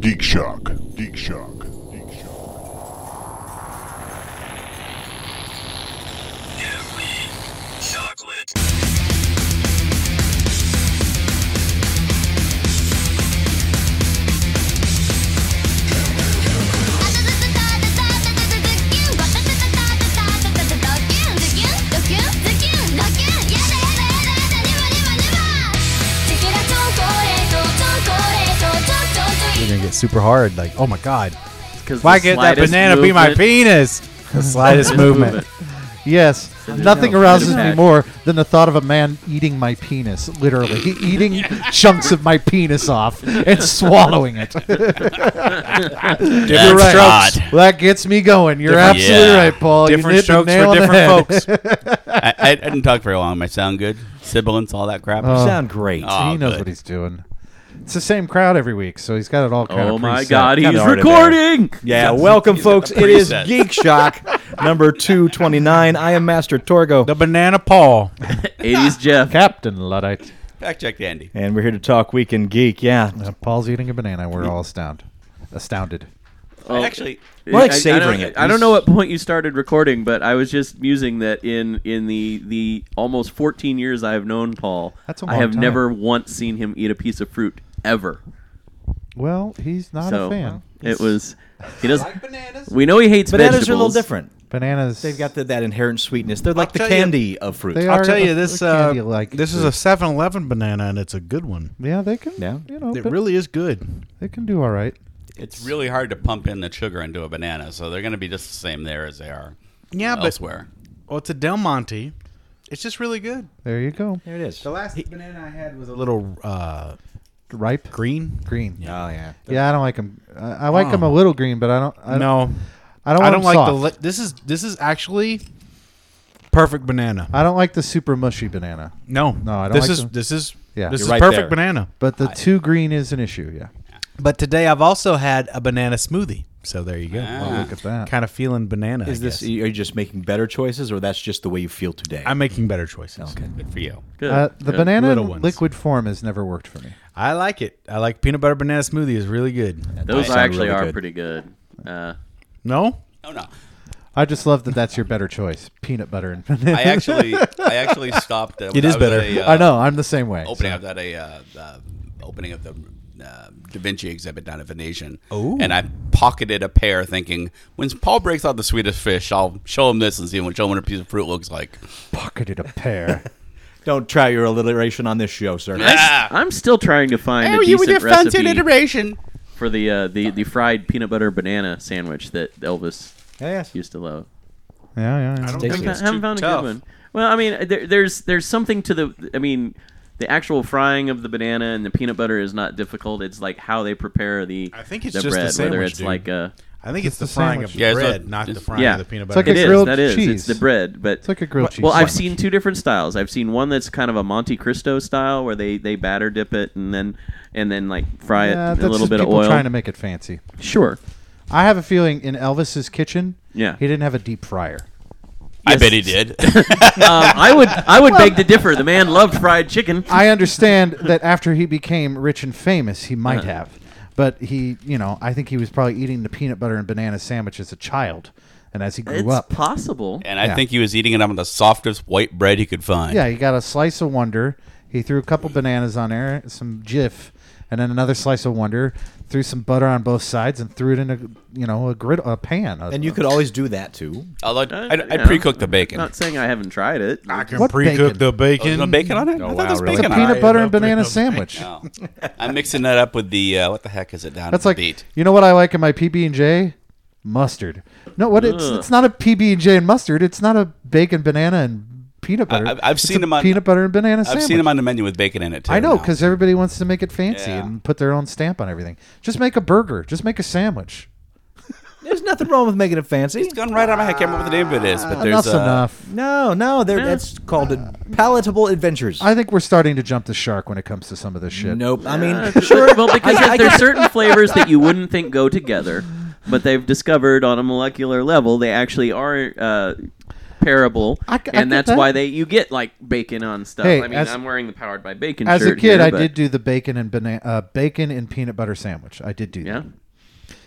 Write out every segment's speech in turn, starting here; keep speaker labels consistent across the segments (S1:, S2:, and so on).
S1: Geek Shock. Geek Shock. Geek Shock.
S2: Chocolate.
S3: You're gonna get super hard. Like, oh my god,
S4: Because
S3: why get that banana be my penis? The slightest movement.
S5: Yes,
S4: there's
S5: nothing
S4: no
S5: arouses
S4: feedback.
S5: me more than the thought of a man eating my penis, literally eating chunks of my penis off and swallowing it.
S6: That's
S5: right.
S6: hot.
S5: Well, that gets me going. You're
S6: Different-
S5: absolutely
S6: Yeah.
S5: right, Paul. you
S3: different
S5: hit the
S3: strokes
S5: nail
S3: for
S5: on the head.
S3: different folks.
S6: I, I, I didn't talk very long. My sound good? Sibilance, all that crap.
S3: Uh,
S5: Oh.
S4: sound great.
S6: Aw,
S5: he knows
S6: good.
S5: what he's doing. It's the same crowd every week, so he's got it all kind
S4: Oh
S5: of
S4: my
S5: preset.
S4: God, he's
S5: Kinda already there.
S4: recording! Yeah, welcome,
S6: he's got
S4: folks.
S6: the
S4: It is
S6: preset.
S4: Geek Shock number two twenty nine. I am Master Torgo,
S3: The banana paw.
S4: eighties Jeff,
S5: Captain Luddite.
S6: Fact check, Andy.
S4: and we're here to talk weekend geek. Yeah,
S5: Uh, Paul's eating a banana. We're all astounded. Astounded.
S7: Oh.
S6: Actually,
S4: We're like
S7: I- I
S4: savoring
S7: don't-
S4: it.
S7: I don't know what point you started recording, but I was just musing that in in the the almost 14 years I have known Paul,
S5: That's a
S7: I
S5: long
S7: have
S5: time.
S7: never once seen him eat a piece of fruit ever.
S5: Well, he's not
S7: so
S5: a fan.
S7: it was he does. not we know he hates
S4: bananas
S7: vegetables.
S4: are a little different.
S5: Bananas.
S4: They've got the, that inherent sweetness. They're like the
S3: tell you-
S4: candy of fruit.
S5: They
S3: I'll
S5: are
S3: tell
S5: a-
S3: you this.
S5: a
S3: Uh,
S5: candy-like
S3: this is
S5: fruit.
S3: a 7-Eleven banana, and it's a good one.
S5: Yeah, they can.
S4: Yeah.
S5: you know,
S3: It
S5: but
S3: really is good.
S5: they can do all right.
S6: it's really hard to pump in the sugar into a banana, so they're going to be just the same there as they are
S3: Yeah, but
S6: elsewhere.
S3: well, it's a Del Monte. It's just really good.
S5: There you go.
S4: There it is.
S3: The last banana I had was a little uh,
S5: Ripe,
S3: green.
S5: green. Yeah,
S4: Oh yeah.
S5: I don't like them. I, I like them a
S3: Oh.
S5: little green, but I don't. I Don't,
S3: No,
S5: I don't. want
S3: I don't
S5: 'em
S3: like the.
S5: soft.
S3: Li- this is this is actually perfect banana.
S5: I don't like the super mushy banana.
S3: No,
S5: No, I don't
S3: This
S5: like
S3: is
S5: them.
S3: this is
S5: Yeah.
S3: this
S5: You're
S3: is
S4: right
S3: perfect
S4: there.
S3: banana.
S5: But the too green is an issue. Yeah.
S3: But today I've also had a banana smoothie. So there you go.
S6: Ah.
S5: Look at that.
S3: Kind of feeling banana.
S4: Is
S3: I
S4: this? Are
S8: e-
S3: guess.
S4: you just making better choices, or that's just the way you feel today?
S3: I'm making better choices.
S4: okay.
S6: Good for you.
S7: Good.
S5: Uh, the
S7: Good.
S5: banana
S3: little
S5: in
S3: ones.
S5: liquid form has never worked for me.
S3: I like it. I like peanut butter banana smoothie is really good.
S7: Those
S4: Sound
S7: actually
S4: really
S7: are
S4: good.
S7: pretty good. Uh,
S3: No?
S6: Oh no,
S5: I just love that that's your better choice: peanut butter and banana.
S6: I actually, I actually stopped. Uh,
S3: It is
S6: I was at
S3: better.
S6: a, uh,
S5: I know. I'm the same way.
S6: opening
S5: so.
S6: up that a uh, uh, opening of the uh, Da Vinci exhibit down at Venetian.
S3: Ooh.
S6: and I pocketed a pear, thinking when Paul breaks out the sweetest fish, I'll show him this and see what show him what a piece of fruit looks like.
S5: pocketed a pear.
S4: Don't try your alliteration on this show, sir.
S6: Ah!
S7: I'm still trying to find a decent recipe for the uh, the the fried peanut butter banana sandwich that Elvis
S5: Oh,
S4: Yes.
S7: used to love.
S5: yeah, yeah. yeah.
S4: Takes
S7: I
S4: you.
S7: haven't found a good one. Well, I mean, there, there's there's something to the. I mean, the actual frying of the banana and the peanut butter is not difficult. It's like how they prepare the.
S3: I think it's
S7: the
S3: just the
S7: bread, whether
S3: sandwich,
S7: it's
S3: dude.
S7: like a.
S3: I think it's, the,
S5: the
S3: frying
S5: sandwich.
S3: of the
S6: Yeah, it's
S3: bread,
S6: not-
S3: not the
S6: it's-
S3: frying
S7: yeah.
S3: of the peanut
S5: It's
S3: butter.
S5: like a
S7: It is.
S5: grilled
S7: that is.
S5: cheese.
S7: It's the bread, but
S5: It's like a grilled cheese.
S7: Well, I've
S5: sandwich.
S7: seen two different styles. I've seen one that's kind of a Monte Cristo style where they, they batter dip it and then and then like fry it
S5: Yeah,
S7: in
S5: that's
S7: a little
S5: just
S7: bit of
S5: people
S7: oil.
S5: Trying to make it fancy.
S7: Sure.
S5: I have a feeling in Elvis's kitchen,
S7: Yeah.
S5: he didn't have a deep fryer.
S6: I bet he did.
S7: Um, I would I would beg to differ. The man loved fried chicken.
S5: I understand that after he became rich and famous, he
S7: Uh-huh.
S5: might have, but he, you know, I think he was probably eating the peanut butter and banana sandwich as a child, and as he grew
S7: It's
S5: up,
S7: possible.
S6: and I
S5: Yeah.
S6: think he was eating it on the softest white bread he could find.
S5: yeah, he got a slice of Wonder. He threw a couple bananas on there, some Jif, and then another slice of Wonder. Threw some butter on both sides and threw it in a, you know, a grid, a pan.
S4: And you could always do that too.
S6: although
S7: Uh,
S6: I, I
S7: yeah.
S6: pre-cooked the bacon.
S7: Not saying I haven't tried it.
S3: I can
S5: What
S3: pre-cook
S5: bacon?
S3: the
S6: Oh, there's
S3: bacon.
S6: no bacon on it? I
S4: Oh,
S6: thought
S4: wow,
S6: there was
S4: really?
S5: it's a
S6: bacon on
S5: peanut
S6: it.
S5: butter
S3: no
S5: and banana
S3: peanut
S5: sandwich.
S6: No. I'm mixing that up with the uh, what the heck is it down
S5: That's
S6: at
S5: like
S6: the beat?
S5: you know what I like in my PB and J, mustard. No, what it's
S7: Ugh.
S5: it's not a PB and J and mustard. It's not a bacon banana and peanut butter.
S6: I- I've
S5: It's
S6: seen
S5: a
S6: them on-
S5: peanut butter and banana.
S6: I've
S5: sandwich.
S6: seen them on the menu with bacon in it too.
S5: I know
S6: now.
S5: because everybody wants to make it fancy
S6: Yeah.
S5: and put their own stamp on everything. Just make a burger. Just make a sandwich.
S4: There's nothing wrong with making it fancy.
S6: It's gone right out of my head. I can't remember what the name of it is, but
S5: Uh,
S6: there's
S5: enough's
S6: uh,
S5: enough.
S4: No, no, they're, that's called it palatable adventures.
S5: I think we're starting to jump the shark when it comes to some of this shit.
S4: nope. I mean,
S7: sure. Well, because
S4: I- I
S7: there's
S4: get-
S7: certain flavors that you wouldn't think go together, but they've discovered on a molecular level they actually are uh, comparable,
S5: I c- I
S7: and
S5: get
S7: that's
S5: that.
S7: why they you get like bacon on stuff.
S5: Hey,
S7: I mean,
S5: as-
S7: I'm wearing the powered by bacon
S5: As a
S7: shirt
S5: kid,
S7: here,
S5: I
S7: but-
S5: did do the bacon and banana, uh, bacon and peanut butter sandwich. I did do
S7: Yeah,
S5: that,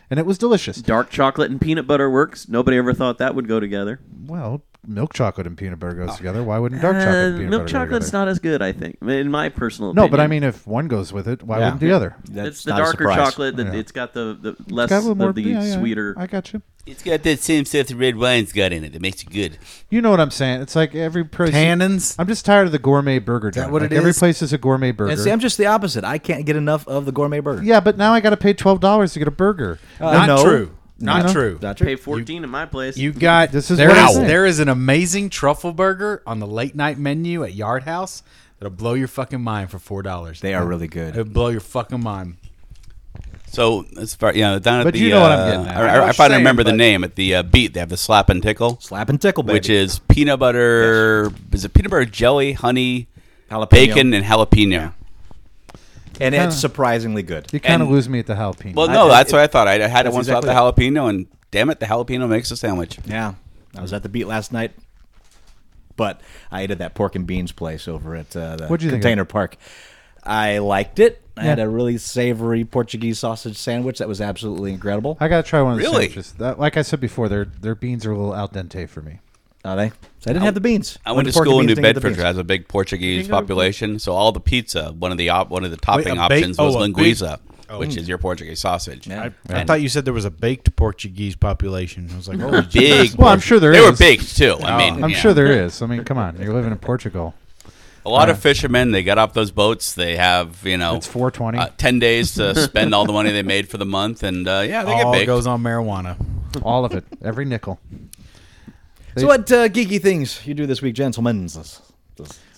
S5: and it was delicious.
S7: dark chocolate and peanut butter works. Nobody ever thought that would go together.
S5: Well, milk chocolate and peanut butter
S6: Oh.
S5: goes together. Why wouldn't dark chocolate and
S7: Uh,
S5: peanut
S7: milk
S5: butter go
S7: chocolate's
S5: together?
S7: not as good, I think, in my personal.
S5: no, but I
S7: opinion.
S5: mean, if one goes with it, why
S8: Yeah.
S5: wouldn't the other?
S8: That's
S7: it's the
S8: not a
S7: darker
S8: surprise.
S7: chocolate. That
S5: Yeah.
S7: it's got the, the less
S5: Got a little
S7: of
S5: more-
S7: the
S5: yeah, yeah,
S7: sweeter.
S5: I got you.
S6: It's got that same stuff the red wine's got in it that makes it good.
S5: You know what I'm saying? It's like every person.
S3: Tannins.
S5: I'm just tired of the gourmet burger. Is
S3: that what
S5: like
S3: it
S5: Every
S3: is?
S5: place is a gourmet burger.
S8: And see, I'm just the opposite. I can't get enough of the gourmet burger.
S5: yeah, but now I got to pay twelve dollars to get a burger.
S8: Uh,
S3: Not
S8: no.
S3: true. Not
S5: No.
S3: true.
S8: Not true.
S7: Pay fourteen in my place.
S3: You got
S5: This is
S3: there
S5: what I'm
S3: is-
S5: saying.
S3: there is an amazing truffle burger on the late night menu at Yard House that'll blow your fucking mind for four dollars.
S8: They are really good.
S3: it'll blow your fucking mind.
S6: So as far you know, down at
S5: But
S6: the
S5: you know what I'm
S6: uh,
S5: getting at.
S6: I,
S8: I know
S6: I, I
S8: what
S6: finally
S8: you're
S6: remember the
S8: saying, but-
S6: name at the uh, beat. They have the slap and tickle,
S8: Slap and tickle, baby.
S6: which is peanut butter. Is it peanut butter jelly, honey,
S8: Jalapeno.
S6: bacon, and jalapeno?
S8: and it's surprisingly good.
S5: You kind of
S6: and-
S5: lose me at the jalapeno.
S6: Well, no,
S8: I-
S6: that's
S8: it-
S6: what I thought. I, I had it
S8: that's
S6: once
S8: exactly
S6: without the jalapeno, and damn it, the jalapeno makes a sandwich.
S8: Yeah, I was at the beat last night, but I ate at that pork and beans place over at uh, the
S5: What'd you think of
S8: Container Park. I liked it. I had
S5: Yeah.
S8: a really savory Portuguese sausage sandwich that was absolutely incredible.
S5: I gotta try one of the
S6: Really?
S5: sandwiches. That, like I said before, their their beans are a little al dente for me.
S8: Are Uh, they? So I didn't have the beans.
S6: I went to
S8: the pork and
S6: school in New
S8: beans, didn't get the
S6: Bedford. It
S8: beans.
S6: has a big Portuguese population, so all the pizza, one of the op, one of the topping
S9: a ba-
S6: options was
S9: oh, a big-
S6: linguiça, which is your Portuguese sausage.
S8: Yeah.
S9: I, I thought you said there was a baked Portuguese population. I was like, holy shit.
S6: Big.
S5: Well, I'm sure there
S6: they
S5: is.
S6: were baked too. I mean,
S5: I'm
S6: Uh, yeah.
S5: sure there is. I mean, come on, you're living in Portugal.
S6: A lot of fishermen, they got off those boats. They have, you know,
S5: It's 420.
S6: uh, 10 days to spend all the money they made for the month. And uh, yeah, they
S3: All
S6: get big.
S3: goes on marijuana.
S5: All of it, every nickel.
S8: So what uh, geeky things you do this week, gentlemen?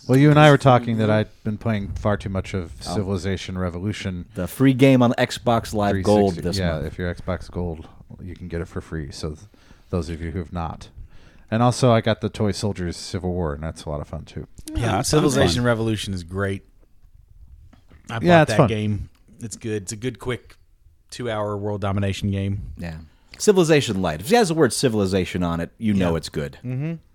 S5: Well, you and I were talking that I'd been playing far too much of Civilization Revolution.
S8: The free game on Xbox Live Gold
S5: 360.
S8: this
S5: yeah,
S8: month.
S5: if you're Xbox Gold, you can get it for free. So th- those of you who have not, and also I got the Toy Soldiers Civil War, and that's a lot of fun too.
S6: Yeah, that sounds
S3: Uh, Civilization
S6: fun.
S3: Revolution is great. I bought
S5: Yeah, it's
S3: that
S5: fun.
S3: game. It's good. It's a good quick two hour world domination game.
S8: Yeah. Civilization Light. If it has the word civilization on it, you know it's good.
S7: Mm-hmm.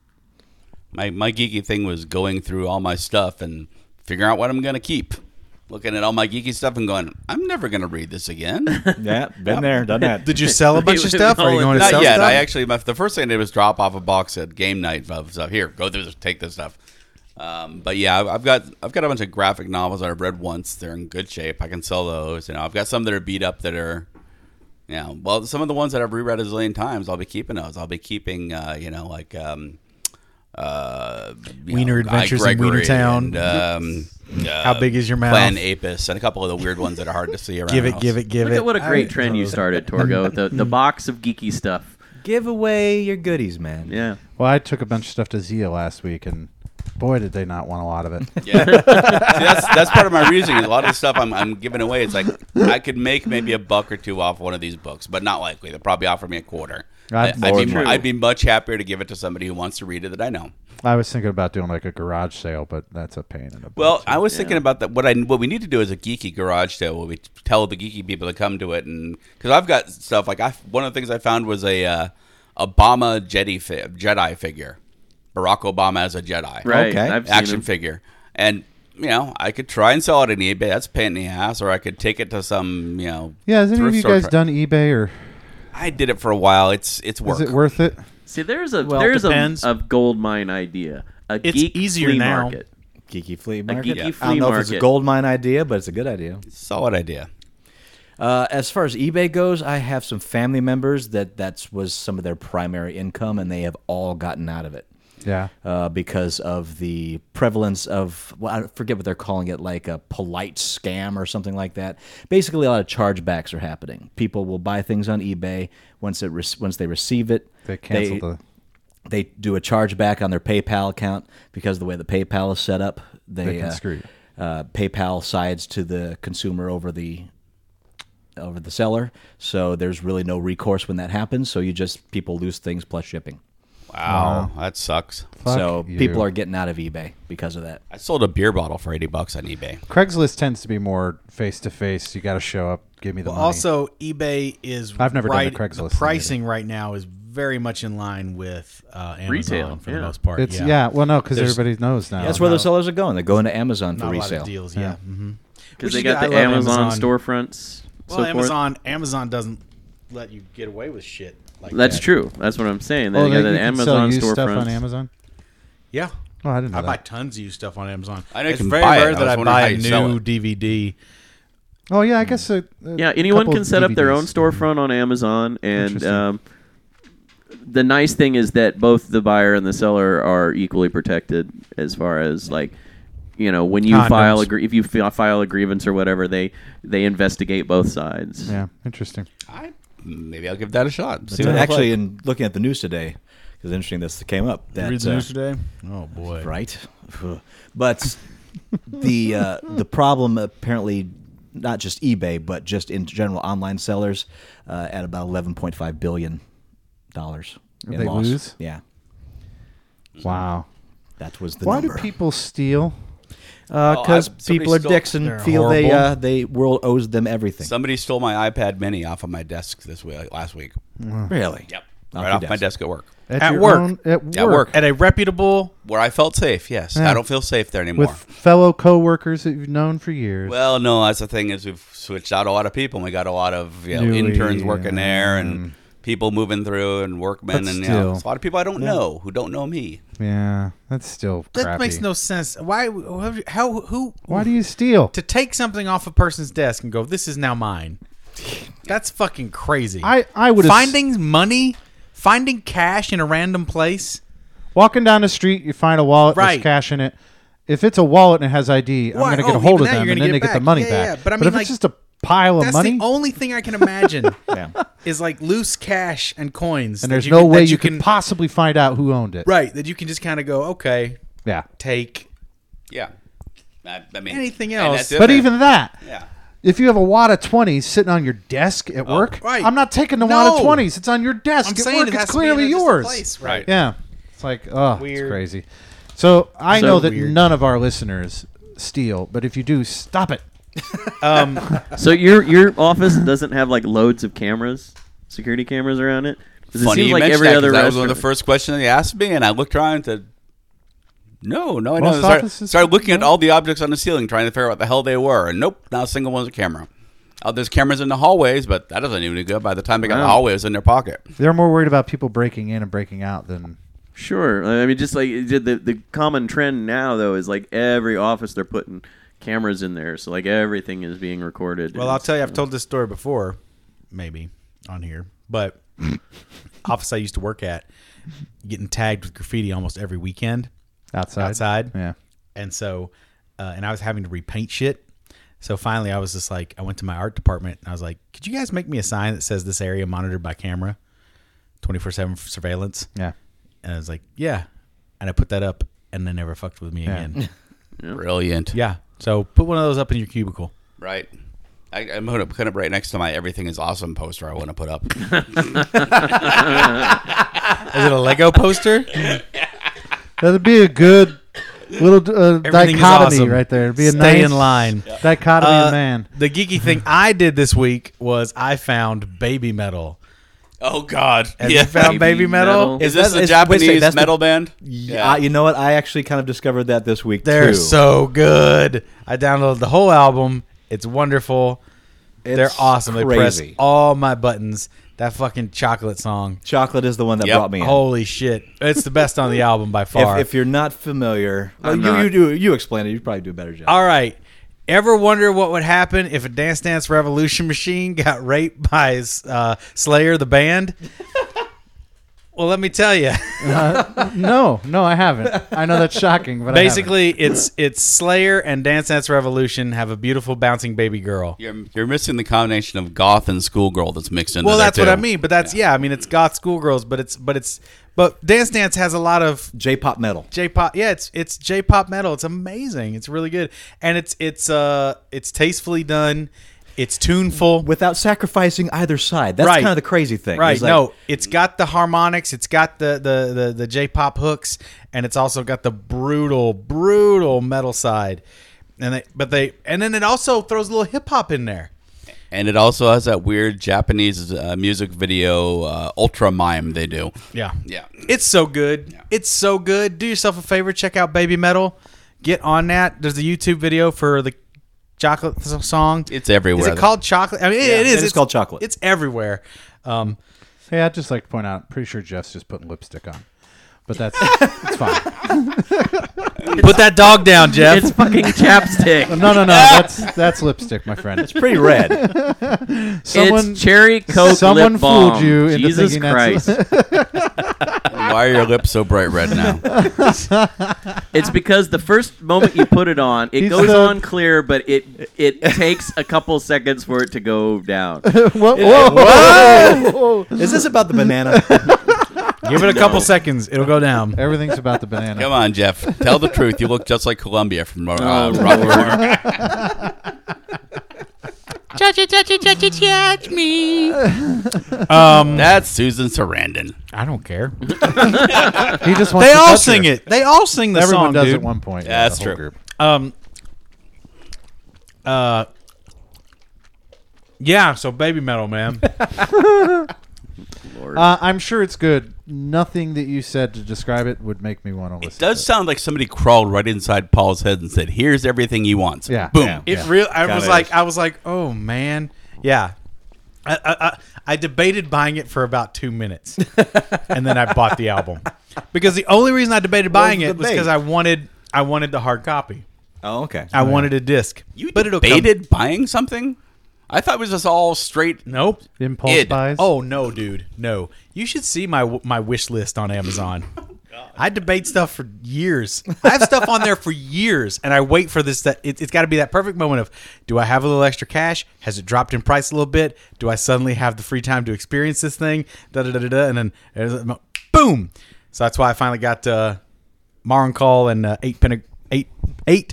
S6: My, my geeky thing was going through all my stuff and figuring out what I'm going to keep. Looking at all my geeky stuff and going, I'm never going to read this again. Not
S8: Yeah, been there, done that.
S3: Did you sell a bunch of stuff? Are you going to
S6: yet.
S3: sell stuff?
S6: I actually, my, the first thing I did was drop off a box at game night of stuff. Here, go through this, take this stuff. Um, but yeah, I've- I've got I've got a bunch of graphic novels that I've read once. They're in good shape. I can sell those. You know, I've got some that are beat up that are Yeah. Well, some of the ones that I've reread a zillion times, I'll be keeping those. I'll be keeping, uh, you know, like um, uh, you
S3: Wiener
S6: know, Guy
S3: Adventures in
S6: Gregory
S3: Wienertown.
S6: and, um, uh,
S3: How big is your mouth?
S6: Plan Apis and a couple of the weird ones that are hard to see around.
S3: Give
S6: the
S3: it,
S6: house.
S3: give it, give
S7: Look
S3: it.
S7: at what a great
S3: I-
S7: trend you started, Torgo. The the box of geeky stuff.
S8: Give away your goodies, man.
S7: Yeah.
S5: Well, I took a bunch of stuff to Zia last week, and boy, did they not want a lot of it.
S6: Yeah. See, that's that's part of my reasoning. A lot of the stuff I'm, I'm giving away, it's like I could make maybe a buck or two off one of these books, but not likely. They'll probably offer me a quarter. I,
S5: I'd-
S6: I'd, be,
S7: True.
S6: I'd be much happier to give it to somebody who wants to read it that I know.
S5: I was thinking about doing like a garage sale, but that's a pain in the butt.
S6: Well, I was thinking about that. What I what we need to do is a geeky garage sale where we tell the geeky people to come to it, and because I've got stuff like I one of the things I found was a uh, Obama Jedi fi- Jedi figure, Barack Obama as a Jedi,
S7: Right.
S8: Okay.
S7: I've seen
S6: Action
S7: them.
S6: figure, and you know I could try and sell it on eBay. That's a pain in the ass, or I could take it to some you know.
S5: yeah, has any of
S6: thrift
S5: you
S6: store
S5: guys
S6: pri-
S5: done eBay or
S6: I did it for a while. It's it's work.
S5: is it worth it?
S7: See, there's a
S9: Well, it
S7: there's a,
S9: depends.
S7: a gold mine idea. A
S9: It's
S7: geek
S9: easier
S7: flea
S9: now.
S7: market.
S8: Geeky flea
S7: A
S8: market.
S7: geeky
S8: I don't
S7: flea
S8: know
S7: market.
S8: if it's a gold mine idea, but it's a good idea.
S6: Solid idea.
S8: Uh, as far as eBay goes, I have some family members that that's was some of their primary income, and they have all gotten out of it
S5: Yeah.
S8: uh, because of the prevalence of well, I forget what they're calling it, like a polite scam or something like that. Basically, a lot of chargebacks are happening. People will buy things on eBay once it re- once they receive it.
S5: They canceled the
S8: they do a chargeback on their PayPal account because of the way the PayPal is set up. They,
S5: They can
S8: uh,
S5: screw you.
S8: Uh, PayPal sides to the consumer over the over the seller, so there's really no recourse when that happens. So you just people lose things plus shipping.
S6: Wow, that sucks.
S5: Fuck
S8: so
S5: you.
S8: people are getting out of eBay because of that.
S6: I sold a beer bottle for eighty bucks on eBay.
S5: Craigslist tends to be more face to face. You got to show up, give me the
S9: Well,
S5: money.
S9: also, eBay is
S5: I've never done a
S9: right-
S5: Craigslist thing
S9: The pricing right now is
S3: very much in line with uh, Amazon
S7: Retail,
S3: for
S7: yeah.
S3: the most part.
S5: It's yeah.
S3: yeah.
S5: well, no, because
S3: There's-
S5: everybody knows now.
S8: That's where the sellers are going. They're going to Amazon for
S3: Not a lot
S8: resale.
S3: of deals. Yeah, mm-hmm.
S7: because they got the Amazon, storefronts.
S3: Well,
S7: so forth.
S3: Amazon Amazon doesn't let you get away with shit. Like
S7: That's
S3: that.
S7: true. That's what I'm saying. They
S5: Oh,
S7: got
S5: they- you
S7: the
S5: can sell
S7: Amazon
S5: used stuff on
S7: storefronts.
S5: Amazon.
S3: Yeah,
S5: Oh, I didn't know
S3: I
S5: that.
S3: buy tons of used stuff on Amazon.
S6: I know you
S3: it's
S6: can
S3: very
S6: buy it.
S3: rare
S6: I
S3: that
S6: was
S3: I
S6: wondering
S3: buy
S6: how
S3: a
S6: you sell
S3: new
S6: it.
S3: DVD.
S5: oh yeah, I guess. A, a
S7: Yeah, anyone
S5: couple
S7: can set up their own
S5: DVDs.
S7: storefront on Amazon, and
S5: Interesting.
S7: um, the nice thing is that both the buyer and the seller are equally protected as far as like. You know, when you
S5: Condoms.
S7: file a gr- if you fi- file a grievance or whatever, they they investigate both sides.
S5: Yeah, interesting.
S6: I, maybe I'll give that a shot. See
S8: So
S6: what it's
S8: actually,
S6: like.
S8: in looking at the news today, because interesting this came up. That, uh,
S3: today? Oh boy!
S8: right? but the uh, the problem apparently not just eBay, but just in general online sellers uh, at about eleven point five billion dollars. in
S5: They
S8: loss.
S5: lose?
S8: Yeah,
S3: Mm-hmm.
S5: Wow.
S8: that was the
S5: Why do
S8: number.
S5: people steal?
S8: Because
S6: Oh, I- somebody
S8: Uh, people are
S6: stole-
S8: dicks and
S3: they're
S8: feel they
S3: horrible.
S8: uh, they world owes them everything.
S6: Somebody stole my iPad Mini off of my desk this week, last week.
S8: really?
S6: Yep,
S8: Off
S6: right
S8: your
S6: off my
S8: desk.
S6: desk at work,
S5: At,
S3: At
S5: your
S3: work.
S5: own- at work.
S6: At work.
S3: At a reputable
S6: where I felt safe. Yes,
S5: Yeah.
S6: I don't feel safe there anymore.
S5: With fellow coworkers that you've known for years.
S6: Well, no, that's the thing is we've switched out a lot of people. and We got a lot of you know,
S5: New-
S6: interns working there and people moving through and workmen
S5: But
S6: and you know,
S5: still.
S6: it's a lot of people I don't know who don't know me.
S5: yeah, that's still
S3: That
S5: crappy.
S3: makes no sense. Why? How? Who?
S5: Why do you steal?
S3: to take something off a person's desk and go, "This is now mine." That's fucking crazy.
S5: I- I would ass-
S3: finding money, finding cash in a random place.
S5: Walking down the street, you find a wallet,
S3: Right.
S5: there's cash in it. If it's a wallet and it has ID, I'm
S3: Why-
S5: going to get
S3: oh,
S5: a hold of
S3: even that
S5: them
S3: you're
S5: and
S3: gonna
S5: then they
S3: get
S5: get the
S3: back.
S5: money
S3: Yeah, yeah,
S5: back.
S3: yeah. But I mean,
S5: if
S3: like,
S5: it's just a pile of
S3: That's
S5: money,
S3: the only thing I can imagine
S8: Yeah.
S3: is like loose cash and coins.
S5: and
S3: that
S5: there's
S3: you
S5: no
S3: can- that
S5: way you could possibly find out who owned it.
S3: right that you can just kind of go, okay,
S5: Yeah.
S3: take.
S6: Yeah, I, I mean
S3: Anything
S6: and that's
S3: else.
S6: the
S5: But
S6: other-
S5: even that,
S6: yeah,
S5: if you have a wad of 20s sitting on your desk
S3: Oh.
S5: at work,
S3: right.
S5: I'm not taking the wad of
S3: No.
S5: 20s. It's on your desk
S3: I'm
S5: at
S3: saying
S5: work.
S3: it has
S5: It's
S3: to be in
S5: clearly
S3: a- just a
S5: yours.
S3: place,
S6: right.
S5: Yeah. It's like, oh, it's
S3: Weird.
S5: crazy. So I
S7: So
S5: know that
S7: weird.
S5: none of our listeners steal, but if you do, stop it.
S7: So your your office doesn't have like loads of cameras, security cameras around it. 'Cause
S6: Funny
S7: it seems
S6: you
S7: like
S6: mentioned
S7: every
S6: that
S7: other
S6: 'cause that was one of the
S7: restaurant-
S6: first questions they asked me, and I looked around to. No, no, I
S5: Most
S6: don't. Started,
S5: offices-
S6: started looking at
S5: no.
S6: all the objects on the ceiling, trying to figure out what the hell they were, and nope, not a single one's a camera. Oh, there's cameras in the hallways, but that doesn't even do good. By the time they got in the
S7: Wow.
S6: hallway, it was in their pocket.
S5: They're more worried about people breaking in and breaking out than
S7: Sure. I mean, just like the, the the common trend now though is like every office they're putting cameras in there, so like everything is being recorded.
S3: Well, I'll tell you, I've told this story before, maybe on here, but office I used to work at, getting tagged with graffiti almost every weekend.
S5: outside.
S3: Outside.
S5: Yeah.
S3: and so uh, and I was having to repaint shit. So finally, I was just like, I went to my art department and I was like, "Could you guys make me a sign that says this area monitored by camera, twenty four seven surveillance?"
S5: Yeah.
S3: And I was like, "Yeah," and I put that up, and they never fucked with me again.
S6: Brilliant.
S3: yeah. So put one of those up in your cubicle.
S6: Right. I, I'm going to put up right next to my "Everything Is Awesome" poster. I want to put up.
S3: Is it a Lego poster?
S5: That'd be a good little uh,
S3: Everything
S5: dichotomy
S3: is awesome.
S5: right there. It'd be a
S3: Stay
S5: nice
S3: in line.
S5: dichotomy
S3: Uh,
S5: of man.
S3: The geeky thing I did this week was I found baby metal.
S6: oh God!
S3: Have you found baby,
S7: Baby metal.
S3: metal?
S6: Is
S8: Is
S6: this
S8: that-
S6: the
S8: is- wait a second,
S6: Japanese
S8: that's the-
S6: metal band?
S8: Yeah, you know what? I actually kind of discovered that this week
S3: They're
S8: too.
S3: so good. I downloaded the whole album. It's wonderful. They're
S8: It's
S3: awesome. They press
S8: crazy.
S3: all my buttons. That fucking chocolate song.
S8: Chocolate is the one that
S6: Yep.
S8: brought me. in.
S3: Holy shit. It's the best on the album by
S8: if,
S3: far.
S8: if you're not familiar, well,
S7: I'm
S8: you,
S7: not.
S8: you do you explain it. You probably do a better job.
S3: all right. Ever wonder what would happen if a Dance Dance Revolution machine got raped by uh, Slayer, the band? well, let me tell you.
S5: No, no, I haven't. I know that's shocking, but
S3: Basically, it's it's Slayer and Dance Dance Revolution have a beautiful bouncing baby girl.
S6: You're, you're missing the combination of goth and schoolgirl that's mixed in.
S3: Well, that's what I mean. But that's yeah. I mean, it's goth schoolgirls, but it's but it's but Dance Dance has a lot of
S8: J-pop metal.
S3: J-pop. Yeah, it's it's J-pop metal. It's amazing. It's really good, and it's it's uh it's tastefully done. It's tuneful.
S8: without sacrificing either side. That's
S3: Right.
S8: kind of the crazy thing.
S3: Right.
S8: It's like,
S3: no, it's got the harmonics, it's got the, the the the J-pop hooks, and it's also got the brutal, brutal metal side. And they, but they, and then it also throws a little hip hop in there.
S6: And it also has that weird Japanese uh, music video uh, ultra mime they do.
S3: Yeah.
S6: Yeah.
S3: It's so good. It's so good. Do yourself a favor, check out Baby Metal. Get on that. There's the YouTube video for the chocolate s- song.
S6: It's everywhere.
S3: Is it called chocolate? I mean, it- it is.
S8: it is called chocolate.
S3: It's everywhere. Um,
S5: Hey, I'd just like to point out, pretty sure Jeff's just putting lipstick on. But that's it's fine.
S3: put that dog down, Jeff.
S7: It's fucking chapstick.
S5: No, no, no. That's that's lipstick, my friend.
S8: Pretty red.
S5: Someone
S7: it's cherry coke
S5: someone
S7: lip
S5: fooled
S7: balm.
S5: you into
S7: Jesus
S5: thinking that's-
S7: Christ!
S6: Why are your lips so bright red now?
S7: it's because the first moment you put it on, it
S5: He's
S7: goes
S5: the-
S7: on clear, but it it takes a couple seconds for it to go down.
S5: whoa, whoa, whoa.
S8: Is this about the banana?
S3: Give it a couple seconds. It'll go down.
S5: Everything's about the banana.
S6: Come on, Jeff. Tell the truth. You look just like Columbia from uh,
S7: Oh,
S6: Rocky
S7: Lord.
S6: Horror.
S3: Um,
S6: That's Susan Sarandon.
S3: I don't care.
S5: He just wants
S3: They
S5: to
S3: all
S5: touch
S3: sing
S5: her.
S3: it. They all sing the
S5: Everyone
S3: song,
S5: does
S3: dude.
S5: at one point.
S6: Yeah,
S5: the
S6: that's
S5: whole
S6: true.
S5: group.
S3: Um. Uh. Yeah. So baby metal, man.
S5: Uh, I'm sure it's good. Nothing that you said to describe it would make me want to listen.
S6: It does sound like somebody crawled right inside Paul's head and said, "Here's everything he wants."
S5: Yeah.
S6: Boom.
S5: Yeah.
S3: It real. I
S6: Got
S3: was
S6: it.
S3: like, I was like, oh man, yeah. I, I, I, I debated buying it for about two minutes, and then I bought the album because the only reason I debated buying
S8: was
S3: it
S8: the
S3: was because
S8: bait?
S3: I wanted I wanted the hard copy.
S8: oh, okay.
S3: I wanted a disc.
S6: You
S3: but it'll come-
S6: debated buying something? I thought it was just all straight.
S3: Nope.
S5: Impulse
S6: Id.
S5: buys.
S3: Oh no, dude, no. You should see my my wish list on Amazon. I debate stuff for years. I have stuff on there for years, and I wait for this. That it, it's got to be that perfect moment of: Do I have a little extra cash? Has it dropped in price a little bit? Do I suddenly have the free time to experience this thing? Da da da da. da and then there's a- boom. So that's why I finally got uh, Maron Call and uh, eight pin eight eight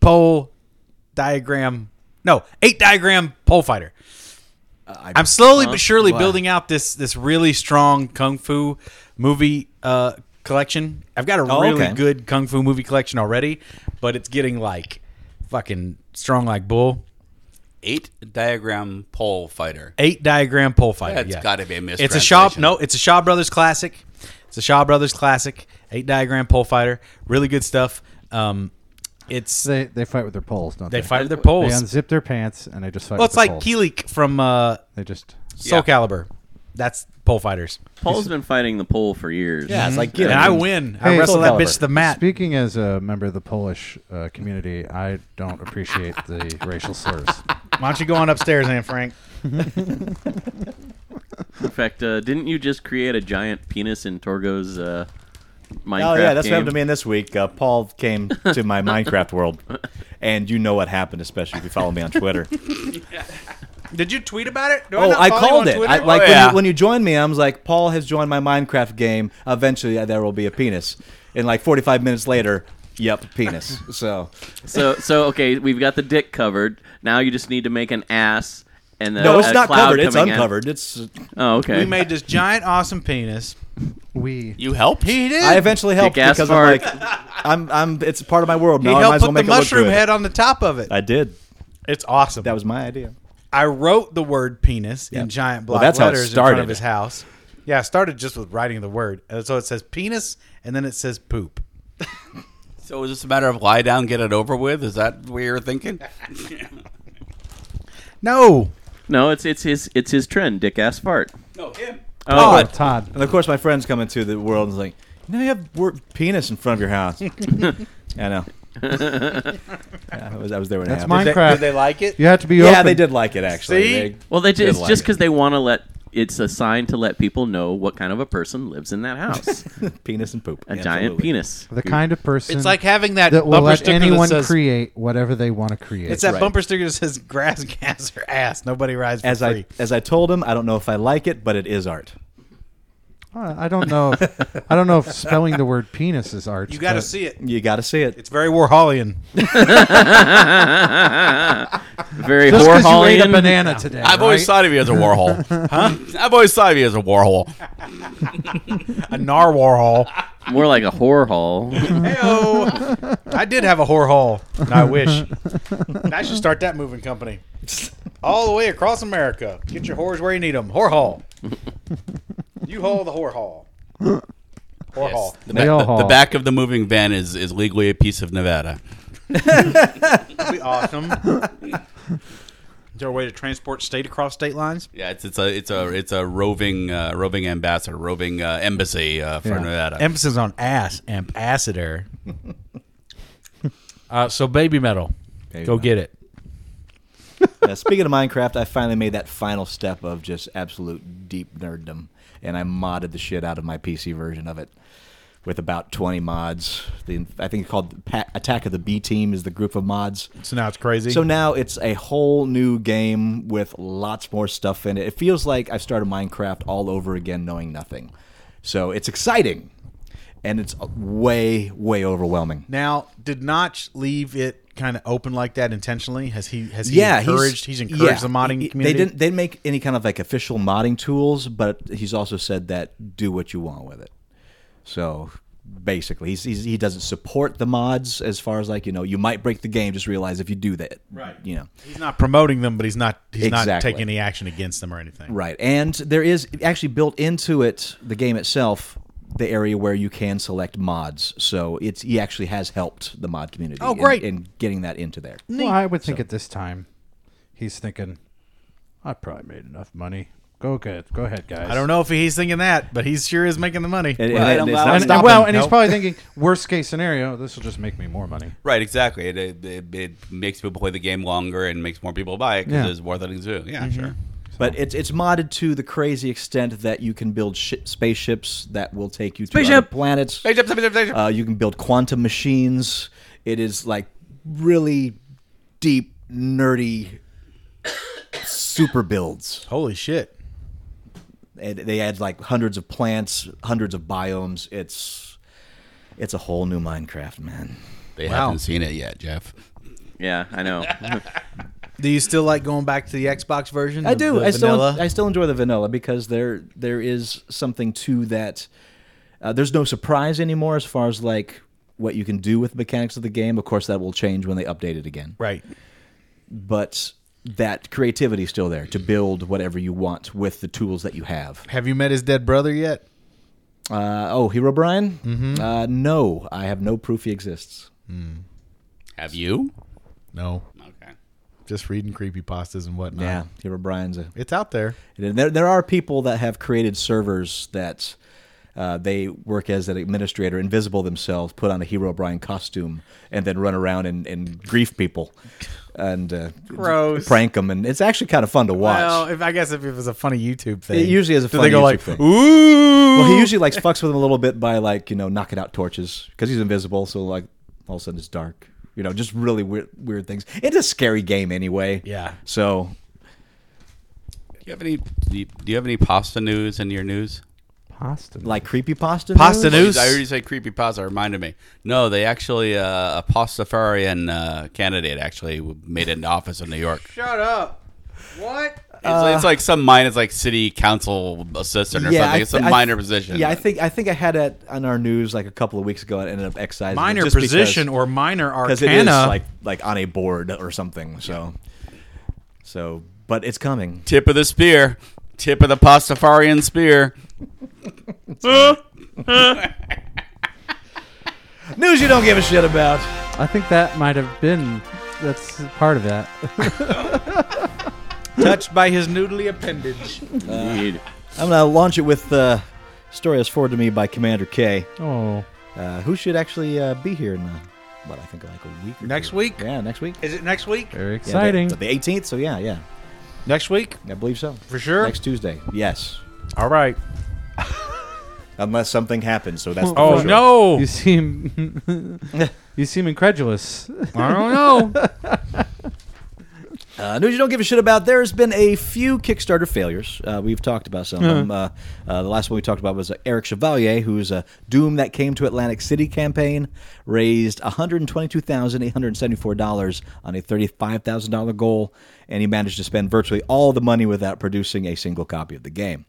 S3: pole diagram. No, eight diagram pole fighter.
S6: Uh,
S3: I'm slowly but surely building out this this really strong kung fu movie uh, collection. I've got a
S8: Oh,
S3: really
S8: okay.
S3: good kung fu movie collection already, but it's getting like fucking strong like bull.
S6: Eight diagram pole fighter.
S3: Eight diagram pole fighter.
S6: That's
S3: yeah.
S6: gotta be a
S3: It's a Shaw.
S6: mistranslation.
S3: No, it's a Shaw Brothers classic. It's a Shaw Brothers classic. Eight diagram pole fighter. Really good stuff. Um, it's they,
S5: They they fight with their poles, don't they?
S3: fight with their
S5: They
S3: poles.
S5: unzip their pants and they just fight.
S3: well,
S5: with
S3: it's
S5: their
S3: like
S5: poles.
S3: Keelik from uh,
S5: They just.
S3: Soul
S6: Yeah.
S3: Calibur. That's pole fighters.
S7: Paul's been fighting the pole for years.
S8: Yeah, it's like
S3: And
S8: Keelik.
S3: I win. I
S5: Hey,
S3: wrestle
S5: Soul
S3: that
S8: Calibur.
S3: bitch to the mat.
S5: Speaking as a member of the Polish uh, community, I don't appreciate the racial slurs.
S3: Why don't you go on upstairs, Aunt Frank?
S7: In fact, uh, didn't you just create a giant penis in Torgo's uh, Minecraft
S8: Oh yeah, that's what
S7: game?
S8: happened to me in this week. Uh, Paul came to my Minecraft world, and you know what happened, especially if you follow me on Twitter.
S3: Did you tweet about it? Do
S8: oh,
S3: not
S8: I
S3: follow you
S8: called
S3: on
S8: it.
S3: Twitter?
S8: I, like
S6: Oh,
S8: when,
S6: yeah.
S8: you, when you joined me, I was like, Paul has joined my Minecraft game. Eventually, uh, there will be a penis. And like 45 minutes later, yep, penis. So
S7: So, so okay, we've got the dick covered. Now you just need to make an ass and the,
S8: no, it's
S7: a
S8: not
S7: cloud
S8: covered. It's
S7: coming out.
S8: uncovered. It's.
S7: Oh, okay.
S3: we made this giant, awesome penis.
S5: We
S6: You helped?
S3: He did.
S8: I eventually helped
S7: Dick ass
S8: because I'm
S7: fart.
S8: like, I'm, I'm. It's part of my world.
S3: he
S8: Now I might
S3: helped
S8: as well
S3: put the
S8: make it look
S3: mushroom
S8: good.
S3: head on the top of it.
S8: I did.
S3: It's awesome.
S8: That was my idea.
S3: I wrote the word penis in
S8: Yep.
S3: giant
S8: Well,
S3: block
S8: that's how it
S3: letters in front of
S8: started.
S3: his house. Yeah, I started just with writing the word. And so it says penis, and then it says poop.
S6: So is this a matter of lie down, get it over with? Is that what you're thinking?
S3: No.
S7: no, it's it's his it's his trend. Dick ass fart.
S6: no, him.
S7: Oh,
S5: oh, Todd.
S8: And of course, my friends come into the world and is like, you know, you have word penis in front of your house. I know. Yeah, I was, I was there when
S5: That's
S8: it happened.
S5: Minecraft.
S3: like it?
S5: You have to be
S8: yeah,
S5: open.
S8: they did like it actually.
S3: See?
S8: They-
S7: well, they
S8: Did
S7: just, it's
S8: like
S7: just
S8: it.
S7: because they want to let. It's a sign to let people know what kind of a person lives in that house.
S8: penis and poop.
S7: A giant penis.
S5: The kind of person
S3: It's like having that,
S5: that will
S3: bumper
S5: let
S3: sticker
S5: anyone
S3: that says,
S5: create whatever they want to create.
S3: It's that
S8: right.
S3: bumper sticker that says grass, gas, or ass. Nobody rides for
S8: As
S3: free.
S8: I as I told him, I don't know if I like it, but it is art.
S5: Uh, I don't know. If, I don't know if spelling the word penis is art.
S3: you got to
S5: but
S3: see it.
S8: You got to see it.
S3: It's very Warholian.
S7: Very
S5: just
S7: whore
S5: because you ate a
S7: hauling.
S5: banana today.
S6: I've always
S5: right?
S6: thought of you as a Warhol. huh? I've always thought of you as a Warhol.
S3: a narwhal.
S7: More like a horror hall.
S3: Heyo. I did have a whore haul. and I wish. And I should start that moving company. All the way across America. Get your whores where you need them. Whore haul. You haul the whore haul. Whore haul.
S6: The,
S5: They all
S6: back, the, the
S5: haul.
S6: back of the moving van is, is legally a piece of Nevada.
S3: That'd be awesome. Is there a way to transport state across state lines?
S6: Yeah, it's it's a it's a it's a roving uh, roving ambassador, roving uh, embassy uh, for
S5: Yeah.
S6: Nevada.
S3: Emphasis on ass. Ambassador. uh, so baby metal.
S8: Baby
S3: Go
S8: metal.
S3: get it.
S8: Now, speaking of Minecraft, I finally made that final step of just absolute deep nerddom, and I modded the shit out of my PC version of it with about 20 mods. The I think it's called pa- Attack of the B Team is the group of mods.
S3: So now it's crazy.
S8: So now it's a whole new game with lots more stuff in it. It feels like I've started Minecraft all over again, knowing nothing. So it's exciting, and it's way, way overwhelming.
S3: Now, did Notch leave it kind of open like that intentionally? Has he has he
S8: yeah,
S3: encouraged he's, encouraged
S8: yeah.
S3: the modding
S8: He- he-
S3: community?
S8: They didn't they didn't make any kind of like official modding tools, but he's also said that do what you want with it. So basically, he's, he's, he doesn't support the mods as far as like you know you might break the game. Just realize if you do that, right? You know,
S3: He's not promoting them, but he's not he's not
S8: Exactly.
S3: taking any action against them or anything.
S8: right. And there is actually built into it the game itself the area where you can select mods. So it's he actually has helped the mod community.
S3: Oh, great.
S8: In, in getting that into there.
S5: Well, I would think at this time, he's thinking, I probably made enough money. Go get, go ahead, guys.
S3: I don't know if he's thinking that, but he sure is making the money.
S8: And,
S6: Well,
S8: and
S6: it allows-
S8: it's not
S6: and-
S5: And,
S8: stopping.
S5: well, and he's
S3: Nope.
S5: probably thinking, worst case scenario, this will just make me more money.
S6: Right, exactly. It, it, it, it makes people play the game longer and makes more people buy it because
S5: Yeah.
S6: it's worth it. in Zoo. Yeah, sure.
S8: But it's it's modded to the crazy extent that you can build shi spaceships that will take you to
S7: Spaceship!
S8: other planets.
S6: Hey, jump, jump, jump, jump.
S8: Uh, you can build quantum machines. It is like really deep, nerdy super builds.
S3: Holy shit!
S8: And they add like hundreds of plants, hundreds of biomes. It's it's a whole new Minecraft, man.
S6: they
S3: wow.
S6: haven't seen it yet, Jeff.
S7: yeah, I know.
S3: Do you still like going back to the Xbox version?
S8: I
S3: The-
S8: do.
S3: the
S8: I still
S3: vanilla?
S8: I still enjoy the vanilla because there there is something to that. Uh, there's no surprise anymore as far as like what you can do with mechanics of the game. Of course, that will change when they update it again.
S3: right.
S8: But that creativity is still there to build whatever you want with the tools that you have.
S3: Have you met his dead brother yet?
S8: Uh, oh, Hero Brian? Mm-hmm. Uh, no, I have no proof he exists.
S6: Have you?
S3: No,
S6: Okay.
S3: just reading creepy pastas and whatnot.
S8: Yeah, Uh, Hero Brian's a
S3: it's out there.
S8: And There, there are people that have created servers that uh, they work as an administrator, invisible themselves, put on a Hero Brian costume, and then run around and, and grief people and uh,
S3: Gross.
S8: prank them. And it's actually kind of fun to watch.
S3: Well, if, I guess if it was a funny YouTube thing,
S8: It usually is a
S3: Do
S8: funny
S3: they go
S8: YouTube
S3: like,
S8: thing.
S3: ooh?
S8: well, he usually like fucks with them a little bit by like you know knocking out torches because he's invisible, so like all of a sudden it's dark. You know, just really weird, weird things. It's a scary game anyway.
S3: Yeah.
S8: So
S6: Do you have any? Do you, do you have any pasta news in your news?
S5: Pasta.
S8: like creepy pasta.
S3: Pasta news?
S6: I already say creepy pasta reminded me. No, they actually uh, a pastafarian uh, candidate actually made it into office in New York.
S3: Shut up. What?
S6: It's, it's like some mine It's like city council assistant or something. It's
S8: th-
S6: some
S8: Uh, I-
S6: minor position.
S8: Yeah, I think I think I had it on our news like a couple of weeks ago and ended up excising
S3: Minor position or minor
S8: because 'cause it is
S3: arcana?
S8: like like on a board or something. So, so but it's coming.
S6: tip of the spear, tip of the pastafarian spear.
S8: News you don't give a shit about.
S5: I think that might have been. That's part of that.
S3: touched by his noodly appendage.
S7: Indeed.
S8: I'm gonna launch it with the story as forwarded to me by Commander K,
S5: Oh,
S8: uh, who should actually uh, be here in uh, what I think like a week. Or
S3: Next
S8: two.
S3: week?
S8: Yeah, next week.
S3: Is it next week?
S5: very
S8: Yeah, the-
S5: exciting.
S8: the, 18th. So yeah, yeah,
S3: Next week
S8: I believe so.
S3: for sure.
S8: Next Tuesday. Yes.
S3: All right.
S8: Unless something happens, so that's the
S5: Oh,
S8: first one.
S3: no!
S5: you seem. you seem incredulous.
S3: I don't know.
S8: Uh, news you don't give a shit about. There's been a few Kickstarter failures. Uh, we've talked about some of them. Uh, uh, the last one we talked about was uh, Eric Chevalier, who's a Doom that came to Atlantic City campaign, raised $122,874 on a $35,000 goal, and he managed to spend virtually all the money without producing a single copy of the game.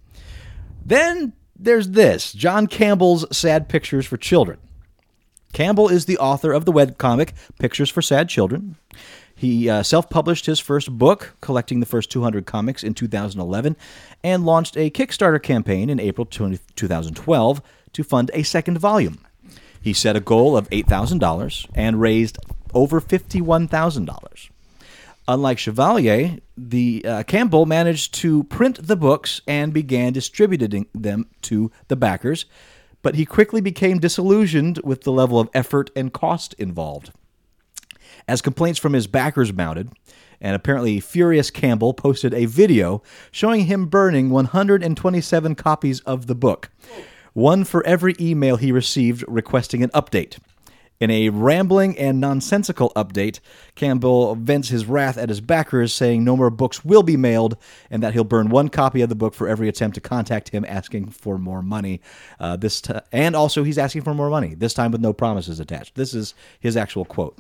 S8: Then There's this John Campbell's Sad Pictures for Children. Campbell is the author of the webcomic Pictures for Sad Children. He uh, self published his first book, collecting the first 200 comics in 2011, and launched a Kickstarter campaign in April 20- 2012 to fund a second volume. He set a goal of $8,000 and raised over $51,000. Unlike Chevalier, the uh, Campbell managed to print the books and began distributing them to the backers, but he quickly became disillusioned with the level of effort and cost involved. As complaints from his backers mounted, and apparently furious Campbell posted a video showing him burning 127 copies of the book, one for every email he received requesting an update. In a rambling and nonsensical update, Campbell vents his wrath at his backers, saying no more books will be mailed and that he'll burn one copy of the book for every attempt to contact him asking for more money. Uh, this t- and also he's asking for more money, this time with no promises attached. This is his actual quote.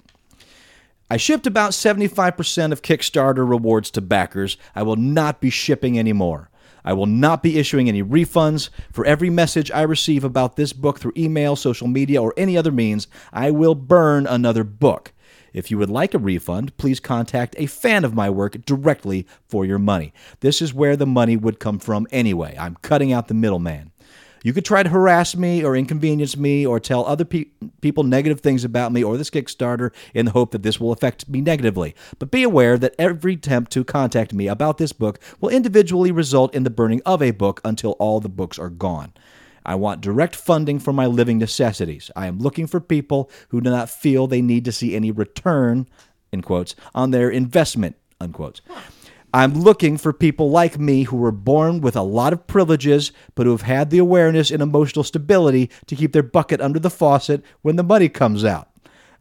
S8: I shipped about 75% of Kickstarter rewards to backers. I will not be shipping anymore. I will not be issuing any refunds. For every message I receive about this book through email, social media, or any other means, I will burn another book. If you would like a refund, please contact a fan of my work directly for your money. This is where the money would come from anyway. I'm cutting out the middleman. You could try to harass me or inconvenience me or tell other pe- people negative things about me or this Kickstarter in the hope that this will affect me negatively. But be aware that every attempt to contact me about this book will individually result in the burning of a book until all the books are gone. I want direct funding for my living necessities. I am looking for people who do not feel they need to see any return, in quotes, on their investment, unquotes. I'm looking for people like me who were born with a lot of privileges, but who have had the awareness and emotional stability to keep their bucket under the faucet when the money comes out.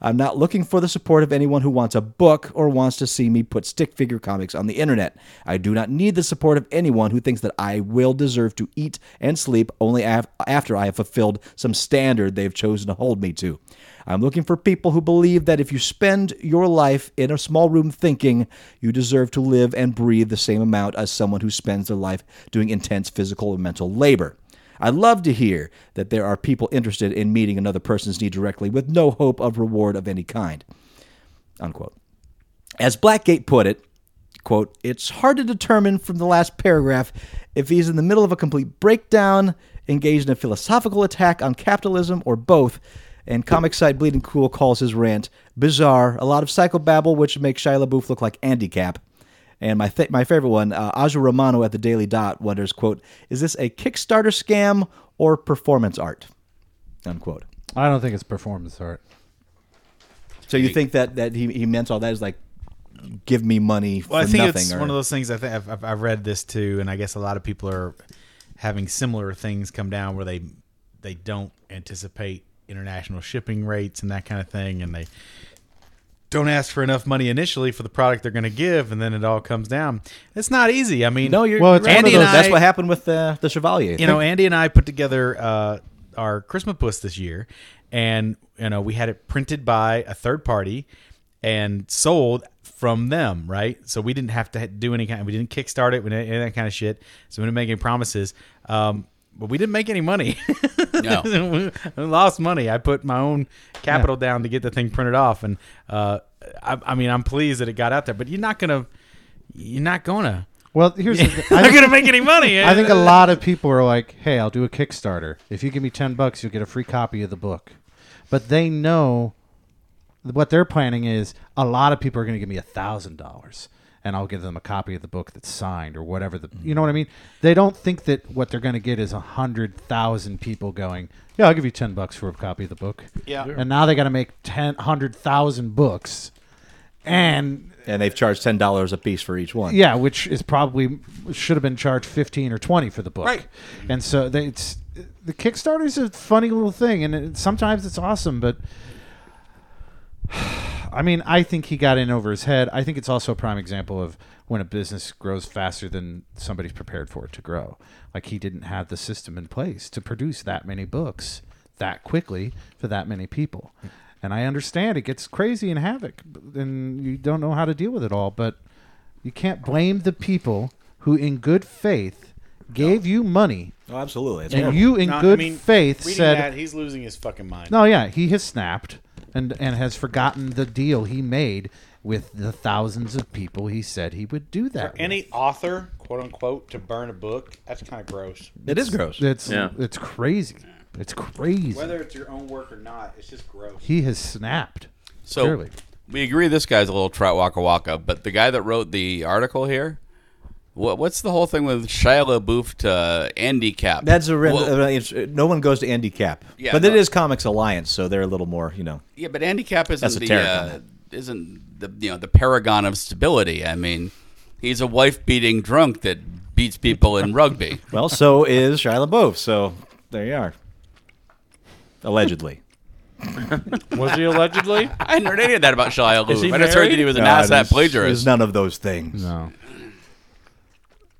S8: I'm not looking for the support of anyone who wants a book or wants to see me put stick figure comics on the internet. I do not need the support of anyone who thinks that I will deserve to eat and sleep only af- after I have fulfilled some standard they've chosen to hold me to. I'm looking for people who believe that if you spend your life in a small room thinking, you deserve to live and breathe the same amount as someone who spends their life doing intense physical and mental labor. I love to hear that there are people interested in meeting another person's need directly with no hope of reward of any kind. Unquote. As Blackgate put it, quote, it's hard to determine from the last paragraph if he's in the middle of a complete breakdown, engaged in a philosophical attack on capitalism, or both. And comic site Bleeding Cool calls his rant bizarre, a lot of psychobabble, which makes Shia LaBeouf look like Andy Cap. And my th- my favorite one, uh, Aja Romano at the Daily Dot wonders, quote, is this a Kickstarter scam or performance art? Unquote.
S5: I don't think it's performance art.
S8: So you think that that he, he meant all that is like, give me money for
S3: Well, I think
S8: nothing?
S3: it's
S8: or,
S3: one of those things. I think I've, I've, I've read this too, and I guess a lot of people are having similar things come down where they they don't anticipate international shipping rates and that kind of thing, and they don't ask for enough money initially for the product they're going to give, and then it all comes down. It's not easy. I mean,
S8: no, you're
S5: Well, it's
S8: you're right.
S3: Andy and I-
S8: that's what happened with uh, the Chevalier.
S3: you know, Andy and I put together uh, our Christmas puss this year, and you know, we had it printed by a third party and sold from them, right? So we didn't have to do any kind. We didn't kickstart it. We didn't any of that kind of shit. So we didn't make any promises. Um, but we didn't make any money.
S6: No.
S3: I lost money. I put my own capital down to get the thing printed off, and uh, I, I mean, I'm pleased that it got out there. But you're not gonna, you're not gonna,
S5: Well, here's the
S3: you're
S5: I
S3: not
S5: think,
S3: gonna make any money.
S5: I think a lot of people are like, "Hey, I'll do a Kickstarter. If you give me ten bucks, you'll get a free copy of the book." But they know what they're planning is a lot of people are going to give me a thousand dollars, and I'll give them a copy of the book that's signed or whatever the you know what I mean. They don't think that what they're going to get is a hundred thousand people going. Yeah, I'll give you ten bucks for a copy of the book. Yeah, and now they got to make ten hundred thousand books, and
S8: and they've charged ten dollars a piece for each one.
S5: yeah, which is probably should have been charged fifteen or twenty for the book.
S3: Right.
S5: And so they, it's the Kickstarter's a funny little thing, and it, sometimes it's awesome, but I mean, I think he got in over his head. I think it's also a prime example of when a business grows faster than somebody's prepared for it to grow. Like he didn't have the system in place to produce that many books that quickly for that many people. And I understand it gets crazy and havoc, and you don't know how to deal with it all, but you can't blame the people who, in good faith, gave you money
S8: Oh, absolutely. It's
S5: and you in good faith
S3: reading
S5: said
S3: that, he's losing his fucking mind.
S5: No, yeah, he has snapped and and has forgotten the deal he made with the thousands of people he said he would do that. with.
S3: Any author, quote unquote, to burn a book, that's kind of gross.
S8: it is gross.
S5: it's
S7: Yeah.
S5: it's crazy. It's crazy.
S3: Whether it's your own work or not, it's just gross.
S5: he has snapped.
S6: So
S5: Clearly.
S6: we agree this guy's a little trout waka waka, but the guy that wrote the article here, what, what's the whole thing with Shia LaBeouf to Andy Cap?
S8: That's a re-
S6: Well,
S8: uh, it's- uh, no one goes to Andy Cap,
S6: Yeah,
S8: but it
S6: no.
S8: is Comics Alliance, so they're a little more, you know.
S6: yeah, but Andy Cap isn't
S8: That's a
S6: the
S8: terror
S6: uh,
S8: comment.
S6: isn't the you know the paragon of stability. I mean, he's a wife beating drunk that beats people in rugby.
S8: Well, so is Shia LaBeouf. So there you are. Allegedly,
S10: Was he allegedly?
S6: I hadn't heard any of that about Shia
S10: Is he
S6: LaBeouf. I just heard
S10: married?
S6: that he was an
S8: No,
S6: ass
S8: there's-
S6: asshat plagiarist.
S8: There's none of those things.
S5: No.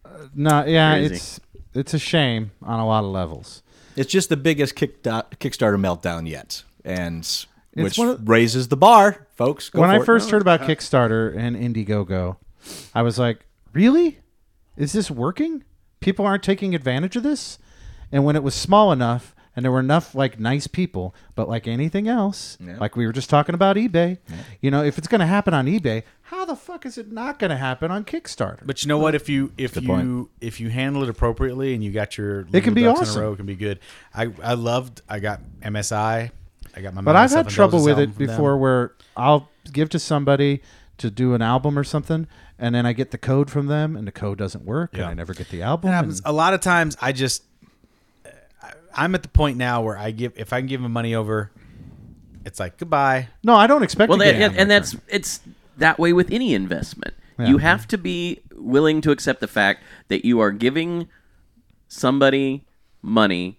S5: Uh, No, yeah,
S7: Oh. Crazy.
S5: it's it's a shame on a lot of levels.
S8: It's just the biggest kick Kickstarter meltdown yet, and which
S5: one of-
S8: raises the bar, folks. Go
S5: when
S8: for
S5: I
S8: it.
S5: first heard about Kickstarter and Indiegogo, I was like, "Really? Is this working? People aren't taking advantage of this?" And when it was small enough and there were enough like nice people, but like anything else, like we were just talking about eBay, you know, if it's going to happen on eBay, how the fuck is it not going to happen on Kickstarter?
S3: But you know what? If you if you
S8: point.
S3: if you handle it appropriately and you got your
S5: It can
S3: little
S5: be
S3: ducks
S5: awesome.
S3: in a row, it can be good. I I loved. I got MSI. I got my.
S5: But
S3: Mind
S5: I've had
S3: Self-Indulgence
S5: trouble with
S3: album
S5: it
S3: from them.
S5: before where I'll give to somebody to do an album or something, and then I get the code from them, and the code doesn't work, and I never get the album.
S3: It happens
S5: and-
S3: a lot of times. I just I- I'm at the point now where I give if I can give them money over, it's like goodbye.
S5: no, I don't expect.
S7: Well,
S5: to
S7: that,
S5: get it.
S7: and that's it's that way with any investment. You have to be willing to accept the fact that you are giving somebody money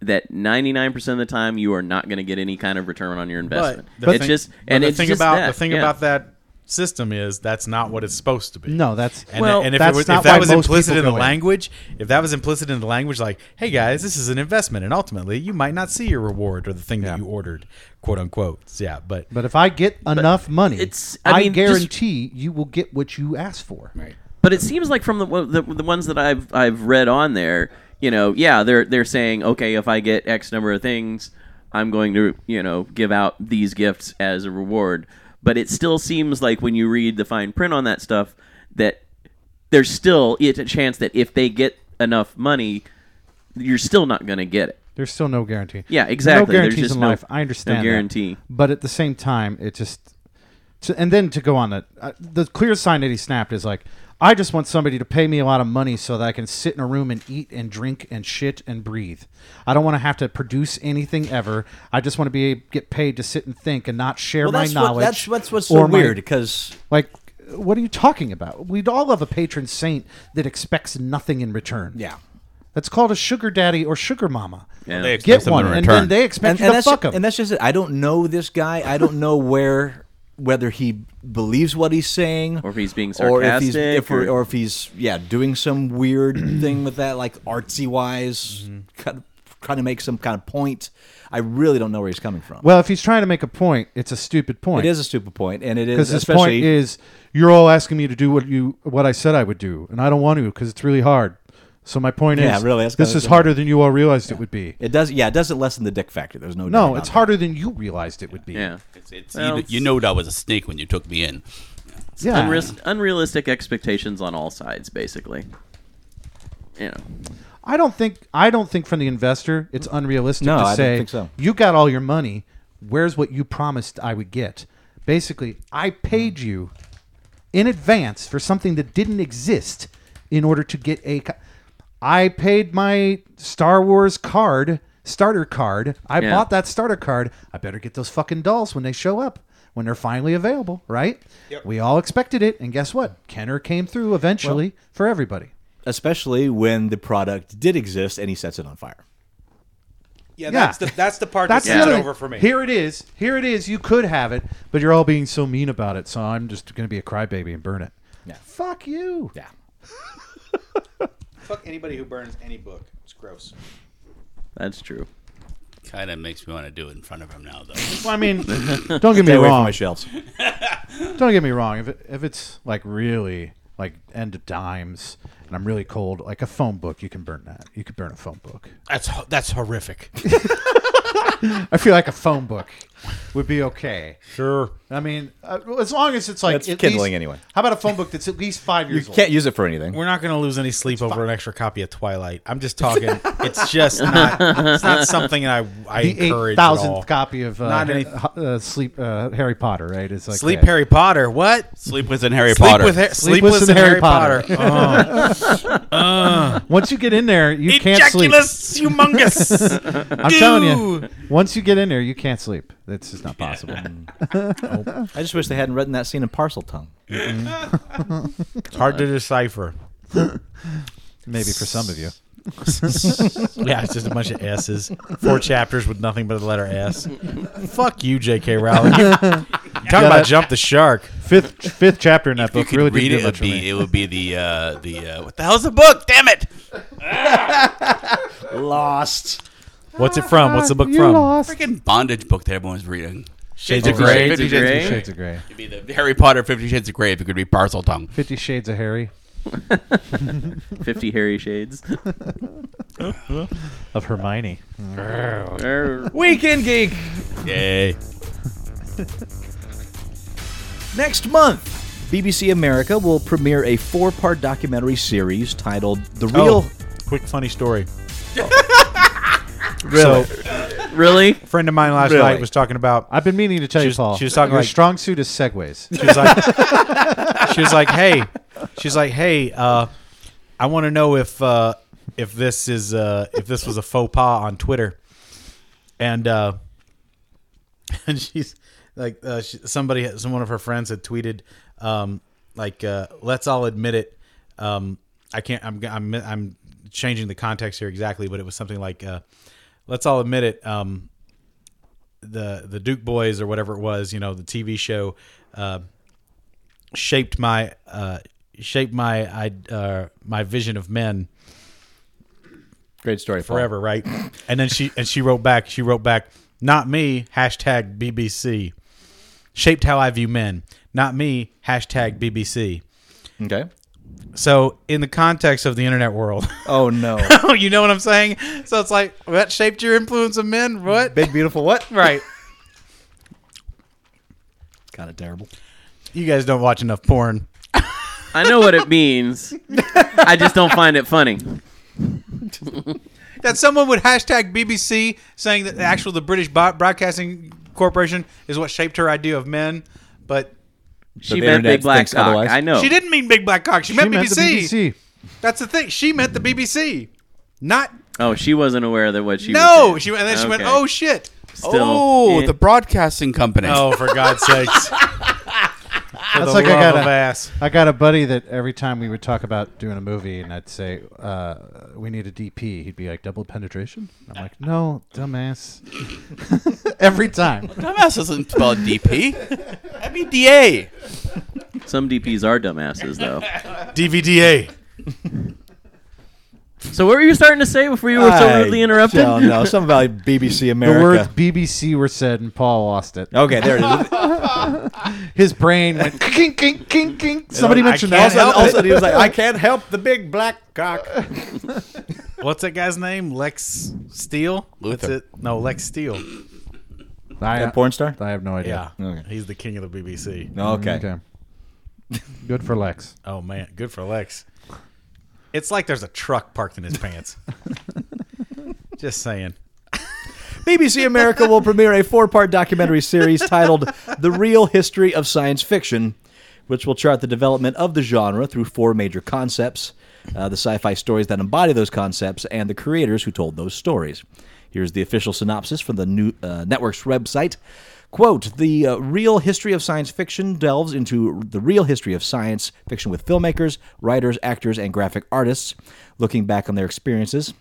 S7: that 99% of the time you are not going to get any kind of return on your investment.
S3: the
S7: it's
S3: thing-
S7: just
S3: but
S7: and
S3: the
S7: it's
S3: thing
S7: just
S3: about
S7: that.
S3: the thing
S7: yeah.
S3: about that system is that's not what it's supposed to be.
S5: No, that's
S3: And,
S7: Well,
S3: and if,
S5: that's
S3: it was,
S5: not
S3: if that
S5: why
S3: was
S5: most
S3: implicit
S5: people
S3: in the
S5: go in.
S3: language, if that was implicit in the language, like, hey guys, this is an investment, and ultimately you might not see your reward or the thing that you ordered, quote unquote. Yeah, but
S5: But if I get enough money,
S7: it's- I
S5: I,
S7: mean, just-
S5: guarantee you will get what you asked for. Right.
S7: But it seems like from the, the the ones that I've I've read on there, you know, yeah, they're they're saying okay, if I get X number of things, I'm going to you know give out these gifts as a reward. But it still seems like when you read the fine print on that stuff, that there's still it's a chance that if they get enough money, you're still not going to get it.
S5: There's still no guarantee.
S7: Yeah, exactly.
S5: No
S7: There's
S5: guarantees
S7: just
S5: in
S7: no-
S5: life. I understand.
S7: no
S5: that.
S7: guarantee.
S5: But at the same time, it just. To, and then to go on that, uh, the clear sign that he snapped is like, I just want somebody to pay me a lot of money so that I can sit in a room and eat and drink and shit and breathe. I don't want to have to produce anything ever. I just want to be get paid to sit and think and not share
S8: Well,
S5: my
S8: that's
S5: knowledge.
S8: What, that's, that's what's so
S5: or my-
S8: weird because
S5: Like, what are you talking about? We'd all have a patron saint that expects nothing in return.
S8: yeah,
S5: That's called a sugar daddy or sugar mama.
S6: They expect
S5: Get
S6: something
S5: one,
S6: in
S5: and
S6: return.
S5: then they expect
S8: and,
S5: you
S8: and
S5: to
S8: that's
S5: fuck
S8: ju-
S5: them.
S8: and that's just it. I don't know this guy. I don't know where whether he believes what he's saying
S7: Or if he's being
S8: or if he's if
S7: sarcastic,
S8: we're-
S7: or-
S8: or if he's yeah doing some weird thing with that like artsy wise
S5: Mm-hmm.
S8: kind of trying to make some kind of point. I really don't know where he's coming from.
S5: well, if he's trying to make a point, it's a stupid point.
S8: it is a stupid point, and it
S5: because
S8: is
S5: his
S8: especially
S5: point is you're all asking me to do what you what I said I would do, and I don't want to because it's really hard. So my point
S8: Yeah,
S5: is,
S8: really, that's
S5: this
S8: kinda-
S5: is harder than you all realized it would be.
S8: it does yeah it doesn't lessen the dick factor. There's no doubt
S5: No,
S8: about
S5: it's
S8: that.
S5: harder than you realized it would be.
S7: Yeah.
S6: It's, it's,
S7: Well,
S6: you, you knowed I was a snake when you took me in.
S5: yeah.
S7: Unreal- unrealistic expectations on all sides, basically. You know.
S5: I don't think I don't think from the investor it's unrealistic
S8: No,
S5: to
S8: I don't
S5: say
S8: think so.
S5: you got all your money. Where's what you promised I would get? Basically, I paid you in advance for something that didn't exist in order to get a. co- I paid my Star Wars card starter card. I
S7: Yeah.
S5: bought that starter card. I better get those fucking dolls when they show up when they're finally available. Right? We all expected it, and guess what? Kenner came through eventually for everybody.
S8: especially when the product did exist and he sets it on fire.
S3: yeah,
S5: that's the-
S3: that's the part
S5: That's the other Here it is. Here it is. You could have it, but you're all being so mean about it. So I'm just going to be a crybaby and burn it.
S8: Yeah.
S5: Fuck you.
S8: Yeah.
S3: Fuck anybody who burns any book. It's gross.
S7: That's true.
S6: Kind of makes me want to do it in front of him now, though.
S5: Well, I mean, don't get me
S8: Stay away from
S5: wrong.
S8: my shelves.
S5: Don't get me wrong. If it, if it's like really like end of dimes, and I'm really cold. Like a phone book, you can burn that. You could burn a phone book.
S3: That's ho- that's horrific.
S5: I feel like a phone book would be okay.
S3: sure.
S5: I mean, uh, as long as it's like
S8: That's
S5: at
S8: kindling
S5: least-
S8: anyway.
S5: How about a phone book that's at least five
S8: You
S5: years old?
S8: can't use it for anything.
S3: We're not going to lose any sleep over an extra copy of Twilight. I'm just talking. it's just not. It's not something I I
S5: the eight
S3: encourage at all.
S5: thousandth copy of uh,
S3: Not
S5: Har-
S3: any-
S5: uh, Sleep uh, Harry Potter, right? It's like
S3: Sleep
S5: that.
S3: Harry Potter. What?
S6: Sleep within Harry
S3: sleep
S6: Potter.
S3: with Har-
S5: Sleep
S3: sleep
S5: with
S3: with
S5: some
S3: Harry
S5: Harry
S3: Potter. Uh.
S5: Potter.
S3: Oh.
S5: Once you get in there, you can't sleep.
S3: Ejaculus humongous.
S5: I'm telling you, once you get in there, you can't sleep. It's just not possible.
S8: Mm. I just wish they hadn't written that scene in parcel tongue.
S3: It's hard to decipher.
S5: Maybe for some of you.
S3: Yeah, it's just a bunch of S's. Four chapters with nothing but the letter S. Fuck you, J.K. Rowling. Talking about jump the shark.
S5: Fifth fifth chapter in that
S6: If you
S5: book
S6: could
S5: really
S6: read
S5: didn't
S6: it,
S5: do
S6: it
S5: much
S6: would
S5: for me.
S6: be, it would be the uh, the uh, what the hell's the book? Damn it!
S8: Lost.
S3: What's it from? What's the book
S5: You
S3: from?
S5: lost.
S6: Freaking bondage book that everyone's reading.
S3: Shades of
S5: Fifty
S3: Grey.
S7: Shades of Grey.
S5: Shades of Grey.
S6: It'd be the Harry Potter Fifty Shades of Grey if it could be parcel tongue.
S5: Fifty Shades of Harry.
S7: Fifty Harry Shades.
S4: of Hermione.
S3: Oh.
S7: Er,
S4: Weekend Geek.
S6: Yay!
S8: Next month, BBC America will premiere a four part documentary series titled The Real.
S3: Oh, quick funny story.
S5: Really?
S7: really?
S3: A friend of mine last night was talking about
S5: I've been meaning to tell
S3: She
S5: you,
S3: was-
S5: Paul.
S3: she was talking
S5: Your
S3: like-
S5: strong suit is segues.
S3: She was like, she was like, hey, she's like, hey, uh, I want to know if uh, if this is uh, if this was a faux pas on Twitter, and uh, and she's like, uh, she, somebody, some one of her friends had tweeted, um, like, uh, let's all admit it. Um, I can't. I'm, I'm I'm changing the context here exactly, but it was something like, uh, let's all admit it. Um, the the Duke Boys or whatever it was, you know, the TV show. Uh, shaped my uh, shaped my I, uh, my vision of men
S8: Great story. Paul.
S3: forever, right? And then she and she wrote back. She wrote back, not me. Hashtag BBC shaped how I view men. Not me. Hashtag BBC.
S8: Okay.
S3: So in the context of the internet world,
S8: Oh, no.
S3: you know what I'm saying. So it's like that shaped your influence of men. What?
S8: Big, beautiful what?
S3: Right.
S8: Kind of terrible.
S3: You guys don't watch enough porn.
S7: I know what it means. I just don't find it funny.
S3: that someone would hashtag BBC saying that the actual the British Bo- Broadcasting Corporation is what shaped her idea of men, but
S7: She
S8: the
S7: meant
S8: internet
S7: big black
S8: thinks
S7: cock.
S8: otherwise.
S7: I know.
S3: she didn't mean big black cock. She,
S5: Oh. She
S3: meant,
S5: meant the
S3: BBC.
S5: BBC.
S3: That's the thing. She meant the BBC, not
S7: Oh, she wasn't aware that what she.
S3: no.
S7: was
S3: She and then she went,
S7: Okay.
S3: oh shit.
S7: Still,
S6: oh,
S7: eh.
S6: the broadcasting company.
S3: Oh, for God's sakes. That's
S5: That's like I got
S3: of
S5: a-
S3: ass.
S5: I got a buddy that every time we would talk about doing a movie, and I'd say, uh, "We need a DP," he'd be like, "Double penetration." I'm like, "No, dumbass." every time.
S6: Dumbass doesn't spell DP. I mean DA.
S7: Some DPs are dumbasses though.
S3: DVDA.
S7: So what were you starting to say before you were so rudely interrupted?
S8: No, no. Something about BBC
S5: The words
S8: America.
S5: BBC were said, and Paul lost it.
S8: okay, there it is.
S5: His brain went kink, kink, kink, kink. Somebody
S3: I
S5: mentioned
S3: can't
S5: that.
S8: Also, also, he was like, I can't help the big black cock.
S3: What's that guy's name? Lex Steele?
S6: Luther.
S3: That's it? No, Lex Steele.
S5: I,
S8: A porn star?
S5: I have no
S3: Yeah.
S5: idea.
S8: Okay.
S3: He's the king of the BBC.
S8: Okay.
S5: Good for Lex.
S3: Oh man, good for Lex. It's like there's a truck parked in his pants. Just saying.
S8: BBC America will premiere a four part documentary series titled The Real History of Science Fiction, which will chart the development of the genre through four major concepts, uh, the sci fi stories that embody those concepts, and the creators who told those stories. Here's the official synopsis from the new uh, network's website. Quote, the uh, real history of science fiction delves into the real history of science fiction with filmmakers, writers, actors, and graphic artists, looking back on their experiences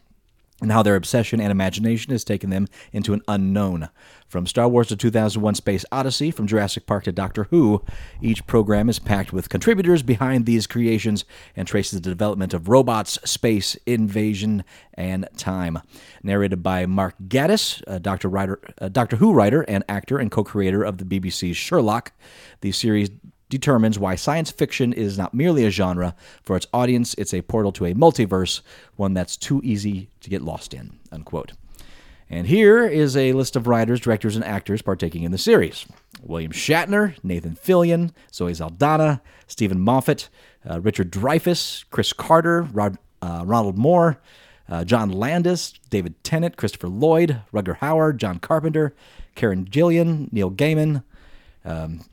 S8: and how their obsession and imagination has taken them into an unknown. From Star Wars to 2001 Space Odyssey, from Jurassic Park to Doctor Who, each program is packed with contributors behind these creations and traces the development of robots, space, invasion, and time. Narrated by Mark Gaddis, a Doctor, writer, a Doctor Who writer and actor and co creator of the BBC's Sherlock, the series determines why science fiction is not merely a genre. For its audience, it's a portal to a multiverse, one that's too easy to get lost in. Unquote. And here is a list of writers, directors, and actors partaking in the series William Shatner, Nathan Fillion, Zoe Saldana, Stephen Moffat, uh, Richard Dreyfuss, Chris Carter, Rod, uh, Ronald Moore, uh, John Landis, David Tennant, Christopher Lloyd, Rugger Howard, John Carpenter, Karen Gillian, Neil Gaiman, um,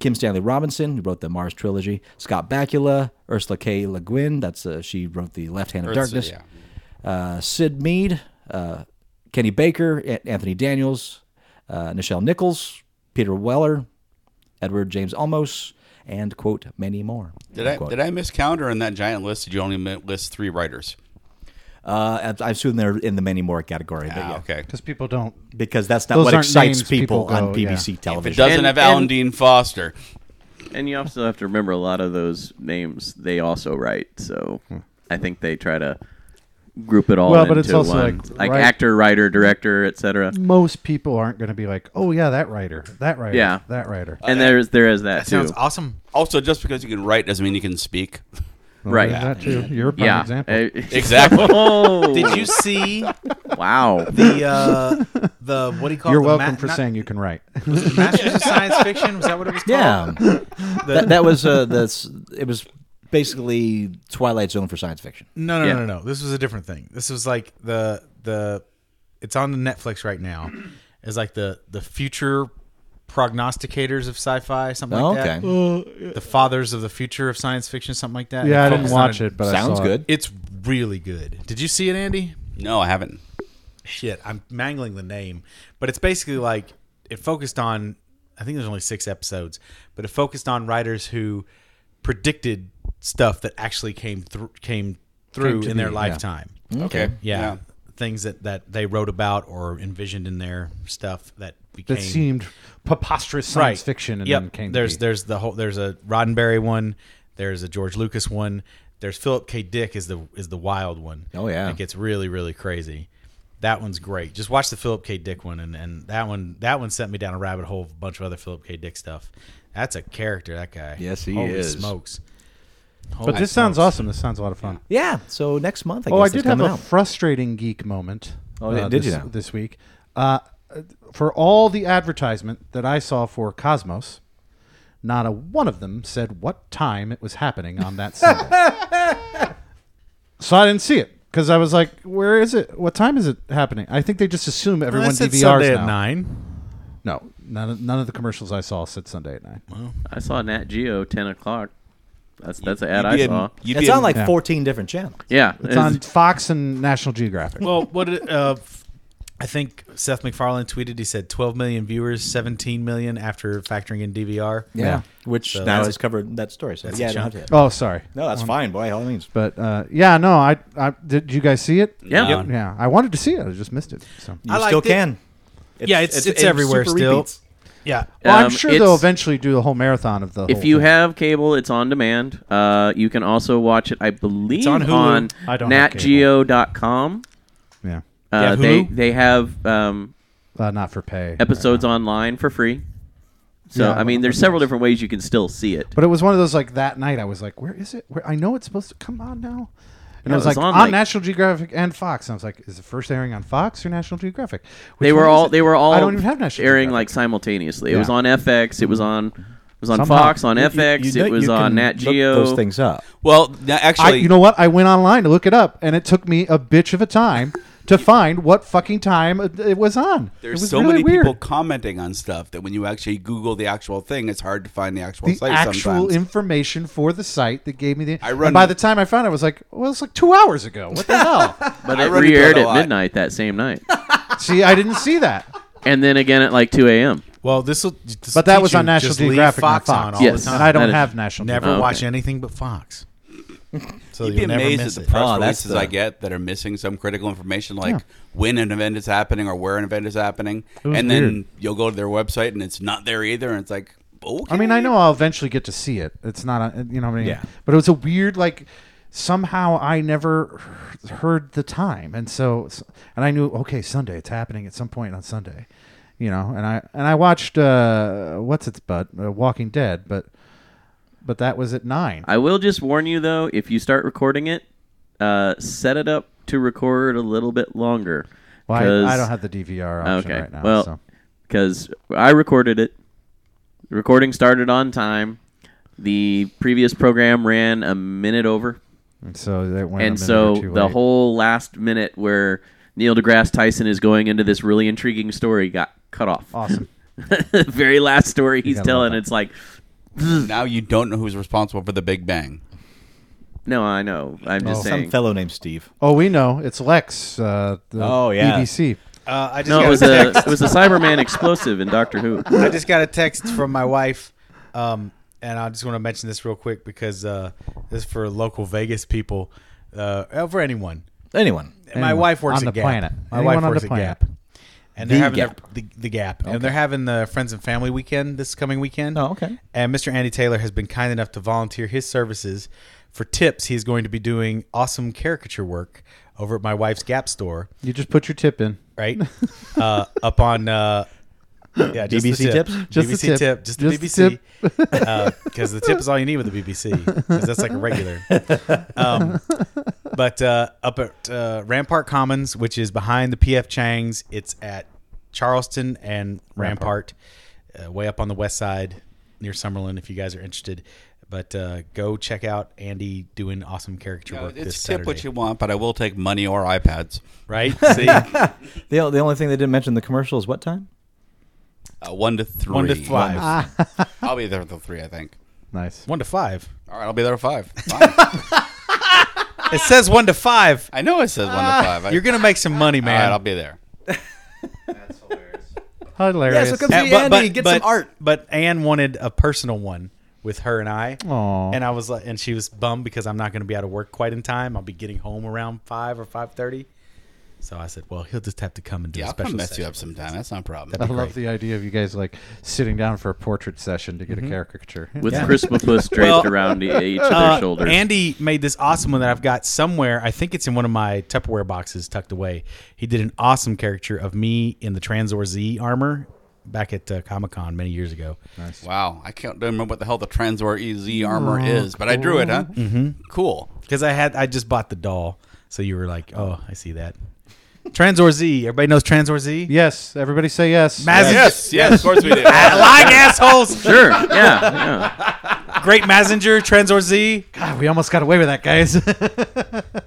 S8: Kim Stanley Robinson, who wrote the Mars trilogy, Scott Bakula, Ursula K. Le Guin, that's uh, she wrote the Left Hand of Darkness,
S6: yeah.
S8: uh, Sid Mead, uh, Kenny Baker, A- Anthony Daniels, uh, Nichelle Nichols, Peter Weller, Edward James Olmos, and quote many more.
S6: Did I did I miscount or in that giant list? Did you only mi- list three writers?
S8: Uh, I I assume they're in the many more category, but
S6: Ah,
S8: yeah,
S6: okay.
S5: because people don't.
S8: because that's not
S5: Those
S8: what
S5: aren't
S8: excites
S5: names people
S8: people,
S5: go,
S8: on
S5: yeah.
S6: If
S8: BBC
S6: it
S8: television.
S6: doesn't
S7: And-
S6: have Alan
S7: and-
S6: Dean Foster,
S7: And you also have to remember a lot of those names they also write. So I think they try to group it all
S5: Hmm. Well,
S7: into
S5: but it's also
S7: one.
S5: like,
S7: Like,
S5: right-
S7: actor, writer, director, etc.
S5: Most people aren't going to be like, oh yeah, that writer, that writer,
S7: Yeah.
S5: that writer.
S7: And there's there is that,
S3: Uh, That
S7: too.
S3: sounds awesome.
S6: also just because you can write doesn't mean you can speak.
S7: Right.
S5: Is that too? You're a prime
S7: Yeah. Uh,
S5: example.
S6: Exactly.
S7: oh.
S3: Did you see
S7: Wow.
S3: the uh, the what do you call? it?
S5: You're
S3: The
S5: welcome
S3: ma-
S5: for
S3: not-
S5: saying you can write.
S3: the Masters of Science Fiction. Was that what it was called?
S8: Yeah, that, that was uh, that's it was basically Twilight Zone for science fiction.
S3: No, no,
S7: Yeah.
S3: no, no, no. This was a different thing. This was like the the it's on Netflix right now. It's like the the future prognosticators of sci-fi, something
S8: Oh,
S3: like
S8: okay,
S3: that. The fathers of the future of science fiction, something like that.
S5: yeah, I
S3: It
S5: didn't
S3: focused on
S5: watch it, but I
S8: sounds
S5: saw
S8: good.
S5: It.
S3: It's really good. Did you see it, Andy?
S6: No, I haven't.
S3: Shit, I'm mangling the name, but it's basically like it focused on. I think there's only six episodes, but it focused on writers who predicted stuff that actually came through came through in their lifetime.
S6: Okay.
S3: Yeah. Things that, that they wrote about or envisioned in their stuff that became
S5: That seemed preposterous science fiction, and
S3: Yep.
S5: then came.
S3: there's
S5: to be.
S3: there's the whole there's a Roddenberry one, there's a George Lucas one, there's Philip K. Dick is the is the wild one.
S8: Oh, yeah.
S3: it gets really really crazy. That one's great. Just watch the Philip K. Dick one, and, and that one that one sent me down a rabbit hole of a bunch of other Philip K. Dick stuff. That's a character, that guy.
S8: Yes, he
S3: Holy
S8: is.
S3: Smokes.
S5: But this sounds awesome. This sounds a lot of fun.
S8: yeah. So next month, I
S5: Oh,
S8: guess
S5: I
S8: it's
S5: did have
S8: coming
S5: a
S8: out.
S5: frustrating geek moment.
S8: Oh, yeah, did
S5: this,
S8: you now?
S5: this week? Uh, for all the advertisement that I saw for Cosmos, not a one of them said what time it was happening on that Sunday. so I didn't see it because I was like, "Where is it? What time is it happening?" I think they just assume everyone
S3: Everyone
S5: DVRs
S3: Sunday
S5: now.
S3: at nine.
S5: No, none of, none of the commercials I saw said Sunday at nine.
S7: I saw Nat Geo 10 o'clock. That's that's the ad
S6: You'd be
S7: I
S6: a-
S7: saw.
S6: you'd be
S8: It's
S6: a-
S8: on like
S5: Yeah.
S8: 14 different channels.
S7: Yeah.
S5: It's on Fox and National Geographic.
S3: Well, what it, uh, f- I think Seth MacFarlane tweeted, he said 12 million viewers, 17 million after factoring in DVR.
S8: Yeah, which
S3: So
S8: now
S3: that's-
S8: has covered that story. So
S3: that's
S8: yeah,
S3: a
S8: I don't
S3: chunk.
S8: have to-
S5: oh, sorry.
S8: no, that's fine, boy. All means.
S5: But uh, yeah, no, I, I did. You guys see it?
S7: Yeah.
S6: No.
S5: Yeah, I wanted to see it. I just missed it. So.
S8: You
S3: I liked
S8: still
S3: it.
S8: can.
S3: Yeah, it's- it's everywhere
S8: super
S3: still.
S8: repeats.
S3: Yeah.
S5: Well, I'm
S7: Um,
S5: sure
S7: it's-
S5: they'll eventually do the whole marathon of the.
S7: If
S5: whole
S7: you
S5: thing.
S7: have cable, it's on demand. Uh, you can also watch it, I believe,
S3: on Hulu.
S7: on
S5: I don't have
S7: natgeo.com.
S5: yeah,
S7: Uh,
S3: Yeah,
S7: they
S3: Hulu?
S7: they have um,
S5: uh, not for pay
S7: episodes online for free. So
S5: Yeah,
S7: I mean, there's several different ways you can still see it.
S5: But it was one of those like that night. I was like, "Where is it? Where I know it's supposed to come on now." And
S7: Yeah,
S5: I was,
S7: it was
S5: like,
S7: on,
S5: on,
S7: like-
S5: National Geographic and Fox. And I was like, "Is the first airing on Fox or National Geographic?" Which
S7: they were
S5: one is
S7: all
S5: it?
S7: they were all
S5: I don't even have National
S7: airing like
S5: Geographic.
S7: simultaneously. It
S5: Yeah.
S7: was on FX. It was on it was on
S5: Somehow.
S7: Fox on
S8: You- you-
S7: FX.
S8: you know-
S7: it was
S8: you
S7: on
S8: can
S7: Nat
S8: look
S7: Geo.
S8: Those things up.
S6: Well, no,
S5: I,
S6: actually,
S5: you know what? I went online to look it up, and it took me a bitch of a time to find what fucking time it- it was on. It
S6: there's
S5: was
S6: so
S5: really
S6: many
S5: weird.
S6: people commenting on stuff that when you actually Google the actual thing, it's hard to find the actual
S5: the
S6: site
S5: actual
S6: sometimes.
S5: information for the site that gave me the.
S6: I run-
S5: and by the time I found it, I was like, well, it's like two hours ago. What the hell?
S7: But
S6: I
S7: it
S6: run into
S7: re-aired
S6: it a
S7: at
S6: lot.
S7: midnight that same night,
S5: See, I didn't see that.
S7: and then again at like 2 a.m.
S3: Well, this will.
S5: But that was on National Geographic,
S3: Fox,
S5: not Fox.
S3: on all
S7: Yes.
S3: the
S5: And I
S3: time.
S5: don't
S7: That is-
S5: have National
S3: never
S7: Oh, okay.
S3: watch anything but Fox. So
S6: You'd
S3: you'll
S6: be
S3: never
S6: amazed at
S3: miss
S6: the
S3: it.
S6: press
S8: Oh, that's
S6: releases I
S8: the-
S6: get that are missing some critical information, like when an event is happening or where an event is happening, and then
S5: weird.
S6: you'll go to their website and it's not there either, and it's like, okay.
S5: I mean, I know I'll eventually get to see it. It's not, a, you know what I mean? Yeah. But it was a weird, like, somehow I never he- heard the time. And so, and I knew, okay, Sunday, it's happening at some point on Sunday, you know? And I, and I watched, uh, what's its butt, uh, Walking Dead, but but that was at nine.
S7: I will just warn you though, if you start recording it, uh, set it up to record a little bit longer.
S5: Well,
S7: 'cause-
S5: I, I don't have the DVR option
S7: okay.
S5: right now.
S7: well,
S5: so.
S7: because I recorded it. Recording started on time. The previous program ran a minute over,
S5: and so that went a
S7: and
S5: minute or
S7: so
S5: two
S7: the
S5: late.
S7: whole last minute where Neil deGrasse Tyson is going into this really intriguing story got cut off.
S5: awesome.
S7: Very last story he's
S5: gotta love
S7: telling,
S5: that.
S7: it's like,
S6: Now you don't know who's responsible for the Big Bang.
S7: no, I know. I'm just
S8: Some
S7: saying.
S8: fellow named Steve.
S5: Oh, we know it's Lex. Uh, the
S8: Oh, yeah.
S5: BBC.
S3: Uh, I just
S7: No,
S3: got
S7: it was
S3: a
S7: a
S3: text.
S7: it was a Cyberman explosive in Doctor Who.
S3: I just got a text from my wife, um, and I just want to mention this real quick because uh, this is for local Vegas people, uh, uh, for anyone.
S8: Anyone.
S3: my
S5: Anyone
S3: wife works
S5: on
S3: at
S5: the
S3: Gap.
S5: planet.
S3: My
S5: Anyone
S3: wife
S5: on
S3: works
S5: the
S3: at
S5: planet.
S3: Gap, and they're
S8: The
S3: having
S8: Gap.
S3: Their, the, the Gap, and they're having the Friends and Family Weekend this coming weekend.
S8: Oh, okay.
S3: And Mr. Andy Taylor has been kind enough to volunteer his services for tips. He is going to be doing awesome caricature work over at my wife's Gap store,
S5: You just put your tip in.
S3: right? uh, up on. Uh, yeah, just the
S8: BBC
S3: tip.
S8: tips?
S5: Just the
S3: BBC
S5: tip.
S3: just the
S5: Just the
S3: BBC, because Uh, the tip is all you need with the BBC, because that's like a regular. Um, but uh, up at uh, Rampart Commons, which is behind the PF Chang's, it's at Charleston and Rampart, uh, way up on the west side near Summerlin. If you guys are interested, but uh, go check out Andy doing awesome character work this
S6: It's
S3: Saturday.
S6: tip what you want, but I will take money or iPads.
S3: right? See,
S8: The, the only thing they didn't mention in the commercial is what time?
S6: Uh, one to three.
S3: one to five.
S6: I'll be there until three, I think.
S5: Nice.
S3: One to five.
S6: All right, I'll be there at five. Fine.
S3: It says one to five.
S6: I know it says one to five. I,
S3: Ah, You're gonna make some money,
S6: All right,
S3: man.
S6: I'll be there.
S5: Hilarious.
S3: Uh,
S8: see Andy, get some art.
S3: But Anne wanted a personal one with her and I.
S5: Aw.
S3: And I was like, and she was bummed because I'm not going to be out of work quite in time. I'll be getting home around five or five thirty. So I said, well, he'll just have to come and do
S6: Yeah,
S3: a
S6: I'll come
S3: special.
S6: mess you
S3: session
S6: up
S3: with
S6: sometime. That's not a problem.
S5: I love the idea of you guys like sitting down for a portrait session to get a caricature.
S7: Mm-hmm. With Christmas draped around the, each of their
S3: Uh,
S7: shoulders.
S3: Andy made this awesome one that I've got somewhere. I think it's in one of my Tupperware boxes tucked away. He did an awesome caricature of me in the Transor Z armor back at uh, Comic Con many years ago.
S6: Wow, I can't remember what the hell the Transor EZ
S3: Mm-hmm.
S6: armor is, but I drew it, huh? Mm-hmm. Cool.
S3: Because I had I just bought the doll, so you were like, oh, I see that. Transor Z. Everybody knows Transor Z.
S5: yes. Everybody say yes.
S3: Maz-
S6: Yes, yes, of course we did.
S3: I like assholes.
S7: Sure. Yeah. yeah.
S3: Great Mazinger, Transor Z.
S5: God, we almost got away with that, guys.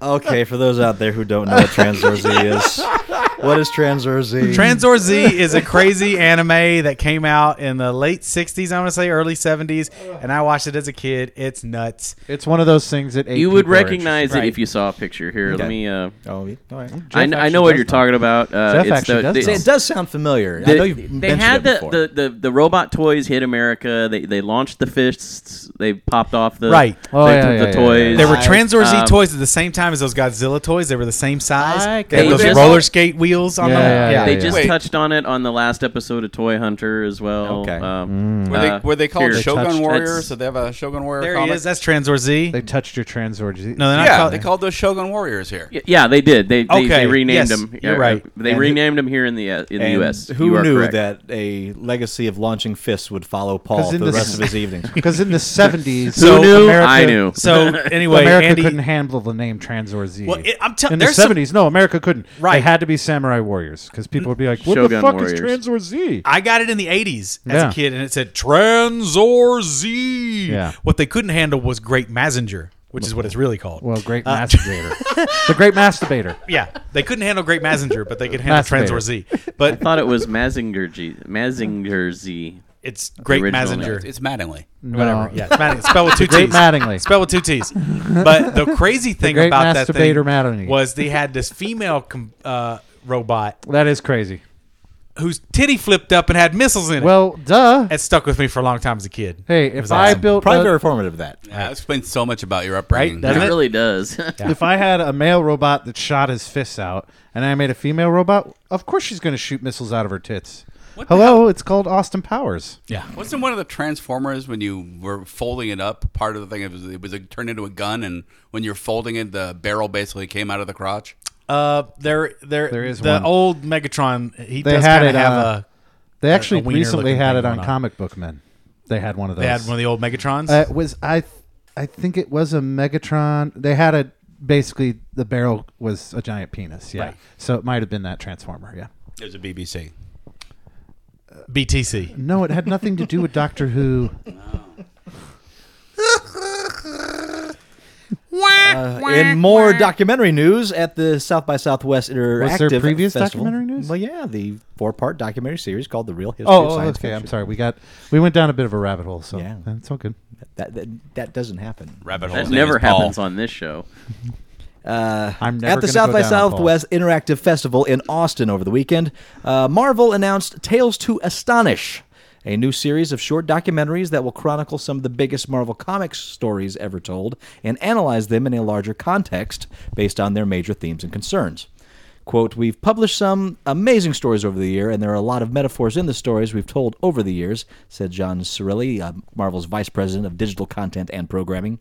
S8: Okay, for those out there who don't know what Transor Z is, what is Transor Z?
S3: Transor Z is a crazy anime that came out in the late 60s, I'm going to say early 70s, and I watched it as a kid. It's nuts.
S5: it's one of those things that eight
S7: You would
S5: people are
S7: recognize it
S3: Right.
S7: if you saw a picture. Here, let
S8: Okay.
S7: me. Uh,
S8: oh, yeah, all right.
S5: interested-
S7: I,
S5: Jeff
S7: kn- I
S5: actually
S7: know what
S5: does
S7: you're
S5: know.
S7: talking about. Uh,
S5: Jeff
S7: it's
S5: actually
S7: the,
S5: does
S7: the-
S5: know.
S8: It does sound familiar. I
S7: the-
S8: know you've mentioned
S7: they had
S8: it
S7: the,
S8: before.
S7: the, the, the robot toys hit America. They they launched the fists. They popped off the
S3: Right.
S5: Oh,
S7: the,
S5: yeah,
S7: the,
S5: yeah, yeah,
S7: toys.
S5: yeah.
S3: There were Transor Z
S7: Um,
S3: toys at the same time as those Godzilla toys. They were the same
S5: I
S3: size. they had
S7: could-
S3: those
S7: They just-
S3: roller skate wheels on
S5: Yeah,
S3: them.
S5: yeah, yeah,
S7: They
S5: yeah.
S7: just
S6: Wait.
S7: touched on it on the last episode of Toy Hunter as well.
S8: Okay.
S7: Um,
S6: Were they,
S7: uh,
S6: were Mm. they called
S7: here.
S6: Shogun
S7: Touched-
S6: Warriors?
S7: that's-
S6: So they have a Shogun Warrior
S3: There
S6: comic?
S3: he is. That's Transor Z.
S5: They touched your Transor Z.
S3: no, they're not
S6: yeah,
S3: called-
S6: they called those Shogun Warriors here.
S7: Y- Yeah, they did. They they,
S3: Okay,
S7: they renamed
S3: yes,
S7: them.
S3: you're
S7: Yeah,
S3: right.
S7: They
S8: And who-
S7: renamed them here in the uh, in the
S8: And
S7: U.S.
S8: Who
S7: You are
S8: knew
S7: correct.
S8: that a legacy of launching fists would follow Paul
S5: 'Cause
S8: for
S5: in
S8: the
S5: this-
S8: rest of his evenings?
S5: Because in the 70s,
S7: Who knew?
S5: America-
S7: I knew.
S3: So anyway,
S5: America
S3: Andy.
S5: couldn't handle the name Transor Z.
S3: Well, it- I'm tell-
S5: in the
S3: there's some-
S5: 70s, no, America couldn't. They
S3: Right.
S5: had to be samurai warriors because people would be like, "What the
S7: Shogun
S5: fuck is
S7: warriors.
S5: Transor Z?"
S3: I got it in the 80s as
S5: Yeah.
S3: a kid, and it said Transor Z.
S5: Yeah.
S3: What they couldn't handle was Great Mazinger, which is what it's really called.
S5: Well, great masturbator. the great masturbator.
S3: yeah, they couldn't handle Great Mazinger, but they could handle
S5: Masturbator.
S3: Transor Z.
S7: I
S3: But
S7: thought it was Mazinger G. Mazinger Z.
S3: it's Great
S7: original
S3: Mazinger.
S6: It's Mattingly.
S3: Whatever. Yeah, it's Mattingly. Spell with two
S5: Great
S3: T's.
S5: Mattingly.
S3: Spell with two T's. But the crazy thing
S5: great
S3: about that thing
S5: masturbator Mattingly.
S3: was they had this female com- uh, robot
S5: That is crazy.
S3: whose titty flipped up and had missiles in it.
S5: Well, duh.
S3: it stuck with me for a long time as a kid.
S5: Hey,
S3: It was
S5: if I
S3: awesome.
S5: built
S8: Probably
S5: a-
S8: very formative that.
S6: Yeah, that explains so much about your upbringing.
S3: Doesn't
S7: It
S3: it?
S7: really does.
S5: if I had a male robot that shot his fists out, and I made a female robot, of course she's going to shoot missiles out of her tits. Hello, it's called Austin Powers.
S6: Wasn't one of the Transformers when you were folding it up? Part of the thing it was it was like, turned into a gun, and when you're folding it, the barrel basically came out of the crotch.
S3: Uh, there, there,
S5: There is
S3: the
S5: one.
S3: old Megatron. He
S5: They
S3: does
S5: had
S3: kind
S5: it,
S3: of have
S5: uh,
S3: a.
S5: They actually
S3: wiener-looking
S5: recently had it
S3: thing
S5: on
S3: going on.
S5: Comic Book Men. They had one of those.
S3: They had one of the old Megatrons.
S5: Uh, it was I? th- I think it was a Megatron. They had a basically the barrel was a giant penis. Yeah, so it might have been that Transformer. Yeah.
S6: It was a BBC.
S3: BTC.
S5: No, it had nothing to do with Doctor Who.
S8: Uh, In more documentary news, at the South by Southwest Interactive
S5: Was there previous
S8: Festival-
S5: documentary news?
S8: Well, yeah, the four-part documentary series called "The Real History of
S5: Oh,
S8: Science
S5: okay. I'm
S8: Fiction.
S5: sorry. We got we went down a bit of a rabbit hole. So
S8: Yeah.
S5: that's all good.
S8: That, that that doesn't happen.
S6: Rabbit hole.
S7: That never happens on this show.
S5: I'm never
S8: at the
S5: gonna
S8: South
S5: go
S8: by
S5: down a hole.
S8: Southwest Interactive Festival in Austin over the weekend, uh, Marvel announced Tales to Astonish, a new series of short documentaries that will chronicle some of the biggest Marvel Comics stories ever told and analyze them in a larger context based on their major themes and concerns. Quote, we've published some amazing stories over the year, and there are a lot of metaphors in the stories we've told over the years, said John Cirilli, uh, Marvel's vice president of digital content and programming.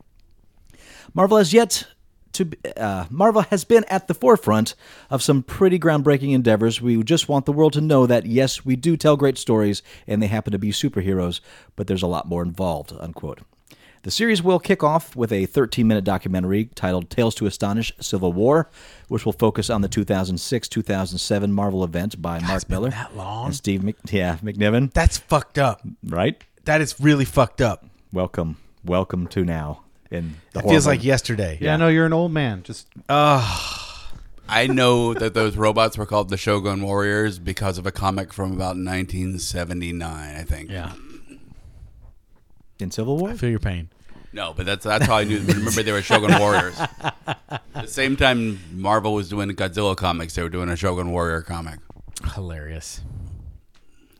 S8: Marvel has yet to be- uh, Marvel has been at the forefront of some pretty groundbreaking endeavors. We just want the world to know that yes, we do tell great stories, and they happen to be superheroes, but there's a lot more involved. Unquote. The series will kick off with a 13 minute documentary titled Tales to Astonish Civil War, which will focus on the 2006 2007 Marvel event by Mark Miller.
S3: that long?
S8: And Steve Mc- yeah, McNiven.
S3: That's fucked up.
S8: Right?
S3: That is really fucked up.
S8: Welcome. Welcome to now. And the
S3: It feels
S8: horrible-
S3: like yesterday.
S5: Yeah, no, you're an old man. Just
S6: I know that those robots were called the Shogun Warriors because of a comic from about 1979, I think.
S3: Yeah.
S8: in Civil War.
S3: I feel your pain.
S6: No, but that's that's how I knew. Remember, they were Shogun Warriors. the same time Marvel was doing Godzilla comics, they were doing a Shogun Warrior comic.
S3: Hilarious.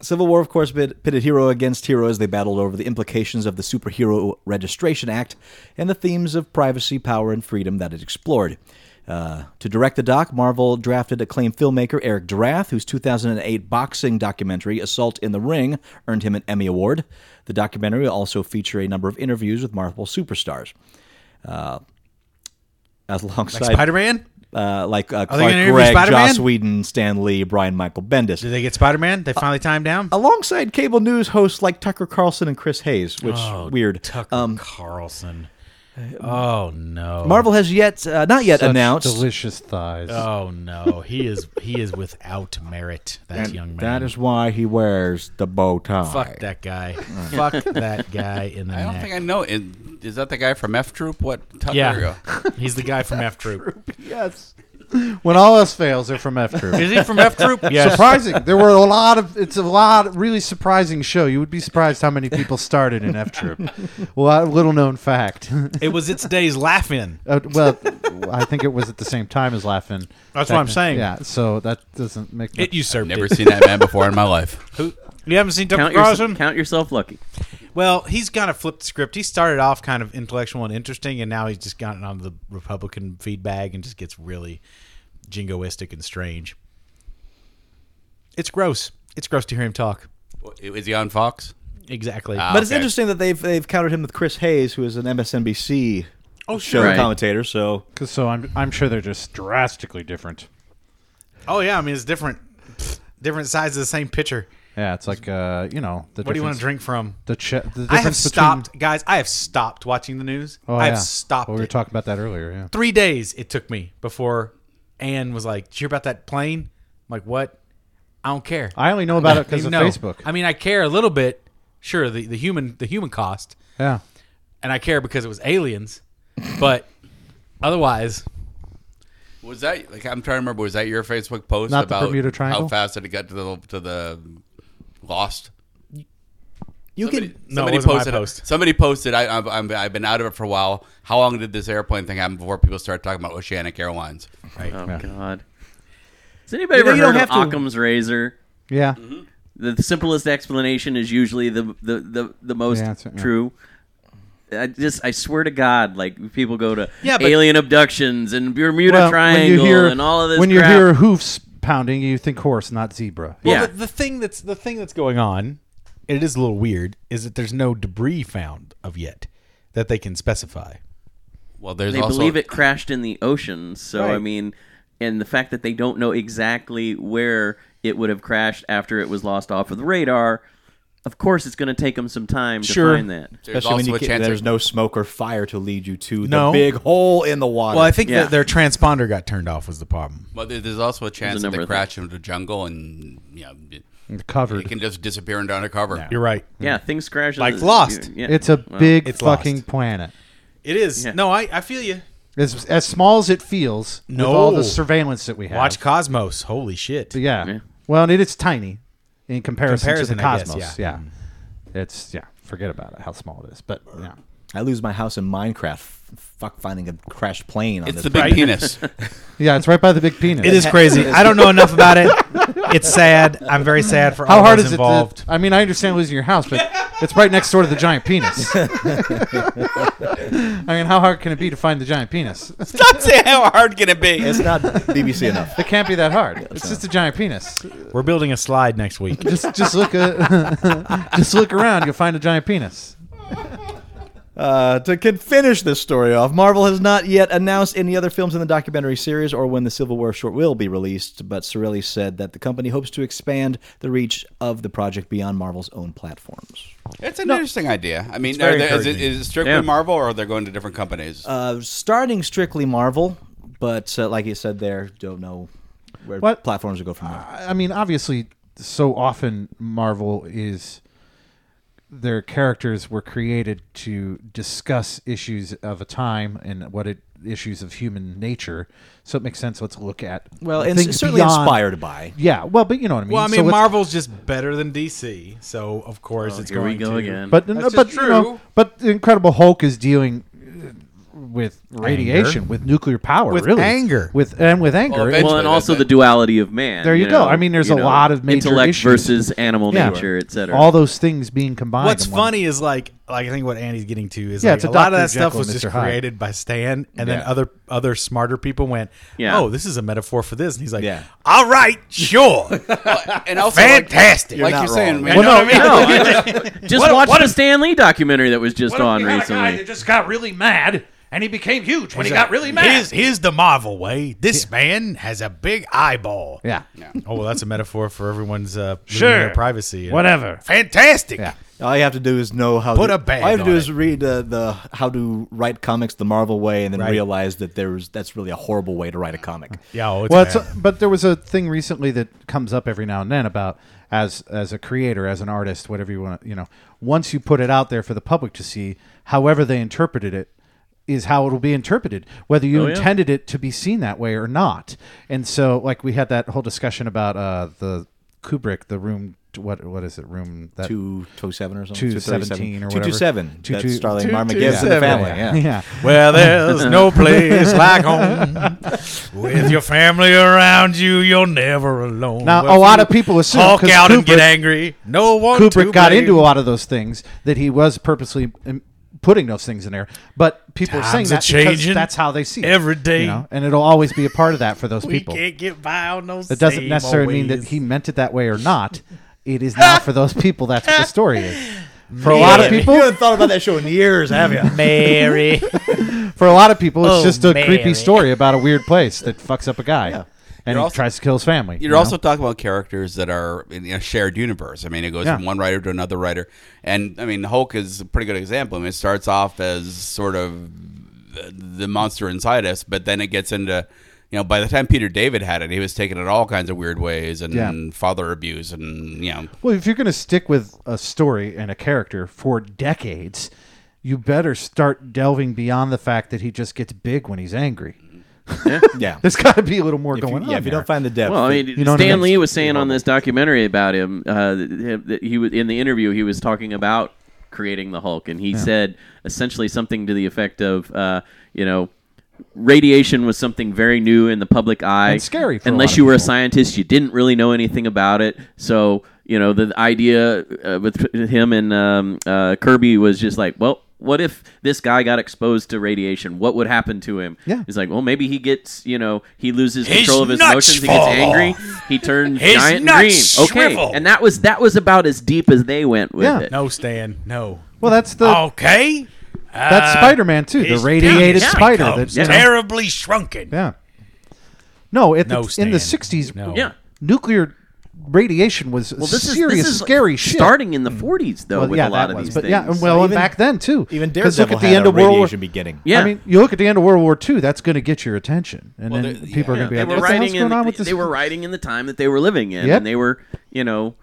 S8: Civil War, of course, pit- pitted hero against hero as they battled over the implications of the Superhero Registration Act and the themes of privacy, power, and freedom that it explored. Uh, to direct the doc, Marvel drafted acclaimed filmmaker Eric Drath, whose 2008 boxing documentary, Assault in the Ring, earned him an Emmy Award. The documentary will also feature a number of interviews with Marvel superstars. Uh, alongside,
S3: Spider Man?
S8: uh, like uh,
S3: Are they gonna
S8: Clark
S3: interview
S8: Gregg, Joss
S3: Spider-Man?
S8: Whedon, Stan Lee, Brian Michael Bendis
S3: Did they get Spider Man? They finally timed down?
S8: Uh, alongside cable news hosts like Tucker Carlson and Chris Hayes, which weird. Um,
S3: Tucker Carlson. Oh no.
S8: Marvel has yet uh, not yet
S5: such
S8: announced.
S5: delicious thighs.
S3: Oh no. He is he is without merit. That young man.
S8: that is why he wears the bow tie.
S3: Fuck that guy. Fuck that guy in the
S6: I don't
S3: neck.
S6: think I know. Is, is that the guy from F Troop? What? Tucker?
S3: yeah. He's the guy from F Troop.
S5: yes. When all else fails, they're from F Troop.
S3: Is he from F Troop? Yes.
S5: Surprising. There were a lot of. It's a lot. Really surprising show. You would be surprised how many people started in F Troop. well, little known fact.
S3: It was its day's laughing.
S5: Uh, well, I think it was at the same time as Laughing.
S3: That's what I'm saying.
S5: Yeah. So that doesn't make.
S3: It
S5: Much,
S3: usurped
S6: Never
S3: it.
S6: seen that man before in my life.
S3: Who- You haven't seen Tucker
S7: Count, yourse-
S3: Carlson?
S7: count yourself lucky.
S3: Well, he's kind of flipped the script. He started off kind of intellectual and interesting, and now he's just gotten on the Republican feedback and just gets really jingoistic and strange. It's gross. It's gross to hear him talk.
S6: Is he on Fox?
S3: Exactly.
S6: Ah,
S8: But it's
S6: okay.
S8: interesting that they've they've countered him with Chris Hayes, who is an MSNBC
S3: oh,
S8: show
S3: sure.
S7: Right.
S8: commentator. So
S5: 'cause so I'm. I'm sure they're just drastically different.
S3: Oh, yeah. I mean, it's different. pfft, Different sides of the same pitcher.
S5: Yeah. It's like uh, you know. The
S3: What do you want
S5: difference-
S3: to drink from?
S5: The, ch- the difference
S3: I have
S5: between-
S3: stopped, guys. I have stopped watching the news.
S5: Oh,
S3: I've
S5: yeah.
S3: stopped.
S5: Well, we were
S3: it.
S5: talking about that earlier. Yeah.
S3: Three days it took me before Anne was like, "Did you hear about that plane?" I'm like, "What?" I don't care.
S5: I only know about it because
S3: Even
S5: of
S3: though-
S5: Facebook.
S3: I mean, I care a little bit. Sure, the, the human the human cost,
S5: yeah.
S3: and I care because it was aliens, but otherwise,
S6: Was that like I'm trying to remember? Was that your Facebook post
S5: Not the
S6: about
S5: Bermuda Triangle?
S6: how fast did it get to the to the lost?
S8: you
S6: Somebody,
S8: can
S3: No, it
S6: somebody
S3: wasn't my
S6: posted.
S3: post.
S6: Somebody posted. I, I've, I'm, I've been out of it for a while. How long did this airplane thing happen before people started talking about Oceanic Airlines?
S7: Oh God. Has anybody ever
S8: you
S7: heard
S8: don't
S7: of
S8: have to-
S7: Occam's razor?
S5: Yeah.
S7: The simplest explanation is usually the the the, the most
S5: The answer, yeah.
S7: true. I just I swear to God, like people go to
S3: Yeah, but-
S7: alien abductions and Bermuda
S5: Well,
S7: Triangle and all of this.
S5: When
S7: crap.
S5: you hear hoofs pounding, you think horse, not zebra.
S3: well,
S7: Yeah.
S3: the, the thing that's the thing that's going on, and it is a little weird, is that there's no debris found of yet that they can specify.
S6: Well, there's
S7: they
S6: also
S7: believe it crashed in the ocean. So I
S3: Right.
S7: mean, and the fact that they don't know exactly where it would have crashed after it was lost off of the radar, Of course, it's going to take them some time to
S3: Sure.
S7: find that.
S6: There's
S8: Especially when
S6: also
S8: you
S6: a
S8: can't,
S6: chance
S8: there's
S6: that-
S8: no smoke or fire to lead you to
S3: No.
S8: the big hole in the water.
S3: Well, I think
S7: Yeah.
S3: that their transponder got turned off was the problem.
S6: But there- there's also a chance that
S7: number
S6: they
S7: of
S6: crash into the jungle and you know it,
S5: covered.
S6: it can just disappear into undercover.
S3: You're right.
S7: Yeah, things crash.
S3: Like
S7: in
S3: Lost.
S7: Yeah.
S5: It's a
S7: Well,
S5: big
S3: it's
S5: fucking
S3: lost.
S5: planet.
S3: It is.
S7: Yeah.
S3: No, I, I feel you.
S5: As, as small as it feels
S3: No.
S5: with all the surveillance that we have.
S3: Watch Cosmos. Holy shit.
S5: But yeah.
S7: Yeah.
S5: Well, and it is tiny in comparison,
S3: Comparison,
S5: to the
S3: I guess,
S5: cosmos.
S3: yeah.
S5: yeah. It's yeah. Forget about it. How small it is. But yeah.
S8: I lose my house in Minecraft. F- Fuck finding a crashed plane on
S6: It's
S8: this.
S6: the big
S3: Right.
S6: penis.
S5: Yeah. It's right by the big penis.
S3: It is crazy. I don't know enough about it. It's sad. I'm very sad for all
S5: How hard
S3: those
S5: is
S3: involved.
S5: it? To, I mean, I understand losing your house, but it's right next door to the giant penis. I mean, how hard can it be to find the giant penis?
S6: Stop saying how hard can it be.
S8: It's not BBC enough.
S5: It can't be that hard. It's just a giant penis.
S3: We're building a slide next week.
S5: Just just look uh, just look around. You'll find a giant penis.
S8: Uh, to can finish this story off, Marvel has not yet announced any other films in the documentary series or when the Civil War short will be released, but Sorelli said that the company hopes to expand the reach of the project beyond Marvel's own platforms.
S6: It's an interesting idea. I mean,
S3: very
S6: are there, is, it,
S3: encouraging.
S6: is it strictly
S7: Yeah.
S6: Marvel or are they going to different companies?
S8: Uh, starting strictly Marvel, but uh, like you said there, don't know where
S5: What?
S8: platforms will go from
S3: Uh,
S8: there.
S5: I mean, obviously, so often Marvel is their characters were created to discuss issues of a time and what it issues of human nature. So it makes sense. Let's look at
S8: Well, and
S5: things
S8: certainly
S5: beyond-
S8: inspired by.
S5: Yeah, well, but you know what I mean.
S3: Well, I
S5: So
S3: mean,
S5: let's-
S3: Marvel's just better than DC, so of
S5: Oh,
S3: course it's
S7: Here
S3: going
S7: we go
S3: to.
S7: again.
S5: But
S3: That's
S5: no,
S3: just
S5: but you know,
S3: true.
S5: but the Incredible Hulk is dealing uh, with radiation, with nuclear power,
S3: With
S5: really.
S3: anger.
S5: with and with anger.
S6: Well,
S5: It-
S6: eventually
S7: well, and
S6: that-
S7: also
S6: that-
S7: the duality of man.
S5: There you go.
S7: know,
S5: I mean, there's
S7: you
S5: a
S7: know,
S5: lot of major
S7: intellect
S5: issues.
S7: versus animal
S5: Yeah.
S7: nature, etc.
S5: all those things being combined.
S3: What's
S5: in one-
S3: funny is like, like I think what Andy's getting to is
S5: Yeah,
S3: like
S5: it's a
S3: a, lot of
S5: Dr.
S3: that stuff
S5: Jekyll
S3: was
S5: and
S3: just
S5: Mr. Hyde.
S3: created by Stan, and then
S8: Yeah.
S3: other other smarter people went,
S7: Yeah.
S3: "Oh, this is a metaphor for this," and he's like,
S8: Yeah.
S3: "All right, sure,
S6: and also, like-
S3: fantastic."
S6: Like,
S8: not
S6: you're saying,
S8: wrong.
S6: man,
S5: Well, no,
S7: No, I just, just watch the Stan Lee documentary that was just on recently.
S9: just got really mad and he became huge when he got really
S3: Here's, here's the Marvel way. This man has a big eyeball.
S5: yeah.
S3: Oh well, that's a metaphor for everyone's uh, losing
S9: Sure.
S3: their privacy.
S9: Whatever.
S3: Fantastic.
S5: Yeah.
S8: All you have to do is know how.
S3: Put
S8: to,
S3: a band
S8: All you have to
S3: on
S8: do
S3: it.
S8: is read uh, the how to write comics the Marvel way, and then realize that there's that's really a horrible way to write a comic.
S3: Yeah. Oh, it's
S5: Well,
S3: bad.
S5: it's, but there was a thing recently that comes up every now and then about as as a creator, as an artist, whatever you want, you know, once you put it out there for the public to see, however they interpreted it is how it will be interpreted, whether you
S7: Oh, yeah.
S5: intended it to be seen that way or not. And so, like we had that whole discussion about uh, the Kubrick, the room, what what is it, room that
S8: Two two seven or something.
S5: 217 or
S8: Two
S5: whatever.
S8: two seven.
S5: Two-
S8: That's
S5: two-
S8: Starling
S5: two-
S8: Marma
S5: two-
S8: gives to the
S5: seven.
S8: family.
S5: yeah.
S8: Yeah.
S3: Well, there's no place like home. With your family around you, you're never alone.
S5: Now,
S3: Well,
S5: a lot
S3: you
S5: of people assume
S3: Hulk
S5: 'cause
S3: out and get
S5: Kubrick-
S3: angry. No one. to
S5: Kubrick got
S3: blame.
S5: into a lot of those things that he was purposely um, putting those things in there. But people are saying
S3: Times
S5: that
S3: are
S5: because
S3: changing
S5: that's how they see it
S3: every day.
S5: you know? and it'll always be a part of that for those
S3: We
S5: people.
S3: can't get by on those.
S5: It doesn't
S3: same
S5: necessarily mean that
S3: ways.
S5: he meant it that way or not. It is now for those people. That's what the story is. For a lot of
S8: You
S5: people,
S8: haven't thought about that show in years, have you?
S3: Mary.
S5: for a lot of people, it's
S3: Oh,
S5: just a
S3: Mary.
S5: creepy story about a weird place that fucks up a guy and
S6: You're
S5: he
S6: also-
S5: tries to kill his family.
S6: You're
S5: you know?
S6: also talking about characters that are in a shared universe. I mean, it goes
S5: Yeah.
S6: from one writer to another writer, and I mean, Hulk is a pretty good example. I mean, it starts off as sort of the- the monster inside us, but then it gets into you know, by the time Peter David had it, he was taking it all kinds of weird ways and
S5: Yeah.
S6: father abuse and you know,
S5: Well, if you're going to stick with a story and a character for decades, you better start delving beyond the fact that he just gets big when he's angry.
S8: Yeah.
S5: There's got to be a little more
S8: If you,
S5: going on.
S8: yeah, if you don't
S5: there.
S8: find the depth,
S7: Well, I mean,
S5: know what I
S7: Stan
S5: mean?
S7: Lee was saying on this documentary about him uh, that he was in the interview. He was talking about creating the Hulk, and he said essentially something to the effect of, uh, you know, radiation was something very new in the public eye,
S5: And scary for a lot
S7: Unless
S5: of
S7: you were a
S5: people.
S7: scientist, you didn't really know anything about it. So you know, the idea uh, with him and um, uh, Kirby was just like, well. What if this guy got exposed to radiation? What would happen to him?
S5: Yeah.
S7: He's like, well, maybe he gets, you know, he loses
S3: His
S7: control of his
S3: nuts
S7: emotions. He gets
S3: fall
S7: angry. He turns
S3: His
S7: giant
S3: nuts
S7: green. Okay,
S3: shrivel.
S7: and that was that was about as deep as they went with
S5: Yeah.
S7: it.
S3: No, Stan. No.
S5: Well, that's the
S7: Oh,
S3: Okay.
S5: that's
S3: Uh,
S5: Spider-Man too, the
S3: his
S5: radiated
S3: penis
S5: spider.
S3: becomes
S5: That, you know-
S3: terribly shrunken.
S5: yeah. No, at the-
S3: No,
S5: in the
S3: Stan.
S5: '60s,
S3: No.
S7: Yeah.
S5: nuclear radiation was
S7: Well, this is
S5: serious,
S7: this is
S5: scary
S7: like
S5: shit. Mm.
S7: starting in the 40s though
S5: Well,
S7: with
S5: yeah,
S7: a lot
S5: that
S7: of
S5: was.
S7: these
S5: but
S7: things.
S5: yeah, and well,
S11: Even-
S5: and back then too.
S11: Even
S5: 'Cause
S11: Daredevil
S5: look at the
S11: had
S5: end
S11: a
S5: of World War.
S11: radiation beginning.
S7: yeah.
S5: I mean, you look at the end of World War II. That's going to get your attention, and
S6: Well,
S5: then
S6: they're-
S5: people are going
S6: yeah,
S5: to be
S6: they
S5: like,
S6: were
S5: "What the hell's
S7: writing in
S5: going on
S7: the-
S5: with this?"
S7: they were writing in the time that they were living in,
S5: Yep.
S7: and they were, you know,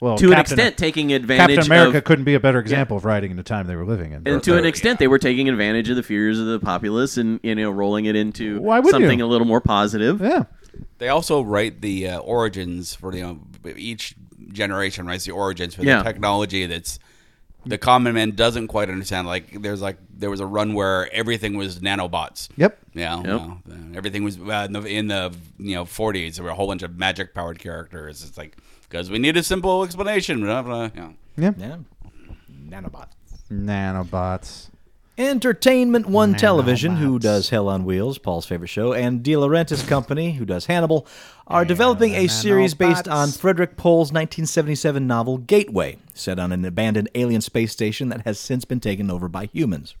S5: well,
S7: to an
S5: Captain-
S7: extent taking advantage
S5: Captain America
S7: of,
S5: couldn't be a better example of writing in the time they were living in.
S7: and to an extent they were taking advantage of the fears of the populace and you know rolling it into
S5: Why would
S7: something
S5: you?
S7: a little more positive.
S5: yeah,
S6: They also write the uh, origins for you know each generation writes the origins for
S7: Yeah.
S6: the technology that's the common man doesn't quite understand. Like there's like there was a run where everything was nanobots.
S5: yep.
S6: Yeah, well, uh, everything was uh, in, the, in the you know 40s. There were a whole bunch of magic powered characters. It's like because we need a simple explanation. Blah, blah, you know.
S8: Yeah. Nanobot.
S5: Nanobots.
S8: Entertainment One Television, who does Hell on Wheels, Paul's favorite show, and De Laurentiis Company, who does Hannibal, are developing a series based on Frederick Pohl's 1977 novel Gateway, set on an abandoned alien space station that has since been taken over by humans.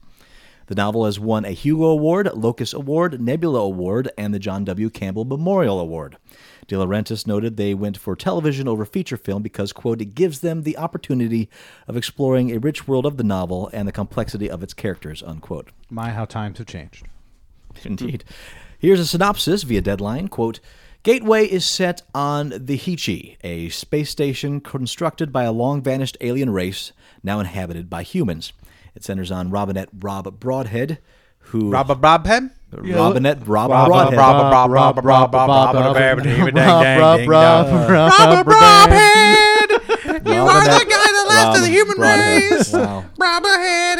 S8: The novel has won a Hugo Award, Locus Award, Nebula Award, and the John W. Campbell Memorial Award. De Laurentiis noted they went for television over feature film because, quote, it gives them the opportunity of exploring a rich world of the novel and the complexity of its characters, unquote.
S5: My, how times have changed.
S8: Indeed. Here's a synopsis via Deadline. Quote, Gateway is set on the Hichi, a space station constructed by a long vanished alien race now inhabited by humans. It centers on Robinette Rob Broadhead, who
S12: Rob a Rob Pen?
S8: Robinette Rob
S12: Rob
S8: Broadhead.
S12: Rob Rob Rob Rob Rob Rob Rob
S5: Robert
S12: Robhead! You are the
S8: Robinette
S12: guy that left of the human
S8: Broadhead.
S12: race!
S8: Wow.
S12: Robhead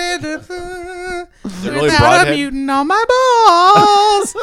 S6: it really Broadhead?
S12: mutant on my balls!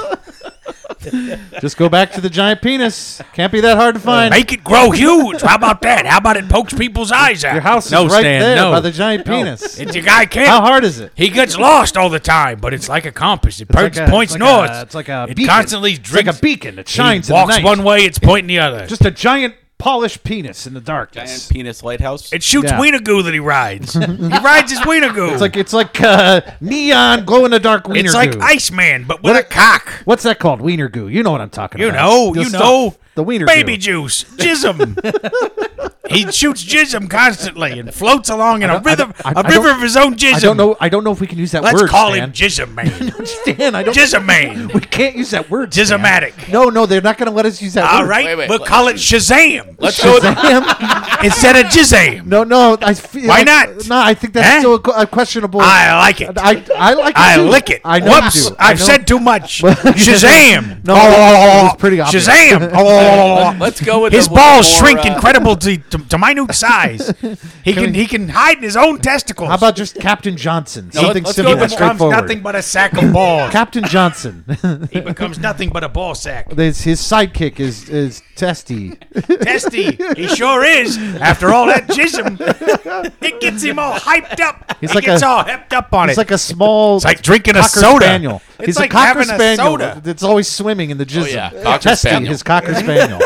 S5: Just go back to the giant penis. Can't be that hard to find.
S3: Make it grow huge. How about that? How about it pokes people's eyes out?
S5: Your house is
S3: no,
S5: right
S3: Stan,
S5: there
S3: no.
S5: by the giant penis.
S3: It's a guy can't.
S5: How hard is it?
S3: He gets lost all the time, but it's like a compass. It
S5: like
S3: points,
S5: a-
S3: points
S5: it's like
S3: north.
S5: a- it's like a
S3: It
S5: beacon.
S3: constantly
S5: It's like
S3: drinks.
S5: a beacon. It shines
S3: He
S5: in the
S3: walks
S5: night.
S3: one way. It's pointing the other.
S5: Just a giant polished penis in the
S6: Giant
S5: darkness.
S6: penis lighthouse.
S3: it shoots
S5: Yeah.
S3: wiener goo that he rides. he rides his wiener goo.
S5: It's like it's like uh, neon glow in the dark wiener.
S3: it's like
S5: goo.
S3: Iceman, but with
S5: What
S3: a
S5: a-
S3: cock.
S5: What's that called? Wiener goo. You know what I'm talking
S3: You
S5: about.
S3: know,
S5: The
S3: you
S5: stuff.
S3: know.
S5: The wiener
S3: baby
S5: goo.
S3: juice, jism. he shoots jism constantly and floats along in a
S5: don't- I
S3: rhythm,
S5: don't- I-
S3: a
S5: I
S3: river
S5: don't-
S3: of his own jism.
S5: I don't know. I don't know if we can use that
S3: Let's
S5: word.
S3: call
S5: Stan.
S3: him jism man,
S5: Stan, I don't.
S3: jism man,
S5: we can't use that word. Stan.
S3: jismatic.
S5: No, no, they're not going to let us use that
S3: All
S5: word.
S3: right,
S6: Wait, wait,
S3: we'll
S6: let-
S3: call it Shazam
S6: Let's go. with-
S5: Sam,
S3: instead of Jizam.
S5: no, no. I feel
S3: Why
S5: like-
S3: not?
S5: No, I think that's
S3: Huh?
S5: still a, que- a questionable.
S3: I like it. I,
S5: I, I like. It too.
S3: lick it.
S5: I know
S3: Whoops,
S5: you do. I
S3: I've
S5: know-
S3: said too much. Shazam.
S5: No, that was pretty obvious.
S3: Shazam.
S6: Let's go with
S3: His
S6: the
S3: balls
S6: more,
S3: shrink
S6: uh,
S3: incredible to, to, to minute size. He can he can hide in his own testicles.
S5: How about just Captain Johnson?
S6: No,
S5: Something
S6: let's go
S5: simple
S3: he
S6: with
S5: and
S3: becomes
S5: straightforward.
S3: nothing but a sack of balls?
S5: Captain Johnson.
S3: he becomes nothing but a ball sack.
S5: his, his sidekick is is Testy.
S3: Testy, he sure is. After all that jism, it gets him all hyped up.
S5: He's
S3: he
S5: like
S3: gets
S5: a-
S3: all hyped up on
S5: He's
S3: it.
S5: like a small.
S3: It's like drinking a
S5: cocker
S3: soda.
S5: Spaniel.
S3: It's
S5: He's
S3: like
S5: a cocker
S3: having a
S5: spaniel
S3: soda. Oh,
S5: that's always swimming in the jizz.
S6: yeah. Cocker
S5: Testy,
S6: spaniel.
S5: his cocker spaniel.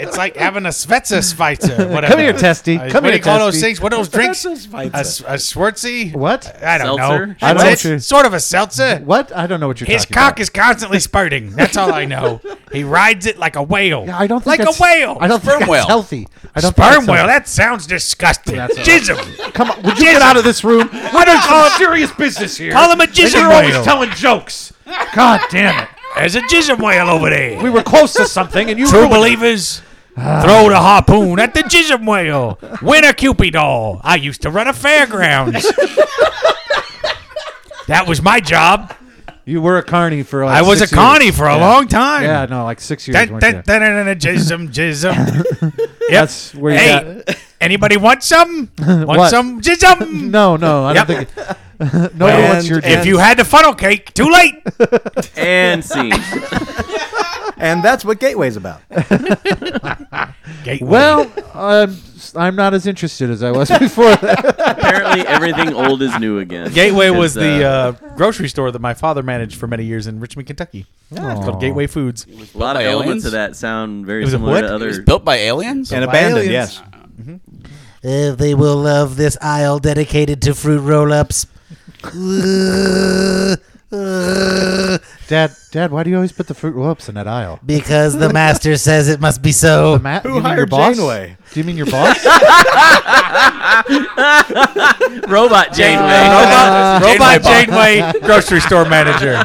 S3: It's like having a Svetsa Schweitzer. Whatever.
S5: Come here, Testy.
S3: Uh,
S5: Come
S3: what do
S5: here,
S3: you call those
S5: Testy.
S3: things? What are those drinks? a, a Schwartzy?
S5: What?
S3: I don't know.
S7: Seltzer?
S5: I don't
S3: That's
S5: know.
S3: it. Sort of a seltzer.
S5: What? I don't know what you're
S3: His
S5: talking
S3: cock
S5: about.
S3: is constantly spurting. That's all I know. he rides it like a whale.
S5: Yeah, I don't think
S3: like a
S5: that's-
S3: whale.
S5: I don't
S6: Sperm
S5: think
S6: whale.
S5: that's healthy. I don't
S3: sperm
S5: think that's
S3: whale.
S5: healthy.
S3: That sounds disgusting.
S5: That's all right.
S3: Jism.
S5: Come on, would you get out of this room? We're doing some serious business here.
S3: Call him a jism
S5: And you're always
S3: whale.
S5: telling jokes. God damn it.
S3: There's a jism whale over there.
S5: We were close to something, and you
S3: True
S5: ruined it. Ah.
S3: believers, throw the harpoon at the jism whale. Win a Cupid doll. I used to run a fairgrounds. that was my job.
S5: You were a carny for like
S3: I was a
S5: six
S3: carny
S5: years.
S3: for a
S5: Yeah.
S3: long time.
S5: Yeah, no, like six years.
S3: Dun,
S5: weren't
S3: dun,
S5: you?
S3: dun, dun, dun, jism, jism. Yep.
S5: That's where you
S3: Hey, anybody want some? Want
S5: What?
S3: some jism?
S5: got. No, no, I don't
S3: Yep.
S5: think. Nobody wants your
S3: If
S5: jizz.
S3: you had the funnel cake, too late.
S7: And scene.
S8: And that's what Gateway's about.
S3: Gateway.
S5: Well, um, I'm not as interested as I was before.
S7: Apparently everything old is new again.
S12: Gateway was
S7: It's,
S12: the uh, grocery store that my father managed for many years in Richmond, Kentucky. It's called Gateway Foods.
S7: a lot of
S6: By aliens?
S7: elements of that sound very
S12: was a
S7: similar
S12: what?
S7: to
S12: It
S7: other.
S6: It was built by aliens.
S8: and abandoned,
S12: aliens.
S8: yes.
S13: Uh, they will love this aisle dedicated to fruit roll ups.
S5: Dad, Dad, why do you always put the fruit roll-ups in that aisle?
S13: Because the master says it must be so.
S5: The ma-
S13: Who
S5: you mean your
S13: hired
S5: boss?
S13: Janeway?
S5: Do you mean your boss?
S7: Robot Janeway.
S3: Robot, robot
S5: Janeway
S3: Janeway,
S5: boss.
S3: grocery store manager.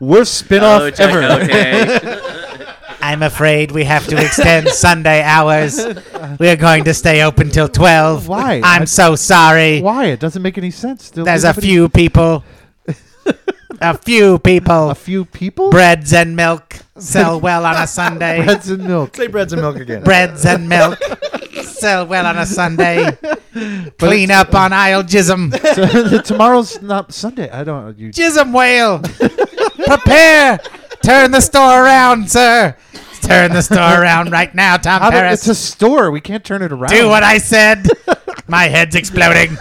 S5: Worst spinoff
S7: Oh, Jack,
S5: ever.
S7: okay.
S13: I'm afraid we have to extend Sunday hours. We are going to stay open till 12.
S5: Why?
S13: I'm so sorry.
S5: Why? It doesn't make any sense. There-
S13: There's a
S5: nobody-
S13: few people. a few people.
S5: a few people.
S13: Breads and milk sell well on a Sunday.
S5: Breads and milk.
S4: Say breads and milk again.
S13: Breads and milk sell well on a Sunday. Clean
S5: it's-
S13: up on aisle jism.
S5: So, tomorrow's not Sunday. I don't. You
S13: Jism whale. Prepare. Turn the store around, sir. Turn the store around right now, Tom
S5: How about-
S13: Paris.
S5: it's a store. We can't turn it around.
S13: Do what I said. My head's exploding.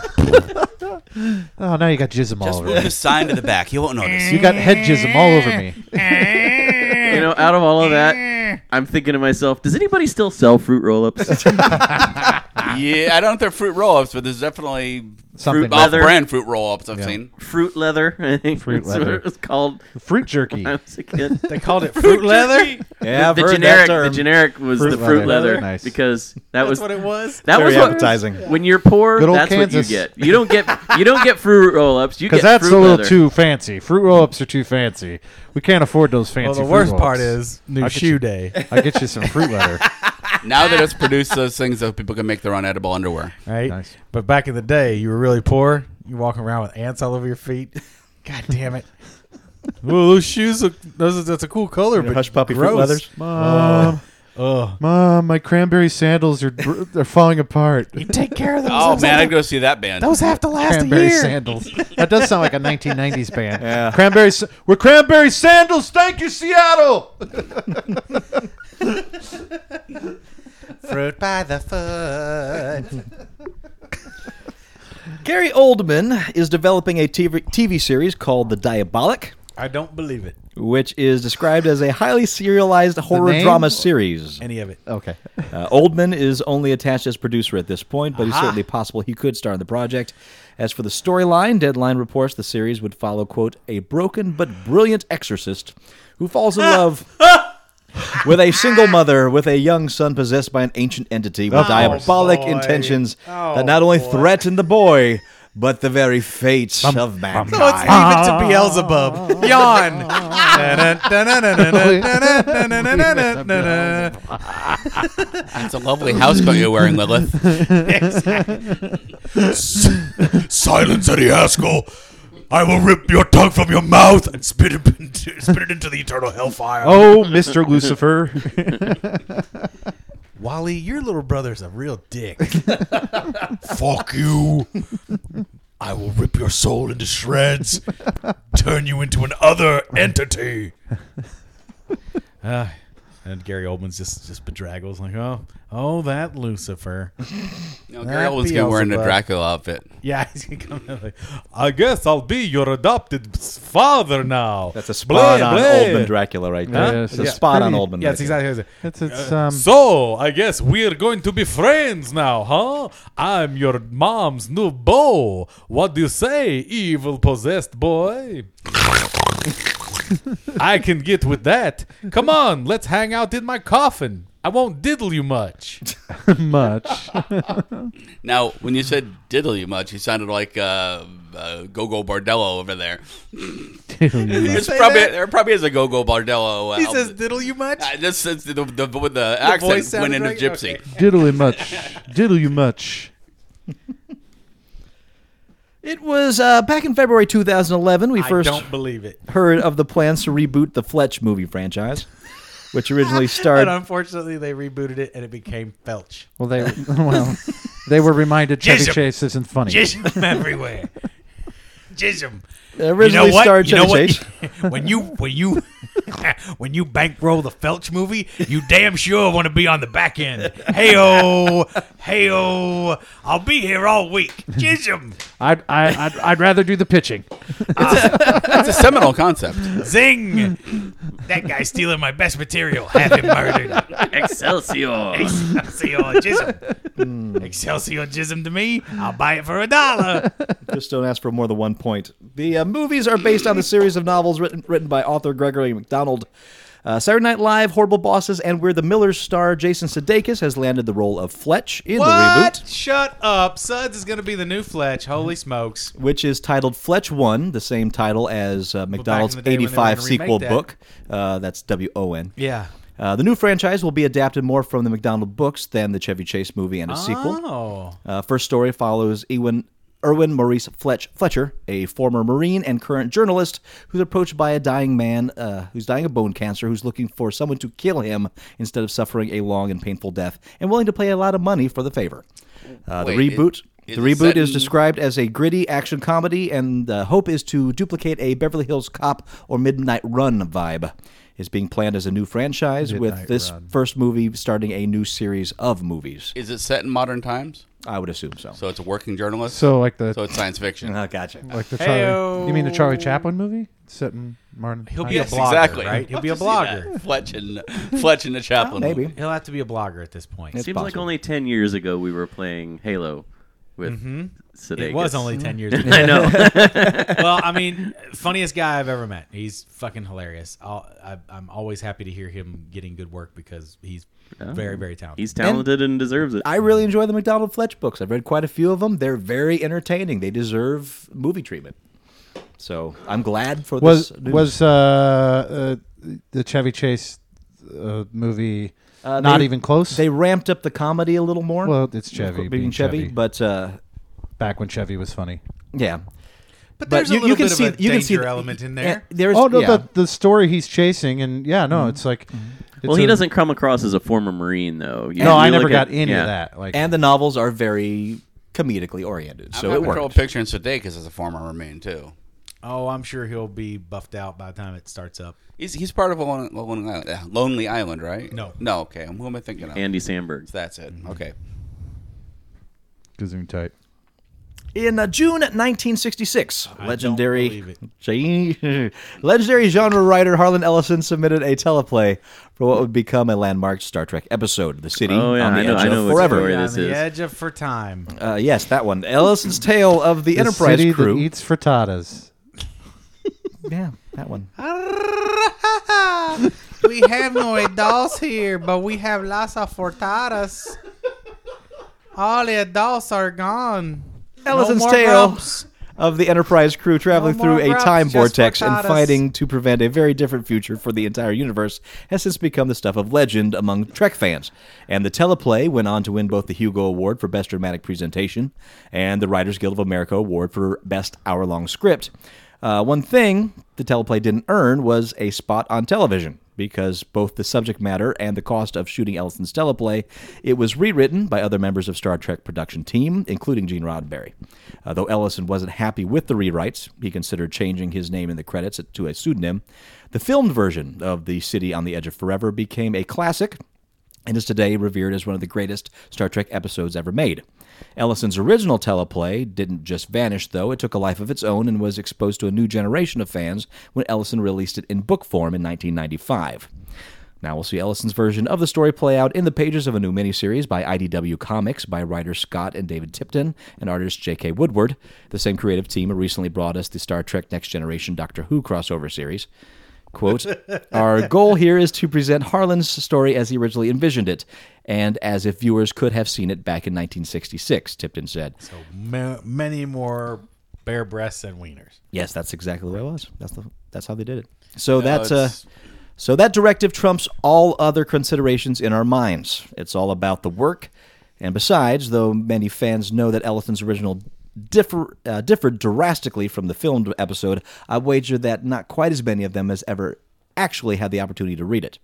S5: Oh, now you got jism all
S6: Just
S5: over
S6: move
S5: me.
S6: the sign to the back. You won't notice.
S5: You got head jism all over me.
S7: you know, out of all of that, I'm thinking to myself, does anybody still sell fruit roll-ups?
S6: yeah, I don't know if they're fruit roll-ups, but there's definitely
S5: Something
S6: fruit,
S5: like that.
S6: off-brand fruit roll-ups I've seen.
S7: fruit leather, I think
S5: Fruit
S7: that's what
S5: leather.
S7: it was called
S5: Fruit jerky.
S7: when I was a kid.
S3: They called it fruit leather.
S4: Yeah, I've
S7: the
S4: heard that
S7: generic,
S4: term.
S7: the generic was
S5: Fruit
S7: the fruit
S5: leather.
S7: leather
S5: Nice.
S7: because that was
S3: That's what it was.
S7: that
S4: Very
S7: was what,
S4: appetizing.
S7: When you're poor,
S5: Good old
S7: that's
S5: Kansas.
S7: what you get. You don't get you don't get fruit roll-ups. You get
S5: Because that's
S7: fruit
S5: a little
S7: leather.
S5: too fancy. Fruit roll-ups are too fancy. We can't afford those
S3: Well,
S5: fancy.
S3: the
S5: fruit
S3: worst
S5: roll-ups.
S3: part is new
S5: I'll get
S3: shoe
S5: you-
S3: day.
S5: I get you some fruit leather.
S6: Now they just produce those things that people can make their own edible underwear.
S3: right?
S5: Nice.
S3: But back in the day, you were really poor. You walking around with ants all over your feet. God damn it! Well, those shoes look. Those are, that's a cool color,
S4: Your
S3: but
S4: hush puppy fruit
S3: gross.
S4: leathers.
S5: Mom,
S3: Ugh.
S5: mom, my cranberry sandals are dr- they're falling apart.
S3: You take care of those.
S6: Oh
S3: those
S6: man,
S3: have
S6: I'd
S3: to,
S6: go see that band.
S3: those have to last a
S5: Cranberry
S3: year.
S5: sandals. That does sound like a 1990s band.
S4: Yeah.
S5: Cranberry. sa- We're cranberry sandals. Thank you, Seattle.
S13: Fruit by the foot.
S8: Gary Oldman is developing a TV, TV series called The Diabolic,
S3: I don't believe it.
S8: which is described as a highly serialized horror
S5: name?
S8: drama series.
S3: Any of it.
S5: Okay.
S8: Uh, Oldman is only attached as producer at this point, but it's certainly possible he could star in the project. As for the storyline, Deadline reports the series would follow, quote, a broken but brilliant exorcist who falls in love with a single mother with a young son possessed by an ancient entity
S3: Oh,
S8: with diabolic intentions that not only threaten the boy, but the very fates of mankind.
S3: Let's leave it to Beelzebub. Yawn. Da-da-da-da-da-da-da-da-da-da-da-da-da-da.
S6: That's a lovely house coat you're wearing, Lilith.
S1: Silence, Eddie Haskell. I will rip your tongue from your mouth and spit it into, spit it into the eternal hellfire.
S5: Oh, Mr. Lucifer.
S3: Wally, your little brother's a real dick.
S1: Fuck you. I will rip your soul into shreds, turn you into an other entity.
S3: Uh, and Gary Oldman's just just bedraggles like, oh, oh, that Lucifer.
S6: No, Gary
S3: That
S6: Oldman's gonna wear in a
S3: Beelzebub.
S6: Dracula outfit.
S3: Yeah, he's gonna come in like, I guess I'll be your adopted father now.
S8: That's a spot
S3: Blah,
S8: on
S3: blah.
S8: Oldman Dracula right there.
S5: Yeah,
S8: it's a
S5: yeah.
S8: spot on
S5: Pretty-
S8: Oldman.
S3: Yeah, that's
S8: Dracula.
S3: exactly Uh, what it
S5: It's
S3: is.
S5: it's um.
S3: So I guess we're going to be friends now, huh? I'm your mom's new beau. What do you say, evil possessed boy? I can get with that. Come on, let's hang out in my coffin. I won't diddle you much.
S5: much.
S6: Now, when you said diddle you much, you sounded like uh, uh, Gogo Bardello over there. There's probably, there probably is a Gogo Bardello.
S3: He
S6: out-
S3: says, "Diddle you much?"
S6: I just it's the, the, with the accent
S3: voice
S6: went
S3: sounded
S6: into
S3: right?
S6: gypsy.
S3: Okay.
S5: Diddle you much. Diddle you much.
S8: It was uh, back in February 2011 we first
S3: I don't believe it.
S8: heard of the plans to reboot the Fletch movie franchise, which originally
S3: But
S8: starred.
S3: unfortunately, they rebooted it and it became Felch.
S5: Well, they well, they were reminded Chevy
S9: Jism.
S5: Chase isn't funny.
S9: Jism everywhere. Jism.
S8: Originally
S9: you know what?
S8: starred
S9: you know
S8: Chevy
S9: what? when you when you when you bankroll the Felch movie, you damn sure want to be on the back end. Hey oh, hey oh, I'll be here all week. Jism,
S5: I'd, I, I'd I'd rather do the pitching.
S6: It's a seminal concept.
S9: zing. That guy's stealing my best material. Have him murdered.
S7: Excelsior.
S9: Excelsior jism.
S8: Hmm.
S9: Excelsior jism to me. I'll buy it for a dollar.
S8: Just don't ask for more than one point. The uh, uh, movies are based on the series of novels written written by author Gregory MacDonald. Uh, Saturday Night Live, Horrible Bosses, and We're the Millers star Jason Sudeikis has landed the role of Fletch in the reboot.
S3: What? Shut up. Suds is going to be the new Fletch. Holy smokes.
S8: which is titled Fletch One, the same title as uh, McDonald's
S3: the day when they wanted
S8: '85
S3: to remake
S8: sequel
S3: that.
S8: book. Uh, that's W O N.
S3: Yeah.
S8: Uh, the new franchise will be adapted more from the McDonald books than the Chevy Chase movie and a sequel.
S3: Oh.
S8: Uh, first story follows Ewan. Erwin Maurice Fletch Fletcher, a former Marine and current journalist, who's approached by a dying man uh, who's dying of bone cancer, who's looking for someone to kill him instead of suffering a long and painful death, and willing to pay a lot of money for the favor. Uh, the
S6: Wait, it-
S8: reboot.
S6: is
S8: the
S6: it
S8: reboot
S6: set
S8: is
S6: in-
S8: described as a gritty action comedy, and the hope is to duplicate a Beverly Hills Cop or Midnight Run vibe. It's being planned as a new franchise with this first movie starting a new series of movies.
S6: Is it set in modern times?
S8: I would assume so.
S6: So it's a working journalist.
S5: So, like the-
S6: so it's science fiction.
S8: Oh, gotcha.
S5: Like the Charlie.
S3: Heyo.
S5: You mean the Charlie Chaplin movie? Sitting Martin.
S3: He'll be
S6: yes,
S3: a blogger,
S6: exactly.
S3: right? He'll be a
S6: I'd love to see
S3: blogger.
S6: that. Fletch and Fletch and the Chaplain.
S8: Maybe.
S6: movie.
S3: He'll have to be a blogger at this point.
S8: It's
S7: Seems like
S8: possible.
S7: only ten years ago we were playing Halo with Sudeikis.
S3: It was only 10 years
S7: I
S3: ago.
S7: know.
S3: well, I mean, funniest guy I've ever met. He's fucking hilarious. I'll, I, I'm always happy to hear him getting good work because he's very, very talented.
S7: He's talented and, deserves it.
S8: I really enjoy the McDonald Fletch books. I've read quite a few of them. They're very entertaining. They deserve movie treatment. So I'm glad for
S5: was
S8: this. news.
S5: was uh, uh, the Chevy Chase uh, movie
S8: Uh,
S5: not
S8: they-
S5: even close?
S8: They ramped up the comedy a little more.
S5: well, it's Chevy
S8: being Chevy, but uh,
S5: back when Chevy was funny.
S8: yeah. but
S3: but there's
S8: you-
S3: a little
S8: you can
S3: bit
S8: see-
S3: of a
S8: you can
S3: danger
S8: see the-
S3: element in
S8: And
S3: there.
S8: there's
S5: Oh no,
S8: yeah.
S5: the the story he's chasing, and yeah, no, it's like. it's
S7: well, he
S5: a-
S7: doesn't come across as a former Marine though. You-
S5: No,
S7: you
S5: I
S7: look
S5: never got
S7: at-
S5: any
S7: yeah.
S5: of that. Like,
S8: and the novels are very comedically oriented.
S6: I'm
S8: So it
S6: having trouble
S8: worked.
S6: picturing Sudeikis as a former Remain too.
S3: Oh, I'm sure he'll be buffed out by the time it starts up.
S6: He's he's part of a Lon- Lonely Island, uh, Lonely Island, right?
S3: No.
S6: no. Okay, who am I thinking of?
S7: Andy Samberg.
S6: That's it. Okay.
S5: Gazoon tight.
S8: In uh, June 1966,
S3: believe
S8: legendary
S3: it.
S8: Gee- legendary genre writer Harlan Ellison submitted a teleplay for what would become a landmark Star Trek episode, "The City
S7: Oh, yeah,
S8: on the
S7: I know-
S8: Edge
S7: I
S8: of
S7: know what
S8: Forever."
S7: story
S3: On
S7: this
S3: the
S7: is.
S3: edge of for time.
S8: Uh, yes, that one. Ellison's tale of the,
S5: The
S8: Enterprise
S5: city
S8: crew.
S5: that eats frittatas.
S8: yeah, that one.
S3: we have no adults here, but we have las afortadas. All the adults are gone.
S8: Ellison's
S3: more
S8: tale
S3: grumps.
S8: of the Enterprise crew traveling
S3: No more
S8: through a
S3: grumps,
S8: time
S3: just
S8: vortex and
S3: frittatas.
S8: fighting to prevent a very different future for the entire universe has since become the stuff of legend among Trek fans. And the teleplay went on to win both the Hugo Award for Best Dramatic Presentation and the Writers Guild of America Award for Best Hour Long Script. Uh, one thing the teleplay didn't earn was a spot on television. Because both the subject matter and the cost of shooting Ellison's teleplay, it was rewritten by other members of Star Trek production team, including Gene Roddenberry. Uh, though Ellison wasn't happy with the rewrites, he considered changing his name in the credits to a pseudonym. The filmed version of The City on the Edge of Forever became a classic and is today revered as one of the greatest Star Trek episodes ever made. Ellison's original teleplay didn't just vanish, though. It took a life of its own and was exposed to a new generation of fans when Ellison released it in book form in 1995. Now we'll see Ellison's version of the story play out in the pages of a new miniseries by IDW Comics by writers Scott and David Tipton and artist J.K. Woodward, the same creative team who recently brought us the Star Trek Next Generation Doctor Who crossover series. Quote, our goal here is to present Harlan's story as he originally envisioned it, and as if viewers could have seen it back in 1966, Tipton said.
S3: Ma- many more bare breasts and wieners.
S8: Yes, that's exactly what it was. That's the, that's how they did it. So that's uh,
S6: it's-
S8: so that directive trumps all other considerations in our minds. It's all about the work, and besides, though many fans know that Ellison's original differ, uh, differed drastically from the filmed episode, I wager that not quite as many of them as ever actually had the opportunity to read it.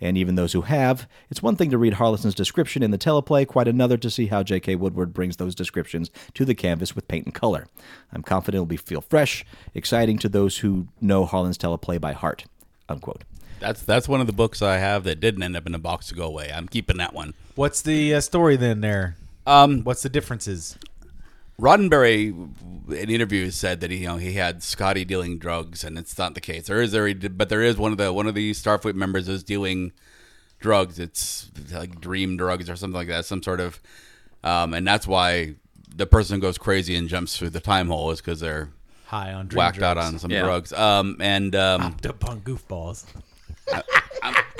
S8: And even those who have, it's one thing to read Harlison's description in the teleplay, quite another to see how J.K. Woodward brings those descriptions to the canvas with paint and color. I'm confident it'll be feel fresh, exciting to those who know Harlan's teleplay by heart. Unquote.
S6: That's that's one of the books I have that didn't end up in a box to go away. I'm keeping that one.
S3: What's the uh, story then? There.
S6: Um,
S3: What's the differences?
S6: Roddenberry, in interviews, said that he, you know he had Scotty dealing drugs, and it's not the case. There is there, but there is one of the one of the Starfleet members is dealing drugs. It's like dream drugs or something like that, some sort of, um, and that's why the person goes crazy and jumps through the time hole is because they're
S3: high on dream
S6: whacked out
S3: drugs.
S6: on some
S3: Yeah.
S6: drugs. Um, and um,
S3: Up on goofballs.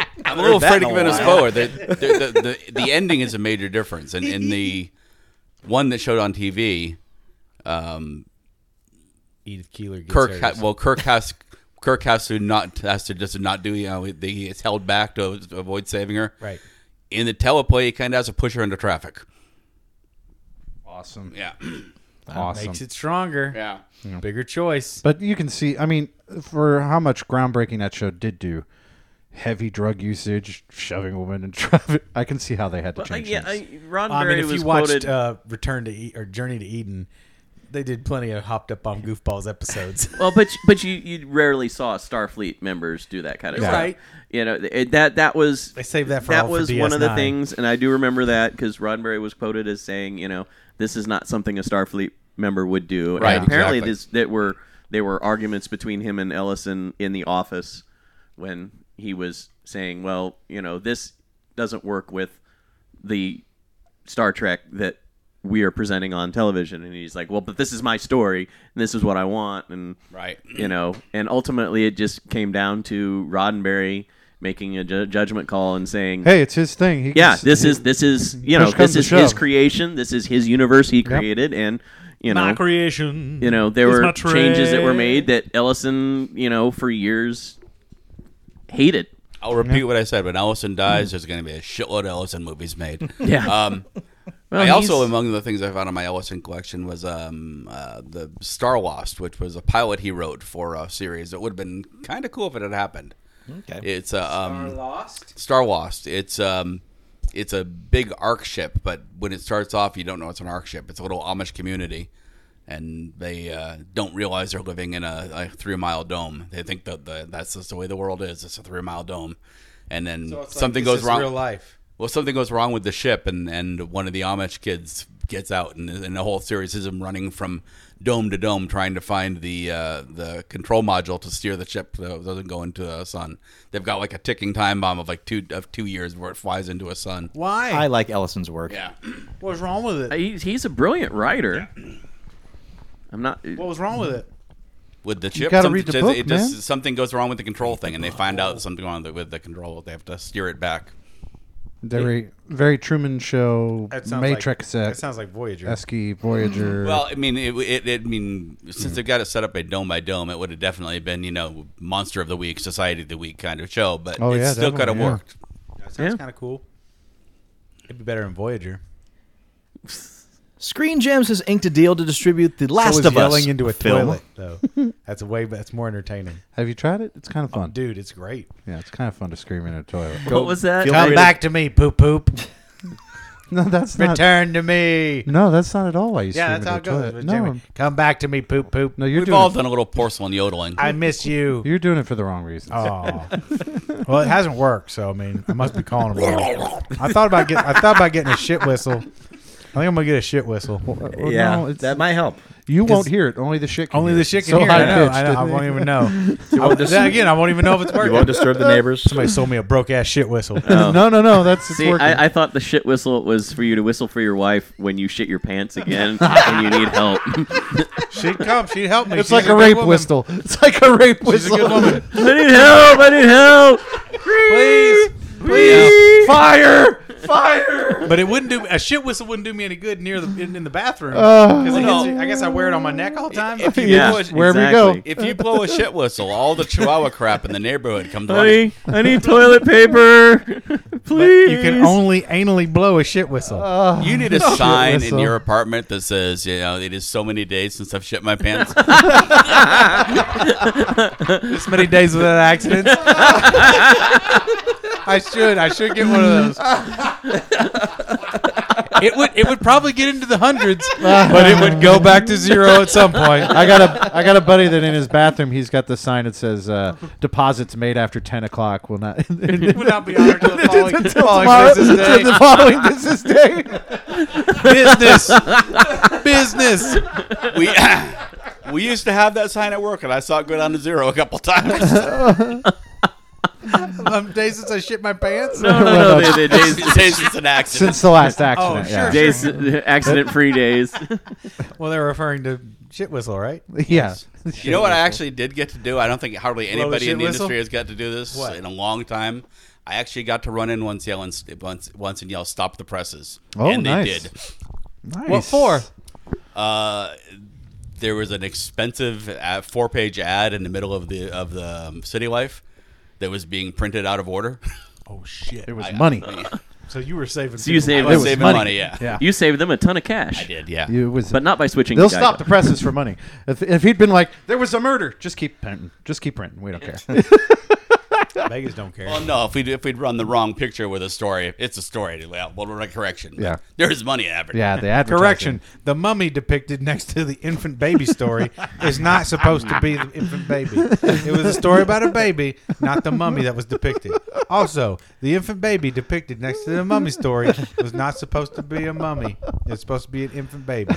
S6: I'm a little
S3: Heard that
S6: afraid to
S3: in
S6: give
S3: a
S6: it as
S3: while.
S6: forward. The, the, the, the, the ending is a major difference, and in the one that showed on TV, um,
S3: Edith Keeler gets
S6: Kirk.
S3: hers.
S6: Ha- well, Kirk has Kirk has to not has to just not do. You know, he is held back to avoid saving her.
S3: Right.
S6: In the teleplay, he kind of has to push her into traffic.
S5: Awesome.
S6: Yeah.
S5: Awesome.
S3: Makes it stronger.
S6: Yeah.
S3: Bigger choice.
S5: But you can see, I mean, for how much groundbreaking that show did do, heavy drug usage, shoving women in traffic. I can see how they had to
S7: I,
S5: change.
S7: yeah, I, Ron
S3: I mean,
S7: Barry
S3: if
S7: was
S3: you watched
S7: quoted.
S3: uh, Return to e- or Journey to Eden, they did plenty of hopped up on goofballs episodes.
S7: well, but but you you rarely saw Starfleet members do that kind of
S3: Yeah.
S7: stuff.
S3: Right.
S7: You know it, that that was
S3: They saved that for all for
S7: was one of the
S3: DS9.
S7: things, and I do remember that because Roddenberry was quoted as saying, you know, this is not something a Starfleet member would do. And
S6: Right,
S7: apparently,
S6: exactly.
S7: this that were there were arguments between him and Ellison in the office when he was saying, well, you know, this doesn't work with the Star Trek that we are presenting on television and he's like well but this is my story and this is what i want and
S6: Right.
S7: you know and ultimately it just came down to roddenberry making a ju- judgment call and saying
S5: Hey, it's his thing. He
S7: yeah
S5: gets-
S7: this
S5: he-
S7: is this is you know
S5: Push comes
S7: this
S5: to
S7: is his
S5: shove.
S7: creation this is his universe he created and you know
S9: My creation.
S7: you know there
S9: is
S7: were
S9: my
S7: changes that were
S9: trade.
S7: made that ellison you know for years hated
S6: I'll repeat what I said. When Ellison dies, there's going to be a shitload of Ellison movies made.
S7: Yeah.
S6: Um, I
S7: he's-
S6: also, among the things I found in my Ellison collection was um, uh, the Star Lost, which was a pilot he wrote for a series that would have been kind of cool if it had happened. Okay. It's a um, Star Lost. Star Lost. It's um, it's a big arc ship, but when it starts off, you don't know it's an arc ship. It's a little Amish community, and they uh, don't realize they're living in a, a three mile dome. They think that the, that's just the way the world is. It's a three mile dome, and then something goes wrong.
S3: Real life.
S6: Well, something goes wrong with the ship, and, and one of the Amish kids gets out, and, and the whole series is him running from dome to dome trying to find the uh, the control module to steer the ship so it doesn't go into the sun. They've got like a ticking time bomb of like two of two years where it flies into a sun.
S3: Why?
S8: I like Ellison's work.
S6: Yeah,
S3: What's wrong with it?
S7: he's, he's a brilliant writer i'm not
S3: What was wrong with it?
S6: with the ship,
S5: gotta
S6: something-
S5: read the book,
S6: it
S5: man.
S6: just something goes wrong with the control thing, and they find out something wrong with the, with the control. They have to steer it back.
S5: very, very Truman Show,
S3: That sounds
S5: Matrix
S3: Like,
S5: like,
S3: that sounds like Voyager.
S5: Esky, Voyager.
S6: Mm-hmm. Well, I mean, it, it, it I mean, since they've got it set up by dome by dome, it would have definitely been, you know, monster of the week, society of the week kind of show, but
S5: Oh,
S6: it
S5: yeah,
S6: still could have
S5: definitely, yeah.
S6: worked.
S3: That sounds kind of cool. It'd be better in Voyager.
S8: Screen Gems has inked a deal to distribute The
S3: I
S8: Last
S3: was
S8: of
S3: yelling
S8: Us
S3: into a
S8: film.
S3: toilet though. that's way. That's more entertaining.
S5: Have you tried it? It's kind of fun.
S3: Dude, it's great.
S5: yeah, it's kind of fun to scream in a toilet.
S7: what was that
S8: Feel free to-
S3: to me, poop poop.
S5: no, that's not.
S3: Return to me.
S5: No, that's not at all why you
S3: Yeah,
S5: scream
S3: that's how
S5: in
S3: it
S5: a
S3: goes.
S5: toilet.
S3: with
S5: No,
S3: Jimmy. Come back to me, poop poop.
S5: no, you're
S6: We've
S5: doing
S6: all
S5: it-
S6: done a little porcelain yodeling.
S3: I miss you.
S5: you're doing it for the wrong reasons.
S3: Oh. well, it hasn't worked, so I mean, I must be calling him. wrong. I thought about getting. I thought about getting a shit whistle. I think I'm gonna get a shit whistle.
S5: Well, no, it's-
S8: that might help.
S5: you won't hear it. Only the shit. Can
S3: Only
S5: hear
S3: the
S5: it.
S3: shit can
S5: so
S3: hear. it.
S5: High
S3: I know. I,
S5: pitched,
S3: know. I
S5: didn't
S3: won't
S5: they?
S3: even know.
S8: You
S3: I,
S8: won't,
S3: then
S8: dis-
S3: again, I won't even know if it's
S8: you
S3: working.
S8: won't disturb the neighbors.
S3: Somebody sold me a broke ass shit whistle.
S5: No, no, no. That's it's
S7: See,
S5: working.
S7: I, I thought the shit whistle was for you to whistle for your wife when you shit your pants again and you need help.
S3: she'd come. She'd help me.
S5: it's like a rape whistle. It's like a rape whistle.
S7: I need help! I need help!
S3: Please. Please. Fire! Fire! But it wouldn't do a shit whistle wouldn't do me any good near the in, in the bathroom. 'Cause it
S6: Oh.
S3: hits you- I guess I wear it on my neck all the time.
S6: if you,
S7: Yeah,
S6: blow, a,
S5: Wherever Uh. you
S7: exactly.
S6: if you blow a shit whistle, all the chihuahua crap in the neighborhood comes running.
S7: Honey, I need toilet paper. Please.
S3: you can only anally blow a shit whistle.
S6: You need a sign in
S5: whistle.
S6: your apartment that says, you know, it is so many days since I've shit my pants.
S3: this many days without accidents. I should. I should get one of those. It would. It would probably get into the hundreds, but it would go back to zero at some point.
S5: I got a I got a buddy that in his bathroom he's got the sign that says uh, deposits made after ten o'clock will not
S3: It would not be honored to the following, following
S5: tomorrow, to
S3: business day.
S5: the following business day.
S3: business. business.
S6: we we used to have that sign at work, and I saw it go down to zero a couple times.
S3: Um, days since I shit my pants.
S7: No, Oh, no, no. They, they, days,
S6: Days since an accident.
S5: Since the last accident,
S3: Oh,
S5: yeah.
S3: sure.
S7: days, accident uh, free days.
S3: Well, they're referring to shit whistle, right?
S5: Yeah.
S6: You know what I actually did get to do? I don't think hardly
S3: Blow the
S6: anybody in
S3: shit
S6: the
S3: whistle?
S6: industry has got to do this
S3: What?
S6: in a long time. I actually got to run in once, yell and once, once and yell, "Stop the presses!"
S5: Oh,
S6: and
S5: nice.
S6: they did.
S5: Nice.
S3: What for?
S6: Uh, there was an expensive ad, four-page ad in the middle of the of the um, city life that was being printed out of order.
S3: Oh shit!
S5: It was
S6: I-
S5: money.
S3: So you were saving.
S7: So you
S3: people.
S7: saved
S6: I was
S7: them.
S6: saving money. yeah.
S5: Yeah.
S7: You saved them a ton of cash.
S6: I did, yeah.
S5: It was,
S7: But not by switching
S5: They'll
S7: to Geico.
S5: stop the presses for money. If, if he'd been like, there was a murder, just keep printing. Just keep printing. We don't care.
S3: Vegas don't care.
S6: Well, no, if we if we'd run the wrong picture with a story, it's a story. Well, we'll run a correction.
S5: Yeah.
S6: there is money in advertising.
S5: yeah, the advertising.
S3: Correction: The mummy depicted next to the infant baby story is not supposed to be the infant baby. It was a story about a baby, not the mummy that was depicted. Also, the infant baby depicted next to the mummy story was not supposed to be a mummy. It's supposed to be an infant baby.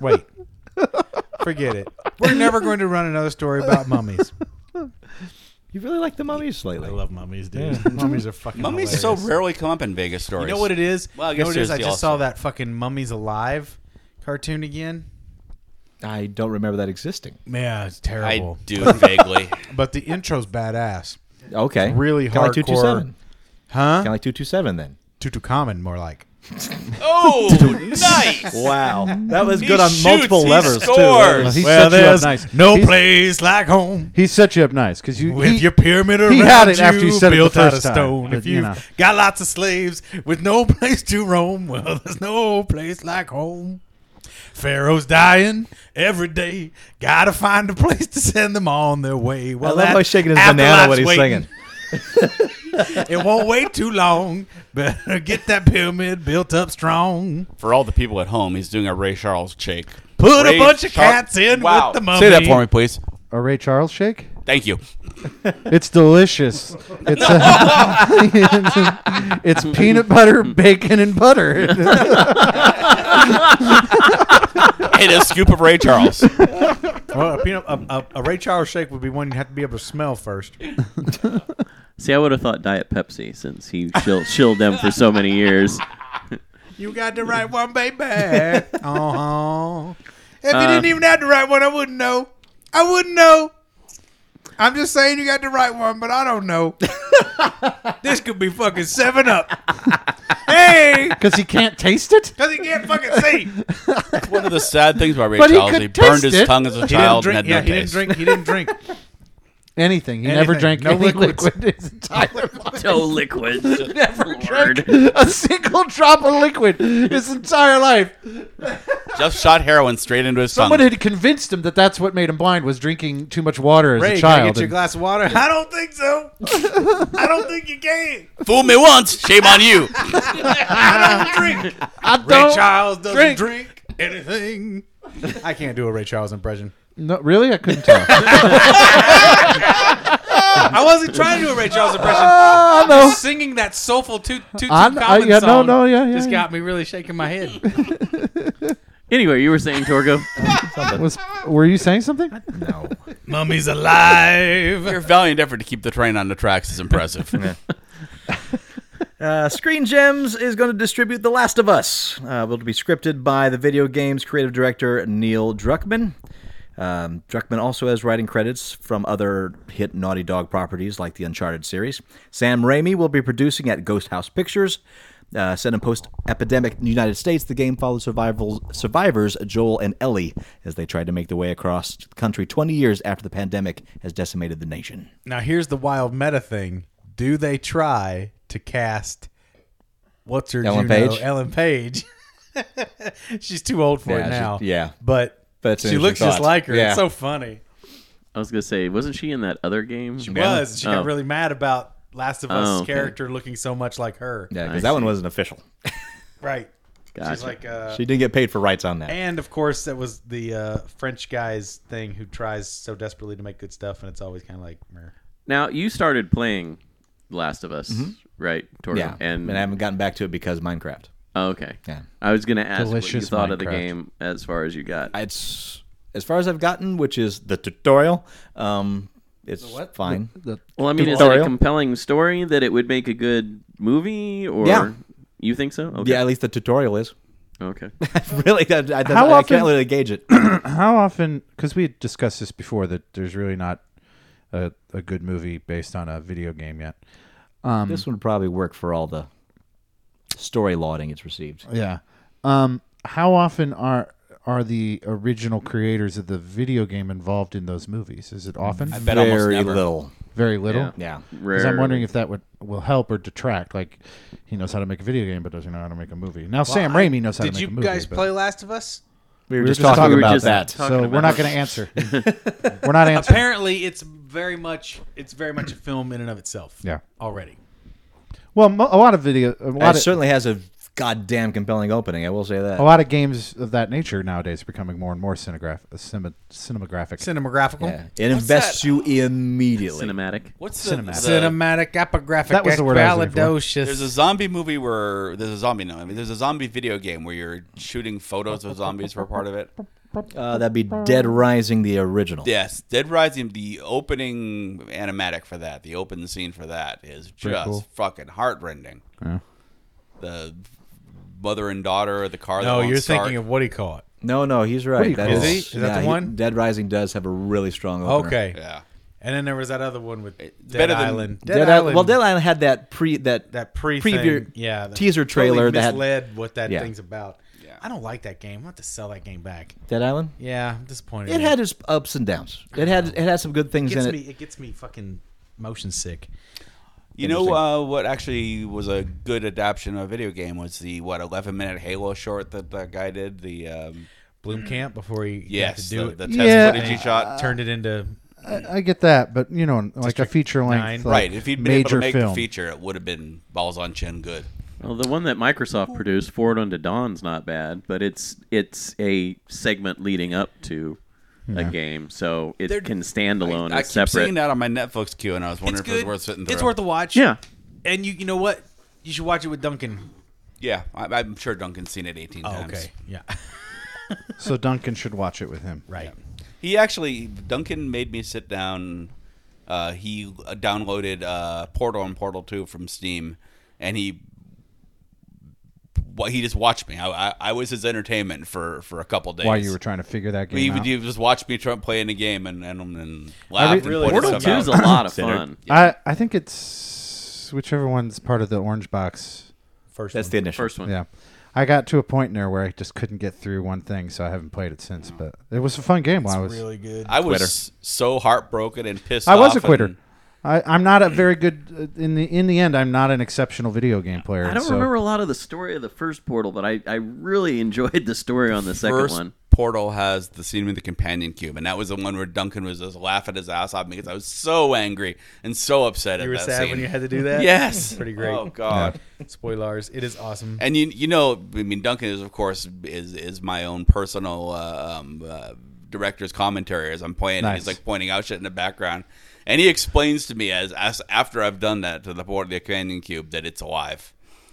S3: Wait, forget it. We're never going to run another story about mummies.
S8: You really like the mummies lately.
S3: love mummies, dude. Mummies are fucking.
S6: Mummies
S3: hilarious.
S6: so rarely come up in Vegas stories.
S3: You know what it is?
S6: Well, I
S3: You know
S6: guess
S3: what it is?
S6: there's
S3: I
S6: the
S3: just
S6: also-
S3: saw that fucking Mummies Alive cartoon again.
S8: I don't remember that existing.
S3: Man, it's
S6: I
S3: terrible.
S6: do vaguely.
S3: But the intro's badass.
S8: Okay.
S3: really
S8: Kinda Like
S3: hardcore.
S8: 227. Kind
S3: Huh?
S8: of like 227 then.
S3: Tutu Common, more like.
S6: Oh, nice.
S8: Wow. That was
S6: He
S8: good on
S6: shoots,
S8: multiple
S6: he
S8: levers
S6: scores.
S5: Well,
S8: too.
S5: he set you up nice.
S3: no
S5: He's-
S3: place like home.
S5: He set you up nice because you.
S3: With
S5: he-
S3: your pyramid around
S5: he had it after
S3: you,
S5: you said it the
S3: built out of
S5: first time,
S3: stone.
S5: but,
S3: if
S5: you
S3: you've
S5: know.
S3: got lots of slaves with no place to roam, well, there's no place like home. Pharaoh's dying every day. Gotta find a place to send them on their way.
S8: I
S3: Well,
S8: love
S3: that
S8: how he's shaking his
S3: afterlife's
S8: banana when he's
S3: waiting.
S8: singing.
S3: It won't wait too long. Better get that pyramid built up strong.
S6: For all the people at home, he's doing a Ray Charles shake.
S3: Put
S6: Ray
S3: a bunch of
S6: Char-
S3: cats in
S6: Wow.
S3: with the mummy.
S6: Say that for me, please.
S5: a Ray Charles shake?
S6: Thank you.
S5: It's delicious. It's a, it's peanut butter, bacon, and butter.
S6: And a scoop of Ray Charles.
S3: Well, a, peanut, a, a, a Ray Charles shake would be one you have to be able to smell first.
S7: See, I would have thought Diet Pepsi since he chill, chilled them for so many years.
S3: You got the right one, baby. uh huh. If
S6: Uh,
S3: you didn't even have the right one, I wouldn't know. I wouldn't know. I'm just saying you got the right one, but I don't know. this could be fucking seven up. hey,
S5: Because he can't taste it?
S3: cause he can't fucking see.
S6: One of the sad things about Ray
S5: But he
S6: Charles,
S5: could
S6: he, burned
S5: taste
S6: his
S5: it.
S6: tongue as a
S3: He didn't
S6: child and
S3: drink.
S6: had
S3: Yeah,
S6: no
S3: he didn't
S6: taste.
S3: drink. He didn't drink.
S5: Anything. He never
S3: Anything.
S5: drank
S3: No
S5: any
S3: liquids.
S5: liquid his entire life.
S7: No liquid. Never
S5: A single drop of liquid his entire life.
S6: Just shot heroin straight into his
S5: Someone
S6: tongue.
S5: had convinced him that that's what made him blind was drinking too much water as a
S3: Ray, can I
S5: child.
S3: get you a
S5: and-
S3: glass of water? I don't think so. I don't think you can.
S6: Fool me once, shame on you.
S3: I don't drink.
S5: I
S3: Ray
S5: don't.
S3: Charles doesn't
S5: drink.
S3: drink. anything. I can't do a Ray Charles impression.
S5: No, really, I couldn't tell.
S3: I wasn't trying to do a Ray Charles impression.
S5: I know.
S3: Singing that soulful toot toot
S5: I-
S3: Common
S5: I- uh, yeah, no,
S3: song
S5: no, yeah, yeah,
S3: just
S5: yeah.
S3: got me really shaking my head.
S7: Anyway, you were saying Torgo.
S5: Was, were you saying something?
S8: No.
S3: Mummy's alive.
S6: Your valiant effort to keep the train on the tracks is impressive.
S8: Uh, Screen Gems is going to distribute The Last of Us. Uh, will be scripted by the video game's creative director Neil Druckmann. Um, Druckmann also has writing credits from other hit Naughty Dog properties like the Uncharted series. Sam Raimi will be producing at Ghost House Pictures. Uh, set in post-epidemic United States, the game follows survival, survivors Joel and Ellie as they try to make their way across the country 20 years after the pandemic has decimated the nation.
S3: Now here's the wild meta thing. Do they try to cast what's her
S8: Ellen
S3: Juno-
S8: Page?
S3: Ellen Page. she's too old for
S8: Yeah,
S3: it
S8: she's-
S3: now.
S8: yeah.
S3: But,
S8: But it's an
S3: she looks
S8: interesting
S3: just
S8: thought.
S3: like her.
S8: Yeah.
S3: It's so funny.
S7: I was gonna say, wasn't she in that other game?
S3: She was. She
S7: Oh.
S3: got really mad about Last of Us
S7: Oh, okay.
S3: character looking so much like her.
S8: Yeah,
S7: I
S8: because that one wasn't official.
S3: Right. She's
S7: Gotcha.
S3: like, uh,
S8: She didn't get paid for rights on that.
S3: and of course, that was the uh, French guy's thing who tries so desperately to make good stuff, and it's always kind of like, meh.
S7: Now you started playing Last of Us, right, Torgo?
S8: Mm-hmm. Yeah,
S7: And,
S8: I haven't gotten back to it because Minecraft.
S7: oh, okay.
S8: Yeah.
S7: I was gonna ask what you
S5: Delicious
S7: thought of the
S5: Minecraft.
S7: game as far as you got.
S8: It's as far as I've gotten, which is the tutorial. Um, it's fine.
S7: well, I mean, is it a
S8: tutorial?
S7: compelling story that it would make a good movie, or
S8: Yeah.
S7: you think so? Okay.
S8: Yeah, at least the tutorial is.
S7: Okay.
S8: really, I, I,
S5: How
S8: I
S5: often-
S8: can't really gauge it.
S5: how often? Because we had discussed this before that there's really not a, a good movie based on a video game yet. Um,
S8: this would probably work for all the story lauding it's received.
S5: Yeah. Um, how often are are the original creators of the video game involved in those movies? Is it often?
S8: I bet almost Very never. little.
S5: Very little.
S8: Yeah. Yeah.
S5: Because I'm
S8: Rarely.
S5: wondering if that would will help or detract. Like, he knows how to make a video game, but doesn't know how to make a movie. Now Sam
S3: I-
S5: Raimi knows how to
S3: Did
S5: make
S3: you
S5: a movie.
S3: guys
S5: but-
S3: play Last of Us?
S8: We were just talking about that.
S5: so
S8: Talking
S5: we're not
S8: about it.
S5: going to answer. we're not answering.
S3: Apparently, it's very much it's very much a film in and of itself.
S5: Yeah.
S3: Already.
S5: Well, mo- a lot of video, a
S8: It
S5: lot of,
S8: certainly has a goddamn compelling opening. I will say that.
S5: a lot of games of that nature nowadays are becoming more and more cinegraph, cinema, cinematographic.
S3: Cinematographical.
S8: Yeah. It invests you immediately.
S7: Cinematic.
S6: What's the
S5: Cinematic.
S3: Cinematic apographic.
S5: That was the word I was looking for.
S6: There's a zombie movie where there's a zombie. No, I mean there's a zombie video game where you're shooting photos of zombies for part of it.
S8: Uh, that'd be Dead Rising, the original.
S6: Yes, Dead Rising, the opening animatic for that, the open scene for that is
S5: Pretty
S6: just
S5: cool.
S6: fucking heartrending.
S5: Yeah.
S6: The mother and daughter, the car.
S3: No,
S6: that won't
S3: you're
S6: start.
S3: thinking of what he called.
S8: No, no, he's
S3: What do
S8: right.
S3: you call it? Is he? Is that the
S8: he-
S3: one?
S8: Dead Rising does have a really strong opener.
S3: Okay.
S6: Yeah.
S3: And then there was that other one with Dead
S6: better than-
S3: Island.
S8: Dead, Island. Well, Dead Island had that pre that
S3: that pre
S8: preview
S3: thing. yeah that
S8: teaser
S3: totally
S8: trailer that had-
S3: misled what that
S8: Yeah.
S3: thing's about. I don't like that game. I have to sell that game back.
S8: Dead Island.
S3: Yeah, I'm disappointed.
S8: It
S3: in
S8: had its ups and downs. It had it had some good
S3: it
S8: things
S3: gets
S8: in
S3: me.
S8: it.
S3: It gets me fucking motion sick.
S6: You know uh, what actually was a good adaptation of a video game was the what 11 minute Halo short that that guy did the um,
S3: Bloom Camp before he got
S6: Yes,
S3: to do
S6: the-
S3: it. Uh,
S6: the test
S5: Yeah.
S6: footage he
S3: And
S6: shot.
S3: turned it into
S5: I, I get that, but you know, like a feature
S3: nine.
S5: length, like,
S6: right. If he'd been able
S5: major
S6: to make
S5: film.
S6: the feature, it would have been balls on chin good.
S7: Well, the one that Microsoft produced, Forward Unto Dawn's not bad, but it's it's a segment leading up to a game, so it
S6: They're-
S7: can stand alone
S6: I
S7: as
S6: keep
S7: separate.
S6: seeing that on my Netflix queue, and I was wondering if it was worth sitting through.
S3: It's worth a watch.
S7: Yeah.
S3: And you you know what? You should watch it with Duncan.
S6: Yeah, I, I'm sure Duncan's seen it 18
S3: Oh,
S6: times.
S3: okay. Yeah.
S5: So Duncan should watch it with him.
S3: Right.
S6: He actually, Duncan made me sit down. Uh, he uh, downloaded uh, Portal and Portal 2 from Steam, and he well, he just watched me. I, I, I was his entertainment for, for a couple days.
S5: While you were trying to figure that
S6: he
S5: game
S6: would
S5: out.
S6: you just watch me try playing the game and and, and laugh. and
S5: really-
S6: point
S7: Portal
S6: stuff
S7: 2 is a
S6: out.
S7: lot of fun.
S5: I, I think it's whichever one's part of the orange box.
S3: First
S8: That's
S3: one.
S8: the initial.
S7: First one.
S5: Yeah. I got to a point in there where I just couldn't get through one thing, so I haven't played it since. But it was a fun game. While I was
S3: Really good.
S6: I was so heartbroken and pissed.
S5: I was a
S6: off
S5: quitter.
S6: and-
S5: I, I'm not a very good uh, in the in the end. I'm not an exceptional video game player.
S7: I don't
S5: so-
S7: remember a lot of the story of the first Portal, but I, I really enjoyed the story on the second
S6: first
S7: one.
S6: Portal has the scene with the companion cube, and that was the one where Duncan was just laughing his ass off because I was so angry and so upset
S3: You
S6: at
S3: were
S6: that
S3: sad
S6: scene.
S3: when you had to do that?
S6: Yes,
S3: Pretty great.
S6: Oh god.
S3: Spoilers. It is awesome.
S6: And you you know I mean Duncan is of course is is my own personal uh, um, uh, director's commentary as I'm playing. and He's
S5: Nice.
S6: like pointing out shit in the background, and he explains to me as, as after I've done that to the board the companion cube that it's alive.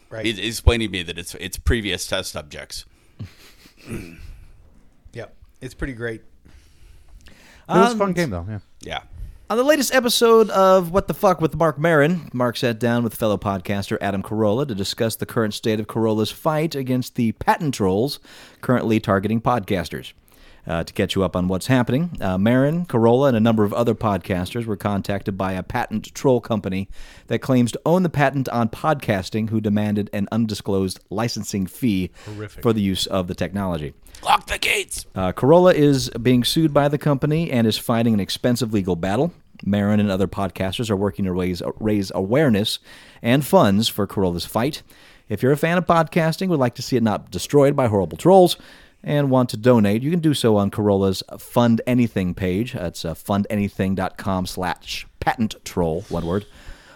S3: Right.
S6: He's he's explaining to me that it's it's previous test subjects.
S3: Yep. It's pretty great.
S5: It was a
S7: Um,
S5: fun game though. Yeah.
S6: Yeah.
S8: On the latest episode of What the Fuck with Mark Marin, Mark sat down with fellow podcaster Adam Carolla to discuss the current state of Carolla's fight against the patent trolls currently targeting podcasters. Uh, to catch you up on what's happening, uh, Marin, Carolla, and a number of other podcasters were contacted by a patent troll company that claims to own the patent on podcasting, who demanded an undisclosed licensing fee for the use of the technology.
S6: Lock the gates.
S8: Uh, Corolla is being sued by the company and is fighting an expensive legal battle. Marin and other podcasters are working to raise, raise awareness and funds for Corolla's fight. If you're a fan of podcasting, would like to see it not destroyed by horrible trolls, and want to donate, you can do so on Corolla's Fund Anything page. That's uh, fundanything.com slash patent troll, one word.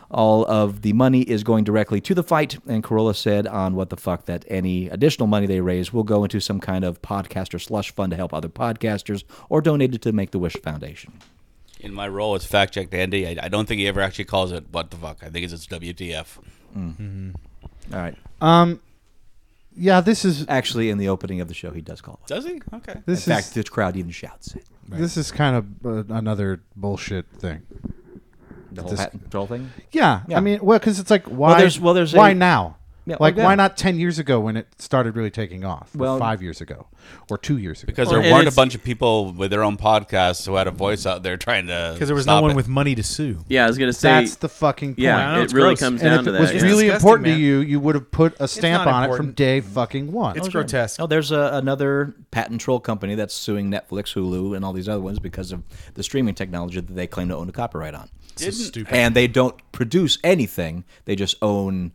S8: All of the money is going directly to the fight, and Corolla said on What the Fuck that any additional money they raise will go into some kind of podcaster slush fund to help other podcasters or donated to Make the Wish Foundation.
S6: In my role as fact checked Andy, I, I don't think he ever actually calls it what the fuck. I think it's just WTF.
S8: All right.
S5: Um. Yeah. This is
S8: Actually, in the opening of the show, he does call it.
S6: Does he? Okay.
S5: this
S8: in
S5: is
S8: fact, the crowd even shouts it.
S5: this is kind of uh, another bullshit thing.
S8: The whole
S5: This-
S8: patent troll thing?
S5: Yeah,
S8: Yeah.
S5: I mean, well, because it's like why?
S8: there's- well, there's
S5: why
S8: a-
S5: now?
S8: Yeah,
S5: like
S8: well, yeah.
S5: why not ten years ago when it started really taking off? Or
S8: Well-
S5: five years ago, or two years ago.
S6: Because there weren't a bunch of people with their own podcasts who had a voice out there trying to.
S3: Because there was
S6: stop
S3: no one
S6: it.
S3: with money to sue.
S7: Yeah, I was gonna say
S5: that's the fucking point.
S7: Yeah, it really comes
S5: and
S7: down
S5: if
S7: to
S5: it
S7: that.
S5: was
S7: yeah.
S5: really
S3: disgusting,
S5: important
S3: man.
S5: to you, you would have put a stamp
S3: not
S5: on it from
S3: important.
S5: day fucking one.
S3: It's grotesque.
S8: Oh, there's a, another patent troll company that's suing Netflix, Hulu, and all these other ones because of the streaming technology that they claim to own a copyright on.
S6: Didn't- stupid.
S8: And they don't produce anything; they just own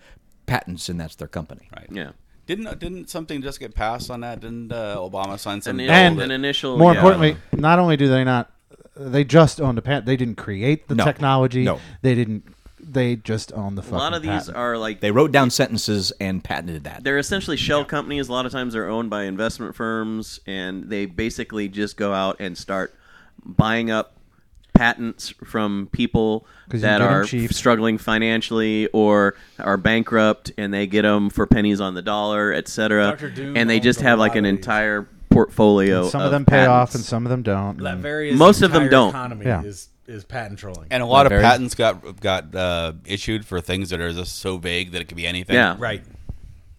S8: patents, and that's their company.
S6: Right.
S7: yeah.
S6: Didn't didn't something just get passed on that? Didn't uh, Obama sign something?
S7: An-
S6: that
S5: and
S6: would-
S7: an initial-
S5: More
S7: yeah.
S5: importantly, not only do they not, they just own the patent. They didn't create the
S8: No.
S5: technology.
S8: No.
S5: they didn't. They just own the
S7: A
S5: fucking.
S7: lot of these
S5: patent.
S7: are like
S8: They wrote down sentences and patented that.
S7: they're essentially shell companies. A lot of times they're owned by investment firms, and they basically just go out and start buying up patents from people
S5: 'Cause you
S7: that
S5: can get 'em
S7: are
S5: cheap.
S7: struggling financially or are bankrupt, and they get them for pennies on the dollar, etc.
S3: Dr. Doom
S7: And they
S3: owns
S7: just
S3: a
S7: have like
S3: lot
S7: an
S3: of these.
S7: entire portfolio.
S5: some of them pay off and
S7: uh, patents.
S5: some of them don't. Mm.
S3: That
S5: and-
S3: various
S7: Most of them
S3: entire
S7: don't.
S3: Economy
S5: Yeah.
S3: is is patent trolling.
S6: And a lot of
S8: Very-
S6: patents got got uh, issued for things that are just so vague that it could be anything.
S7: Yeah,
S3: right.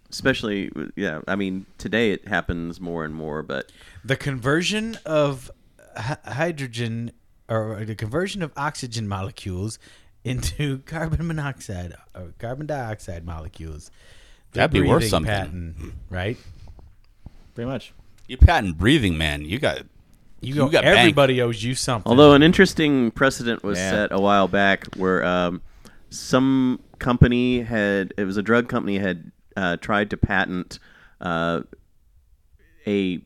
S7: Especially, yeah. I mean, today it happens more and more, but
S3: The conversion of hy- hydrogen or the conversion of oxygen molecules into carbon monoxide or carbon dioxide molecules. The
S6: That'd be worth
S3: breathing
S6: something.
S3: Patent, right?
S8: pretty much.
S6: You patent breathing, man. You got
S3: You,
S6: You
S3: go,
S6: got
S3: everybody owes you something.
S7: Although an interesting precedent was
S8: Yeah.
S7: set a while back, where um, some company had it was a drug company had uh, tried to patent uh, a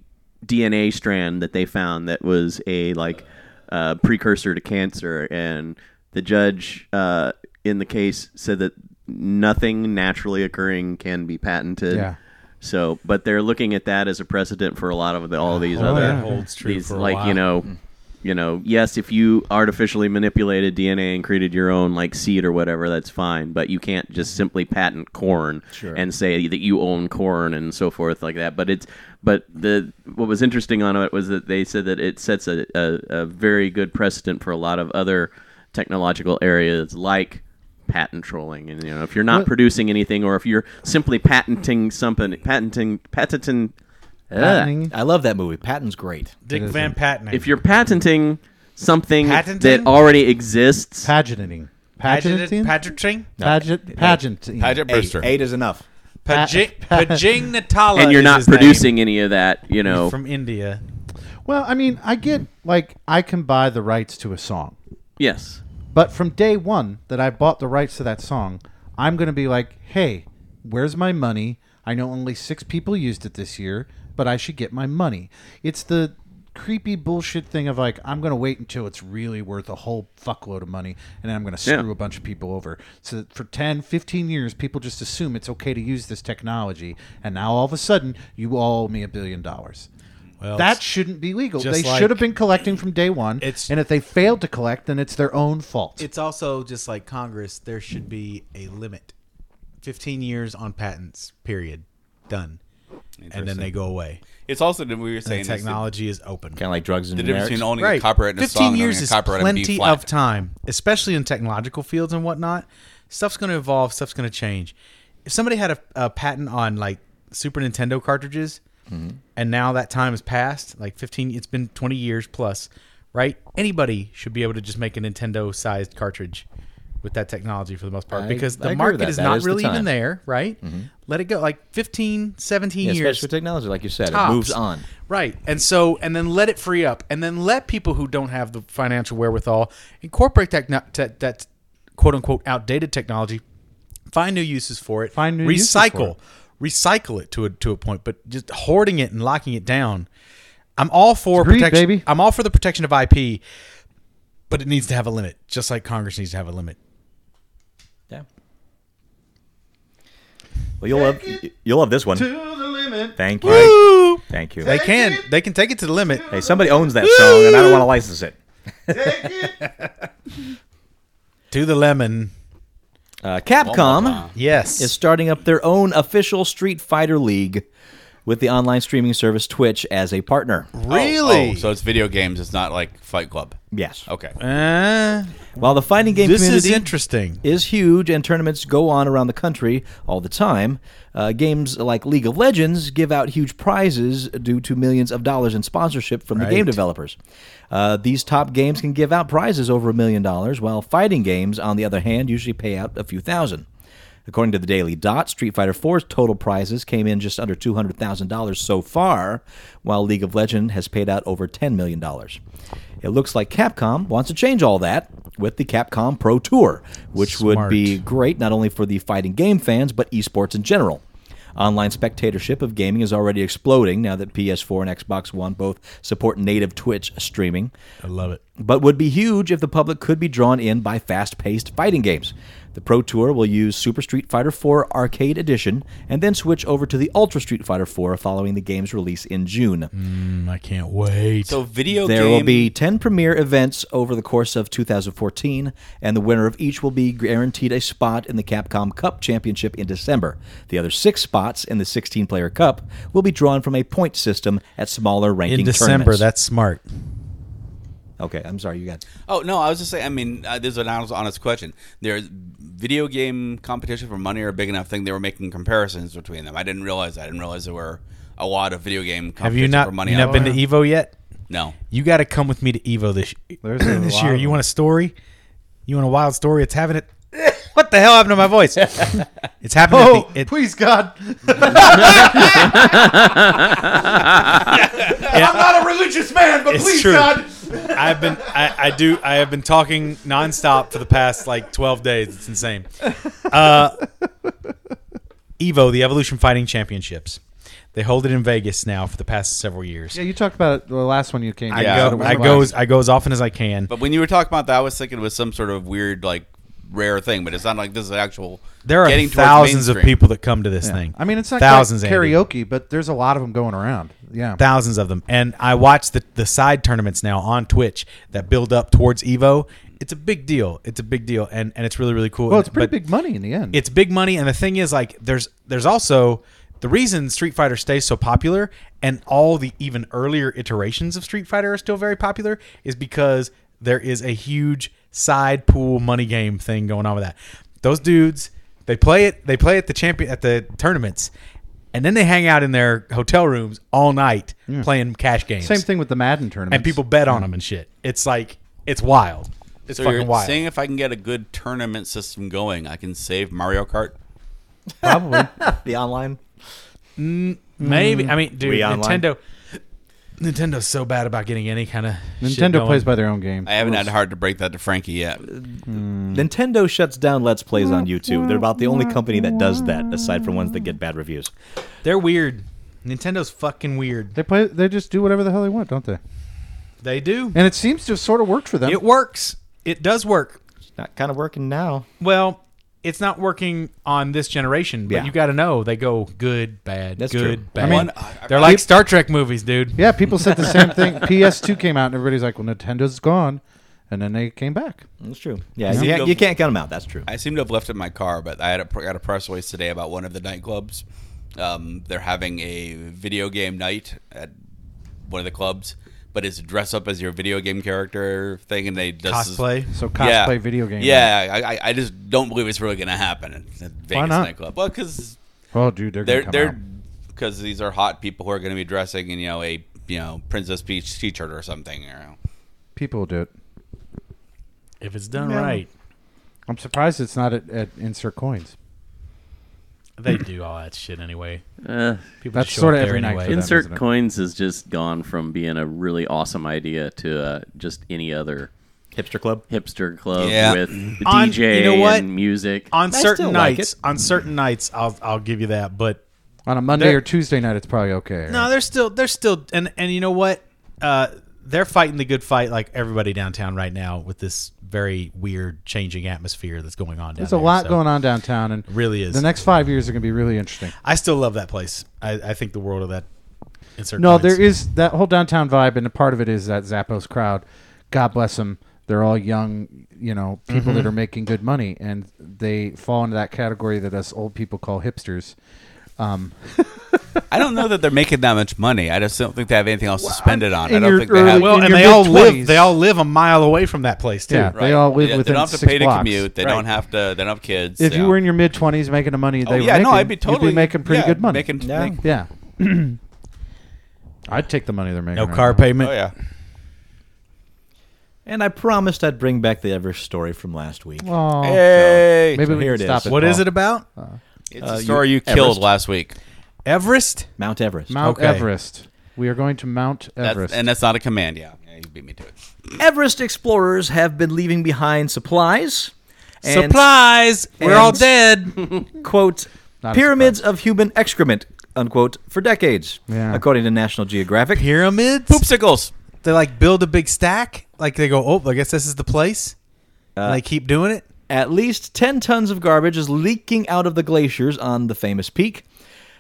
S7: DNA strand that they found that was a like uh, precursor to cancer, and the judge uh, in the case said that nothing naturally occurring can be patented.
S5: Yeah.
S7: So, but they're looking at that as a precedent for a lot of the, all these
S5: Oh,
S7: other
S5: yeah.
S3: Holds true
S7: these
S3: for a
S7: like you
S3: while.
S7: know you know yes if you artificially manipulated dna and created your own like seed or whatever that's fine but you can't just simply patent corn and say that you own corn and so forth like that but it's but the what was interesting on it was that they said that it sets a, a, a very good precedent for a lot of other technological areas like patent trolling and you know if you're not producing anything or if you're simply patenting something patenting patenting Ugh.
S5: Patenting.
S8: I love that movie. Patent's great.
S3: Dick Van Patten.
S7: if you're patenting something
S3: Patenting?
S7: that already exists,
S5: Pageanting. Pageanting.
S3: patenting, patenting,
S5: Pageant. Pageanting.
S6: Paget Brewster.
S8: Eight is enough.
S3: Pajing Pajing Natala,
S7: and you're
S3: is
S7: not
S3: his name.
S7: producing any of that, you know,
S3: from India.
S5: Well, I mean, I get like I can buy the rights to a song,
S7: yes,
S5: but from day one that I bought the rights to that song, I'm going to be like, hey, where's my money? I know only six people used it this year, but I should get my money. It's the creepy bullshit thing of like I'm going to wait until it's really worth a whole fuckload of money and then I'm going to
S7: Yeah.
S5: screw a bunch of people over. So that for 10, 15 years people just assume it's okay to use this technology and now all of a sudden you all owe me a billion dollars.
S3: Well,
S5: That shouldn't be legal.
S3: just
S5: They
S3: like-
S5: should have been collecting from day one.
S3: It's-
S5: and if they failed to collect, then it's their own fault.
S3: it's also just like Congress. There should be a limit, fifteen years on patents. Period. Done. And then they go away.
S6: It's also that we were saying it's
S3: And the technology is open.
S8: Kind of like drugs and
S6: The, the difference between
S8: generics.
S6: owning a copyright and a song and owning a copyright and B
S3: plenty
S6: flat.
S3: of time, especially in technological fields and whatnot. Stuff's going to evolve. Stuff's going to change. If somebody had a, a patent on like Super Nintendo cartridges,
S6: Mm-hmm.
S3: and now that time has passed, like fifteen, it's been twenty years plus, right? Anybody should be able to just make a Nintendo-sized cartridge with that technology for the most part
S8: I-
S3: because
S8: I
S3: the
S8: agree with
S3: market
S8: that.
S3: is
S8: That
S3: not
S8: is the
S3: really even
S8: time.
S3: there, right?
S6: Mm-hmm.
S3: Let it go. Like 15, 17
S8: Yeah,
S3: years.
S8: especially technology, like you said,
S3: Tops.
S8: it moves on.
S3: Right. And so, and then let it free up. And then let people who don't have the financial wherewithal incorporate that, that, that quote unquote outdated technology, find new uses for it,
S5: Find new
S3: recycle,
S5: uses for it.
S3: recycle it to a, to a point, but just hoarding it and locking it down. I'm all for
S5: Agreed,
S3: protection.
S5: baby.
S3: I'm all for the protection of IP, but it needs to have a limit, just like Congress needs to have a limit.
S8: Yeah. Well, you'll love you'll love this one. Thank you. Thank you.
S3: They can they can take it to the limit.
S8: Hey, somebody owns that song, and I don't want to license it.
S3: To the lemon.
S8: Uh, Capcom
S3: Yes.
S8: is starting up their own official Street Fighter League with the online streaming service Twitch as a partner.
S6: Oh, oh, so it's video games. It's not like Fight Club.
S8: Yes.
S6: Okay.
S3: Eh.
S8: While the fighting game
S3: This is
S8: community
S3: interesting.
S8: is huge and tournaments go on around the country all the time, uh, games like League of Legends give out huge prizes due to millions of dollars in sponsorship from the game
S3: Right.
S8: developers. Uh, these top games can give out prizes over a million dollars, while fighting games, on the other hand, usually pay out a few thousand. According to the Daily Dot, Street Fighter IV's total prizes came in just under $200,000 so far, while League of Legends has paid out over $10 million. It looks like Capcom wants to change all that with the Capcom Pro Tour, which would
S3: Smart.
S8: be great not only for the fighting game fans, but esports in general. Online spectatorship of gaming is already exploding now that PS4 and Xbox One both support native Twitch streaming
S3: I love it.
S8: but would be huge if the public could be drawn in by fast paced fighting games. The Pro Tour will use Super Street Fighter IV Arcade Edition and then switch over to the Ultra Street Fighter IV following the game's release in June.
S3: Mm, I can't wait.
S6: So video
S8: There
S6: game.
S8: will be 10 premiere events over the course of 2014, and the winner of each will be guaranteed a spot in the Capcom Cup Championship in December. The other six spots in the 16 player Cup will be drawn from a point system at smaller ranking
S3: In December,
S8: tournaments.
S3: that's smart.
S8: Okay, I'm sorry, you got.
S6: Oh no, I was just saying. I mean, uh, this is an honest, honest question. There's video game competition for money are a big enough thing. They were making comparisons between them. I didn't realize. that. I didn't realize there were a lot of video game.
S3: Have you
S6: competition
S3: not,
S6: for money?
S3: you
S6: out
S3: not been to E-
S6: there.
S3: Evo yet?
S6: No.
S3: You got to come with me to Evo this,
S5: There's a
S3: this
S5: lot
S3: year.
S5: of
S3: You
S5: them.
S3: want a story? You want a wild story? It's having it. What the hell happened to my voice? it's happening.
S5: Oh,
S3: at the, it,
S5: please God!
S3: yeah,
S13: not a religious man, but
S3: It's true. I've been I, I do I have been talking nonstop for the past like twelve days. It's insane. Uh, Evo, the Evolution Fighting Championships. They hold it in Vegas now for the past several years.
S5: Yeah, you talked about it the last one you came. to.
S3: I
S6: Yeah,
S3: go
S5: So
S3: I
S5: it was
S3: go
S5: like-
S3: as, I go as often as I can.
S6: But when you were talking about that, I was thinking it was some sort of weird, like rare thing. But it's not like this is actual.
S3: There are
S6: getting towards
S3: thousands of
S6: mainstream.
S3: people that come to this thing.
S5: I mean, it's not
S3: thousands
S5: thousands
S3: Andy.
S5: karaoke, but there's a lot of them going around. Yeah,
S3: thousands of them. And I watch the, the side tournaments now on Twitch that build up towards Evo. It's a big deal. It's a big deal, and and it's really really cool.
S5: well, it's pretty
S3: But
S5: big money in the end.
S3: It's big money, and the thing is, like, there's there's also the reason Street Fighter stays so popular, and all the even earlier iterations of Street Fighter are still very popular, is because there is a huge side pool money game thing going on with that. Those dudes, they play it, they play at the champion at the tournaments, and then they hang out in their hotel rooms all night playing cash games.
S5: same thing with Mm. the Madden tournament.
S3: and people bet on them and shit. It's like it's wild. It's
S6: So
S3: fucking
S6: you're
S3: wild.
S6: saying if I can get a good tournament system going, I can save Mario Kart.
S5: probably.
S8: The online?
S3: Maybe I mean, dude,
S8: Mm. Wii Online.
S3: Nintendo. Nintendo's so bad about getting any kind of
S5: Nintendo plays by their own game.
S6: I haven't had hard to break that to Frankie yet.
S8: Nintendo shuts down Let's Plays on YouTube. They're about the only company that does that, aside from ones that get bad reviews.
S3: They're weird. Nintendo's fucking weird.
S5: They play. They just do whatever the hell they want, don't they?
S3: They do.
S5: And it seems to have sort of worked for them.
S3: It works. It does work.
S8: It's not kind of working now.
S3: Well, it's not working on this generation, but
S8: Yeah.
S3: you got to know they go good, bad,
S8: That's
S3: good,
S8: true.
S3: bad.
S6: I mean,
S3: They're like Star Trek movies, dude.
S5: yeah, people said the same thing. PS2 came out, and everybody's like, "Well, Nintendo's gone," and then they came back.
S8: That's true. Yeah, you,
S6: see
S8: can't-
S6: the-
S8: you can't count them out. That's true.
S6: I seem to have left it in my car, but I had a, got a press release today about one of the nightclubs. Um, they're having a video game night at one of the clubs, but it's dress up as your video game character thing, and they just
S3: Cosplay.
S5: So cosplay
S6: Yeah.
S5: video game.
S6: Yeah, I, I- I just don't believe it's really going to happen at the Vegas
S5: not?
S6: nightclub. Well, because
S5: Oh, dude, they're
S6: they're
S5: gonna come
S6: they're
S5: out.
S6: because these are hot people who are going to be dressing in you know a you know Princess Peach T-shirt or something. You know.
S5: people will do it.
S3: If it's done
S5: Yeah.
S3: right,
S5: I'm surprised it's not at, at insert coins.
S3: they do all that shit anyway.
S7: Uh,
S8: Eh.
S3: People
S5: That's
S3: just show
S5: sorta
S3: up there
S5: every night
S3: anyway.
S5: for them.
S3: Insert-
S7: insert
S5: isn't it?
S7: coins has just gone from being a really awesome idea to uh, just any other
S8: Hipster Club.
S7: hipster club
S6: Yeah.
S7: with
S3: On-
S7: DJ
S3: you know what?
S7: and music.
S3: on
S8: I
S3: certain
S8: still like
S3: nights,
S8: it.
S3: on certain nights, I'll I'll give you that, but
S5: On a Monday
S3: They're-
S5: or Tuesday night, it's probably okay.
S3: No, they're still they're still and and you know what? Uh, they're fighting the good fight like everybody downtown right now with this very weird changing atmosphere that's going on down
S5: There's a lot going on downtown, and
S3: Really is.
S5: the next five years are going to be really interesting.
S3: I still love that place. I, I think the world of that. Insert
S5: No,
S3: coins.
S5: there is that whole downtown vibe, and a part of it is that Zappos crowd. God bless them. They're all young, you know, people
S6: Mm-hmm.
S5: that are making good money, and they fall into that category that us old people call hipsters. Um,
S6: I don't know that they're making that much money. I just don't think they have anything else to spend it on. I
S3: in
S6: don't
S3: your
S6: think they have.
S3: early- Well, in and your they all live- mid-twenties. they all live a mile away from that place too.
S5: Yeah, they all live
S6: Yeah,
S5: within
S6: They don't have to
S5: six
S6: pay
S5: blocks.
S6: to commute. They don't have to. They don't have kids.
S5: If
S6: yeah.
S5: you were in your mid twenties making the money they
S6: Oh,
S5: were
S6: yeah, no,
S5: making,
S6: I'd be
S5: you'd
S6: totally-
S5: be making pretty
S6: yeah,
S5: good money.
S6: making- Yeah. make-
S5: yeah. I'd take the money they're making.
S3: No
S5: right
S3: car
S5: now.
S3: payment.
S6: Oh yeah.
S8: And I promised I'd bring back the Ever story from last week.
S5: Aw.
S6: Hey,
S5: Oh, Maybe
S8: So
S5: we
S8: here
S5: can
S8: it
S5: stop
S8: is.
S5: it.
S3: What is
S5: Paul.
S3: it about?
S6: it's
S8: Uh,
S6: a story you,
S8: you-
S6: killed
S8: Everest.
S6: last week.
S3: Everest.
S8: Mount Everest.
S5: Mount
S3: Okay.
S5: Everest. We are going to Mount Everest.
S6: That's, and that's not a command. Yeah. yeah, you beat me to it.
S8: Everest explorers have been leaving behind supplies. And,
S3: Supplies. We're
S8: and-
S3: all dead.
S8: Quote,
S5: Not a
S8: pyramids of human excrement, unquote, for decades,
S5: Yeah.
S8: according to National Geographic.
S3: Pyramids.
S6: Poopsicles.
S3: They like build a big stack. Like they go, oh, I guess this is the place.
S8: Uh,
S3: and they keep doing it.
S8: At least 10 tons of garbage is leaking out of the glaciers on the famous peak.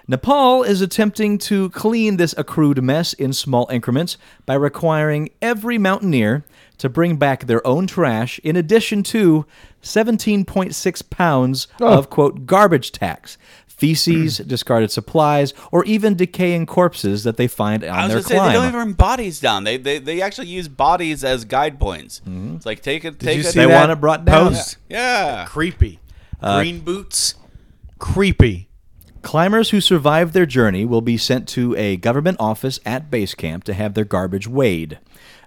S8: Nepal is attempting to clean this accrued mess in small increments by requiring every mountaineer to bring back their own trash in addition to 17.6 pounds
S6: Oh.
S8: of quote garbage tax feces discarded supplies or even decaying corpses that they find on
S6: I was
S8: their
S6: gonna say
S8: climb
S6: they don't even bring bodies down. They they, they actually use bodies as guide points.
S5: Mm-hmm.
S6: It's like take it. Take
S3: Did you
S6: it.
S3: see
S8: They
S3: that
S8: want it brought down. Uh,
S3: Post?
S6: Yeah.
S3: Creepy. Green boots. Creepy.
S8: Climbers who survive their journey will be sent to a government office at base camp to have their garbage weighed.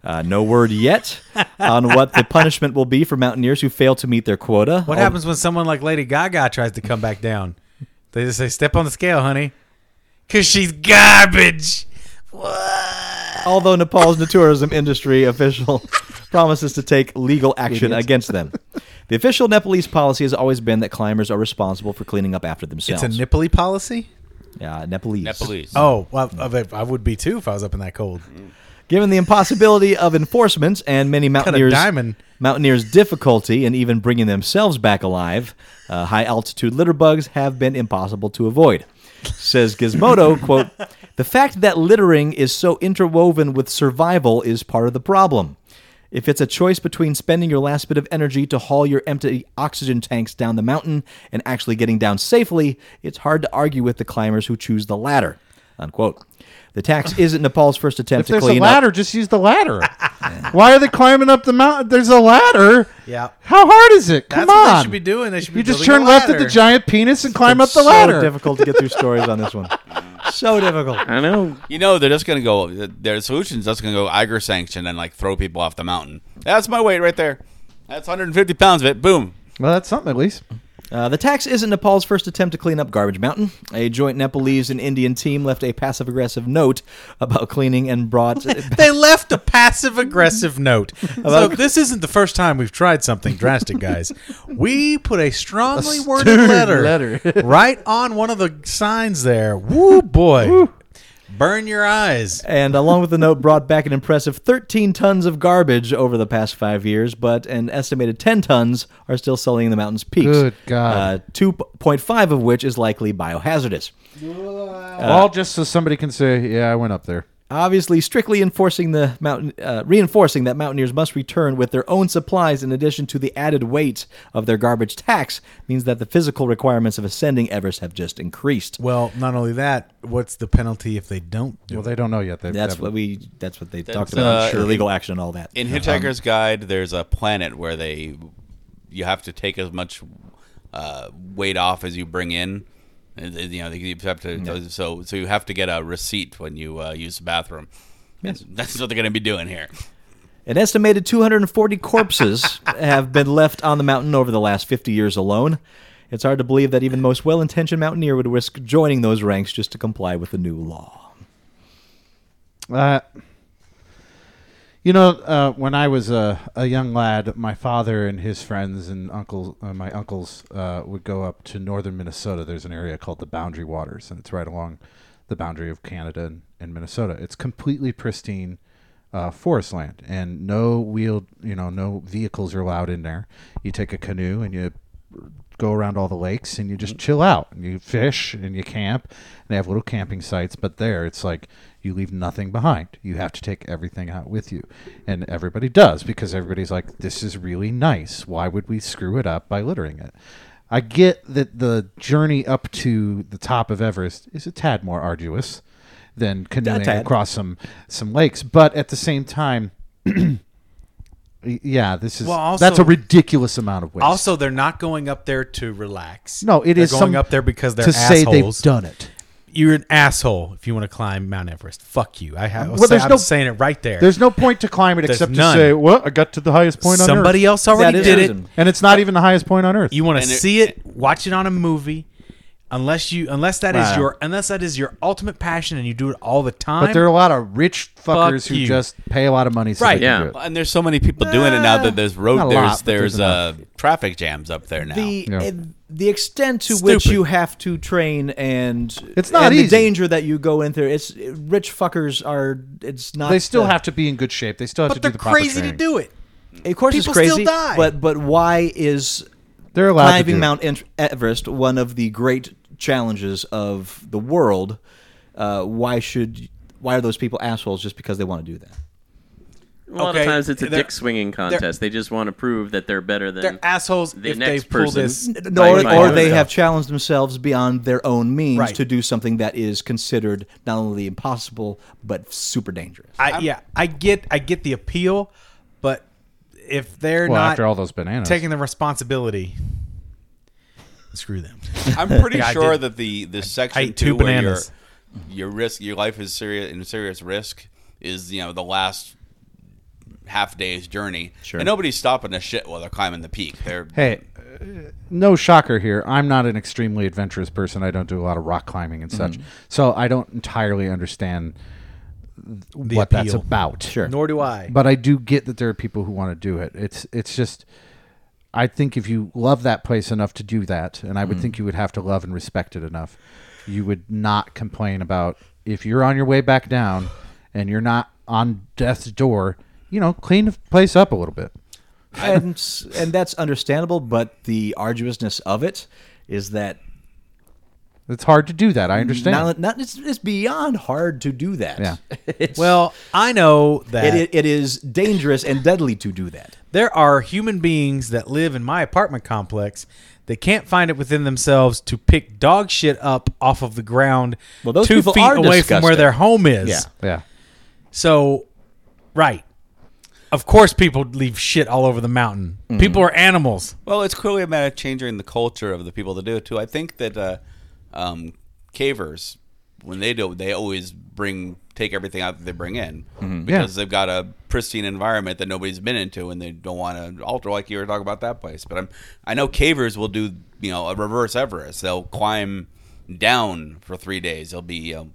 S8: Uh, no word yet on what the punishment will be for mountaineers who fail to meet their quota.
S3: What
S8: Al-
S3: happens when someone like Lady Gaga tries to come back down? They just say, "Step on the scale, honey," because she's garbage.
S8: Although Nepal's tourism industry official promises to take legal action against them. The official Nepalese policy has always been that climbers are responsible for cleaning up after
S3: It's
S8: themselves.
S3: a nipply policy.
S8: uh, Nepalese.
S6: Nepalese.
S3: Oh, well, I, I would be too if I was up in that cold.
S8: Given the impossibility of enforcement and many mountaineers,
S3: diamond.
S8: mountaineers' difficulty in even bringing themselves back alive, uh, high altitude litter bugs have been impossible to avoid. Says Gizmodo, quote, the fact that littering is so interwoven with survival is part of the problem. If it's a choice between spending your last bit of energy to haul your empty oxygen tanks down the mountain and actually getting down safely, it's hard to argue with the climbers who choose the latter. Unquote. The tax isn't Nepal's first
S5: If
S8: attempt to
S5: there's a
S8: clean up.
S5: ladder, just use the ladder. Why are they climbing up the mountain? There's a ladder.
S3: Yeah.
S5: How hard is it? Come
S3: That's what
S5: on.
S3: they should be doing. They should be.
S5: you just
S3: building a
S5: turn left at
S3: ladder.
S5: the giant penis and climb up
S8: It's
S5: the ladder.
S8: So difficult to get through stories on this one. So difficult.
S7: I know.
S6: You know they're just gonna go. Their solution's just gonna go Iger sanction and like throw people off the mountain. That's my weight right there. That's 150 pounds of it. Boom.
S5: well, that's something at least.
S8: Uh, the tax isn't Nepal's first attempt to clean up Garbage Mountain. A joint Nepalese and Indian team left a passive aggressive note about cleaning and brought.
S3: They left a passive aggressive note. So this isn't the first time we've tried something drastic, guys. We put a strongly worded letter,
S5: letter.
S3: right on one of the signs there. Woo boy. Burn your eyes.
S8: and along with the note, brought back an impressive 13 tons of garbage over the past five years, but an estimated 10 tons are still selling in the mountain's peaks.
S5: Good God.
S8: Uh, 2.5 of which is likely biohazardous. Uh,
S5: All just so somebody can say, "Yeah, I went up there."
S8: obviously strictly enforcing the mountain, uh, reinforcing that mountaineers must return with their own supplies in addition to the added weight of their garbage tax means that the physical requirements of ascending Everest have just increased.
S3: Well, not only that, what's the penalty if they don't do
S5: Well,
S3: it?
S5: they don't know yet. They,
S8: That's
S5: they-
S8: what we. That's what they
S6: That's,
S8: talked about.
S6: uh,
S8: sure, legal action and all that.
S6: In Hitchhiker's Guide, there's a planet where they you have to take as much uh, weight off as you bring in. And, and, You know, you have to so so you have to get a receipt when you uh, use the bathroom. Yes. That's what they're going to be doing here.
S8: An estimated 240 corpses have been left on the mountain over the last 50 years alone. It's hard to believe that even most well-intentioned mountaineer would risk joining those ranks just to comply with the new law.
S5: Uh, you know, uh, when I was a, a young lad, my father and his friends and uncles, uh, my uncles, uh, would go up to northern Minnesota. There's an area called the Boundary Waters, and it's right along the boundary of Canada and, and Minnesota. It's completely pristine uh, forest land, and no wheeled, you know, no vehicles are allowed in there. You take a canoe and you go around all the lakes and you just chill out and you fish and you camp and they have little camping sites but there it's like you leave nothing behind you have to take everything out with you and everybody does because everybody's like this is really nice why would we screw it up by littering it I get that the journey up to the top of Everest is a tad more arduous than canoeing
S4: tad.
S5: across some some lakes, but at the same time, yeah, this is
S3: Well, also-
S5: that's a ridiculous amount of waste.
S3: Also, they're not going up there to relax.
S5: No, it
S3: they're
S5: is
S3: going
S5: some-
S3: up there because they're
S5: to say they've
S3: assholes.
S5: done it.
S3: You're an asshole if you want to climb Mount Everest. Fuck you. I have.
S5: Well, there's
S3: I'm
S5: no-
S3: saying it right there.
S5: There's no point to climb it
S3: There's
S5: except
S3: none.
S5: to say, "Well, I got to the highest point on Earth."
S3: Somebody else already
S5: That is
S3: did it.
S5: reason. and it's not even the highest point on Earth.
S3: You want to
S6: And it-
S3: see it, watch it on a movie. Unless you, unless that is
S5: Wow.
S3: your, unless that is your ultimate passion, and you do it all the time.
S5: but there are a lot of rich fuckers
S3: Fuck
S5: who
S3: you.
S5: just pay a lot of money. So
S3: Right,
S5: they can
S3: yeah.
S5: do it.
S6: Well, and there's so many people doing it now that there's
S5: Not a
S6: road,
S5: lot,
S6: there's
S5: but there's
S6: there's uh, traffic jams up there now.
S8: The
S5: Yeah.
S8: eh, the extent to which
S5: Stupid.
S8: you have to train and
S5: It's not
S8: and
S5: easy.
S8: the danger that you go in there. It's rich fuckers are. It's not. uh,
S5: They still
S8: the-
S5: have to be in good shape. They still have
S3: but
S5: to
S3: they're
S5: do the proper
S3: crazy to
S5: training.
S3: do it.
S8: Of course,
S3: People
S8: it's crazy.
S3: still die.
S8: But but why is
S5: They're allowed to do
S8: climbing
S5: it.
S8: Mount Ent- Everest one of the great challenges of the world? Uh, why should why are those people assholes just because they want to do that?
S7: A lot
S3: Okay,
S7: of times it's a
S3: they're-
S7: dick swinging contest. They just want to prove that they're better than
S3: They're assholes
S7: the
S3: if they
S7: next
S3: pull
S7: person.
S3: this-
S7: by
S8: No, or,
S7: five
S8: or
S7: hundred
S8: they have
S7: dollars.
S8: challenged themselves beyond their own means
S3: Right.
S8: to do something that is considered not only impossible but super dangerous.
S3: I yeah, I get I get the appeal, but if they're
S5: Well,
S3: not
S5: after all those bananas.
S3: taking the responsibility, screw them.
S6: I'm pretty
S3: Yeah, I
S6: sure
S3: did.
S6: that the the
S3: I
S6: section
S3: ate
S6: two,
S3: two
S6: where
S3: bananas.
S6: Your, your risk, your life is serious in serious risk is you know the last half day's journey. Sure. And nobody's stopping a shit while they're climbing the peak. They're
S5: Hey, uh, no shocker here. I'm not an extremely adventurous person. I don't do a lot of rock climbing and such, so I don't entirely understand th- what that's
S3: appeal.
S5: about. Sure.
S3: Nor do I.
S5: But I do get that there are people who want to do it. It's it's just I think if you love that place enough to do that, and I would think you would have to love and respect it enough, you would not complain about if you're on your way back down and you're not on death's door, you know, clean the place up a little bit.
S8: and s- and that's understandable, but the arduousness of it is that
S5: It's hard to do that. I understand.
S8: not, not it's, it's beyond hard to do that.
S5: Yeah.
S8: It's-
S3: Well, I know that
S8: it, it, it is dangerous and deadly to do that.
S3: there are human beings that live in my apartment complex that can't find it within themselves to pick dog shit up off of the ground
S8: Well, those
S3: two
S8: people
S3: feet
S8: are
S3: away from where
S8: disgusting.
S3: their home is.
S8: Yeah.
S5: yeah.
S3: So, right. Of course, people leave shit all over the mountain. People are animals.
S6: Well, it's clearly a matter of changing the culture of the people that do it too. I think that uh, um, cavers, when they do, it, they always bring take everything out that they bring in because they've got a pristine environment that nobody's been into, and they don't want to alter. Like you were talking about that place, but I'm I know cavers will do you know a reverse Everest. They'll climb down for three days. They'll be um,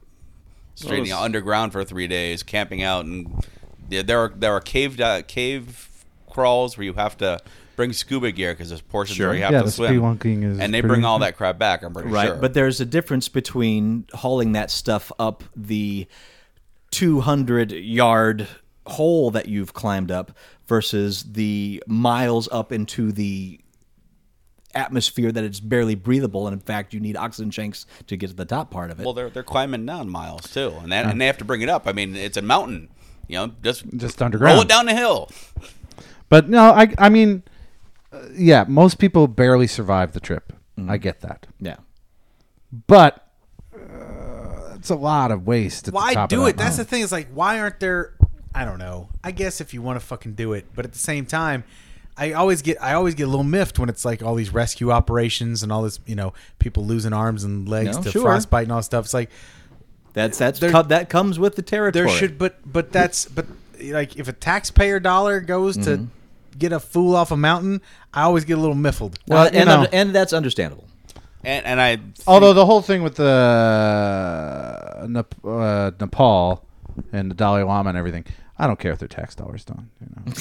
S6: straight you know, underground for three days, camping out, and there, there are there are cave di- cave crawls where you have to bring scuba gear because there's portions where you have
S5: Yeah,
S6: to
S5: the
S6: swim.
S5: spelunking is
S6: and they
S5: pretty-
S6: bring all that crap back. I'm pretty
S8: Right.
S6: sure.
S8: But there's a difference between hauling that stuff up the 200 yard hole that you've climbed up versus the miles up into the atmosphere that it's barely breathable. And in fact, you need oxygen tanks to get to the top part of it.
S6: well, they're they're climbing down miles too, and that, and they have to bring it up. I mean, it's a mountain. You know, just
S5: Just underground.
S6: Roll it down the hill.
S5: But no, I I mean, uh, yeah, most people barely survive the trip.
S3: Mm.
S5: I get that,
S8: yeah.
S5: but uh, it's a lot of waste. At the
S3: why
S5: top of
S3: do
S5: that
S3: it? That's the
S5: mountain.
S3: thing. Is like, why aren't there? I don't know. I guess if you want to fucking do it, but at the same time, I always get I always get a little miffed when it's like all these rescue operations and all this, you know, people losing arms and legs
S8: No,
S3: to
S8: sure.
S3: frostbite and all this stuff. It's like
S8: That's, that's,
S3: There-
S8: co- that comes with the territory.
S3: there should, but but that's but like if a taxpayer dollar goes
S5: Mm-hmm.
S3: to get a fool off a mountain, I always get a little miffled. Uh,
S8: well,
S5: you
S8: Uh, and,
S5: know.
S8: and that's understandable.
S6: And, and I
S5: Although the whole thing with the Nep- uh, Nepal and the Dalai Lama and everything, I don't care if they're tax dollars done. You know,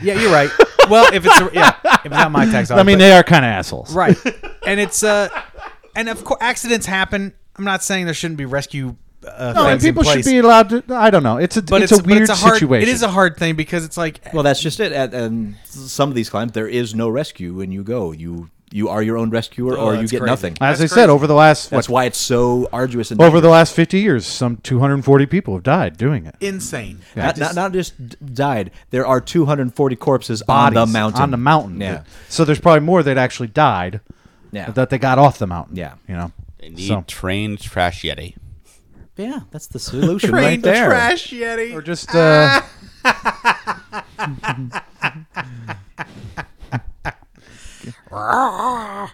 S3: Yeah, you're right. well, if it's a, yeah, if it's not my tax dollar,
S5: I mean
S3: but-
S5: they are kind of assholes,
S3: right and it's uh and of course accidents happen i'm not saying there shouldn't be rescue uh,
S5: No, and
S3: things in
S5: people should
S3: place,
S5: be allowed to. I don't know. It's a
S3: but
S5: it's,
S3: it's
S5: a weird
S3: but it's a hard,
S5: situation.
S3: it is a hard thing because it's like
S8: Well, that's just it. At, and some of these climbs, there is no rescue when you go. You you are your own rescuer, or you
S3: that's
S8: get
S3: crazy.
S8: nothing.
S5: As I
S3: That's
S5: said,
S3: crazy.
S5: over the last
S8: That's
S5: what,
S8: why it's so arduous and
S5: over the
S8: dangerous.
S5: last fifty years, some two hundred and forty people have died doing it.
S3: insane
S8: not, not, not just d- died. There are 240 corpses on the
S5: bodies
S8: mountain.
S5: on the mountain.
S8: Yeah.
S5: So there's probably more that actually died
S8: Yeah.
S5: that they got off the mountain.
S8: Yeah.
S5: you know.
S6: They need trained trash yeti.
S8: Yeah, that's the solution
S5: Train
S8: right there.
S5: trash yeti. Or just, uh,
S3: Ah. Ah.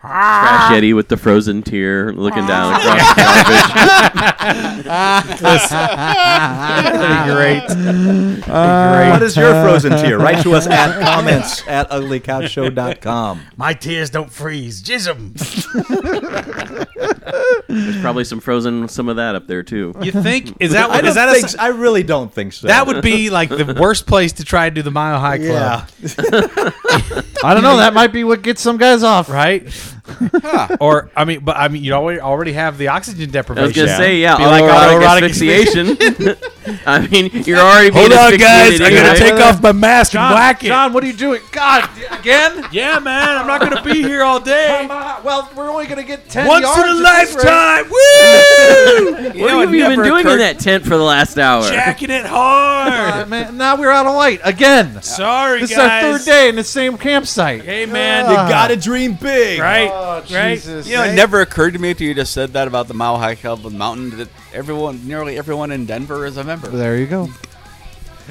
S7: Trash Eddie with the frozen tear looking down across the
S8: That'd be great. what is your frozen tier? Write to us at comments at uglycouchshow.com.
S9: My tears don't freeze. Jism.
S7: There's probably some frozen, some of that up there too.
S3: You think is that
S8: I
S3: what is
S8: don't
S3: that
S8: think
S3: a,
S8: so. I really don't think so.
S3: that would be like the worst place to try to do the Mile High Club.
S5: I don't know. That might be what gets some guys off,
S3: right? Or I mean, but I mean, you already already have the oxygen deprivation.
S7: I was gonna say, yeah,
S3: Be like
S7: autoerotic
S3: autoerotic
S7: asphyxiation. I mean, you're already being
S1: Hold on, guys.
S7: asphyxiated
S1: I gotta
S7: anyway.
S1: take off my mask and whack it.
S5: John, what are you doing? God, again?
S3: Yeah, man, I'm not gonna be here all day.
S5: well, we're only gonna get ten
S1: Once in a
S5: yards at this rate.
S1: lifetime. Woo!
S3: You know,
S7: What have
S3: it
S7: you been
S3: never
S7: doing in
S3: occurred-
S7: that tent for the last hour?
S1: Jacking it hard.
S5: Uh, man, now we're out of light again.
S1: Sorry,
S5: This is our
S1: guys.
S5: third day in the same campsite.
S1: Hey, man.
S5: Ah.
S8: Gotta dream big.
S1: right?
S5: Oh,
S1: right?
S5: Jesus.
S6: You know, it
S5: Hey,
S6: never occurred to me until you just said that about the Mile High Club and Mountain that everyone, nearly everyone in Denver is a member.
S5: There you go.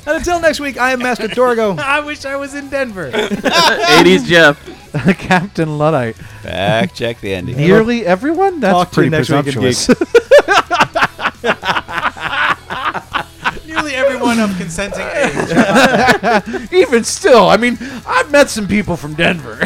S8: And until next week, I am Master Dorgo.
S1: I wish I was in Denver.
S7: 80s Jeff.
S5: Captain Luddite.
S6: Back check the ending.
S5: Nearly everyone? That's
S8: Talk to
S5: pretty
S8: you next week at
S5: presumptuous.
S3: Nearly everyone of consenting age.
S5: Even still, I mean, I've met some people from Denver.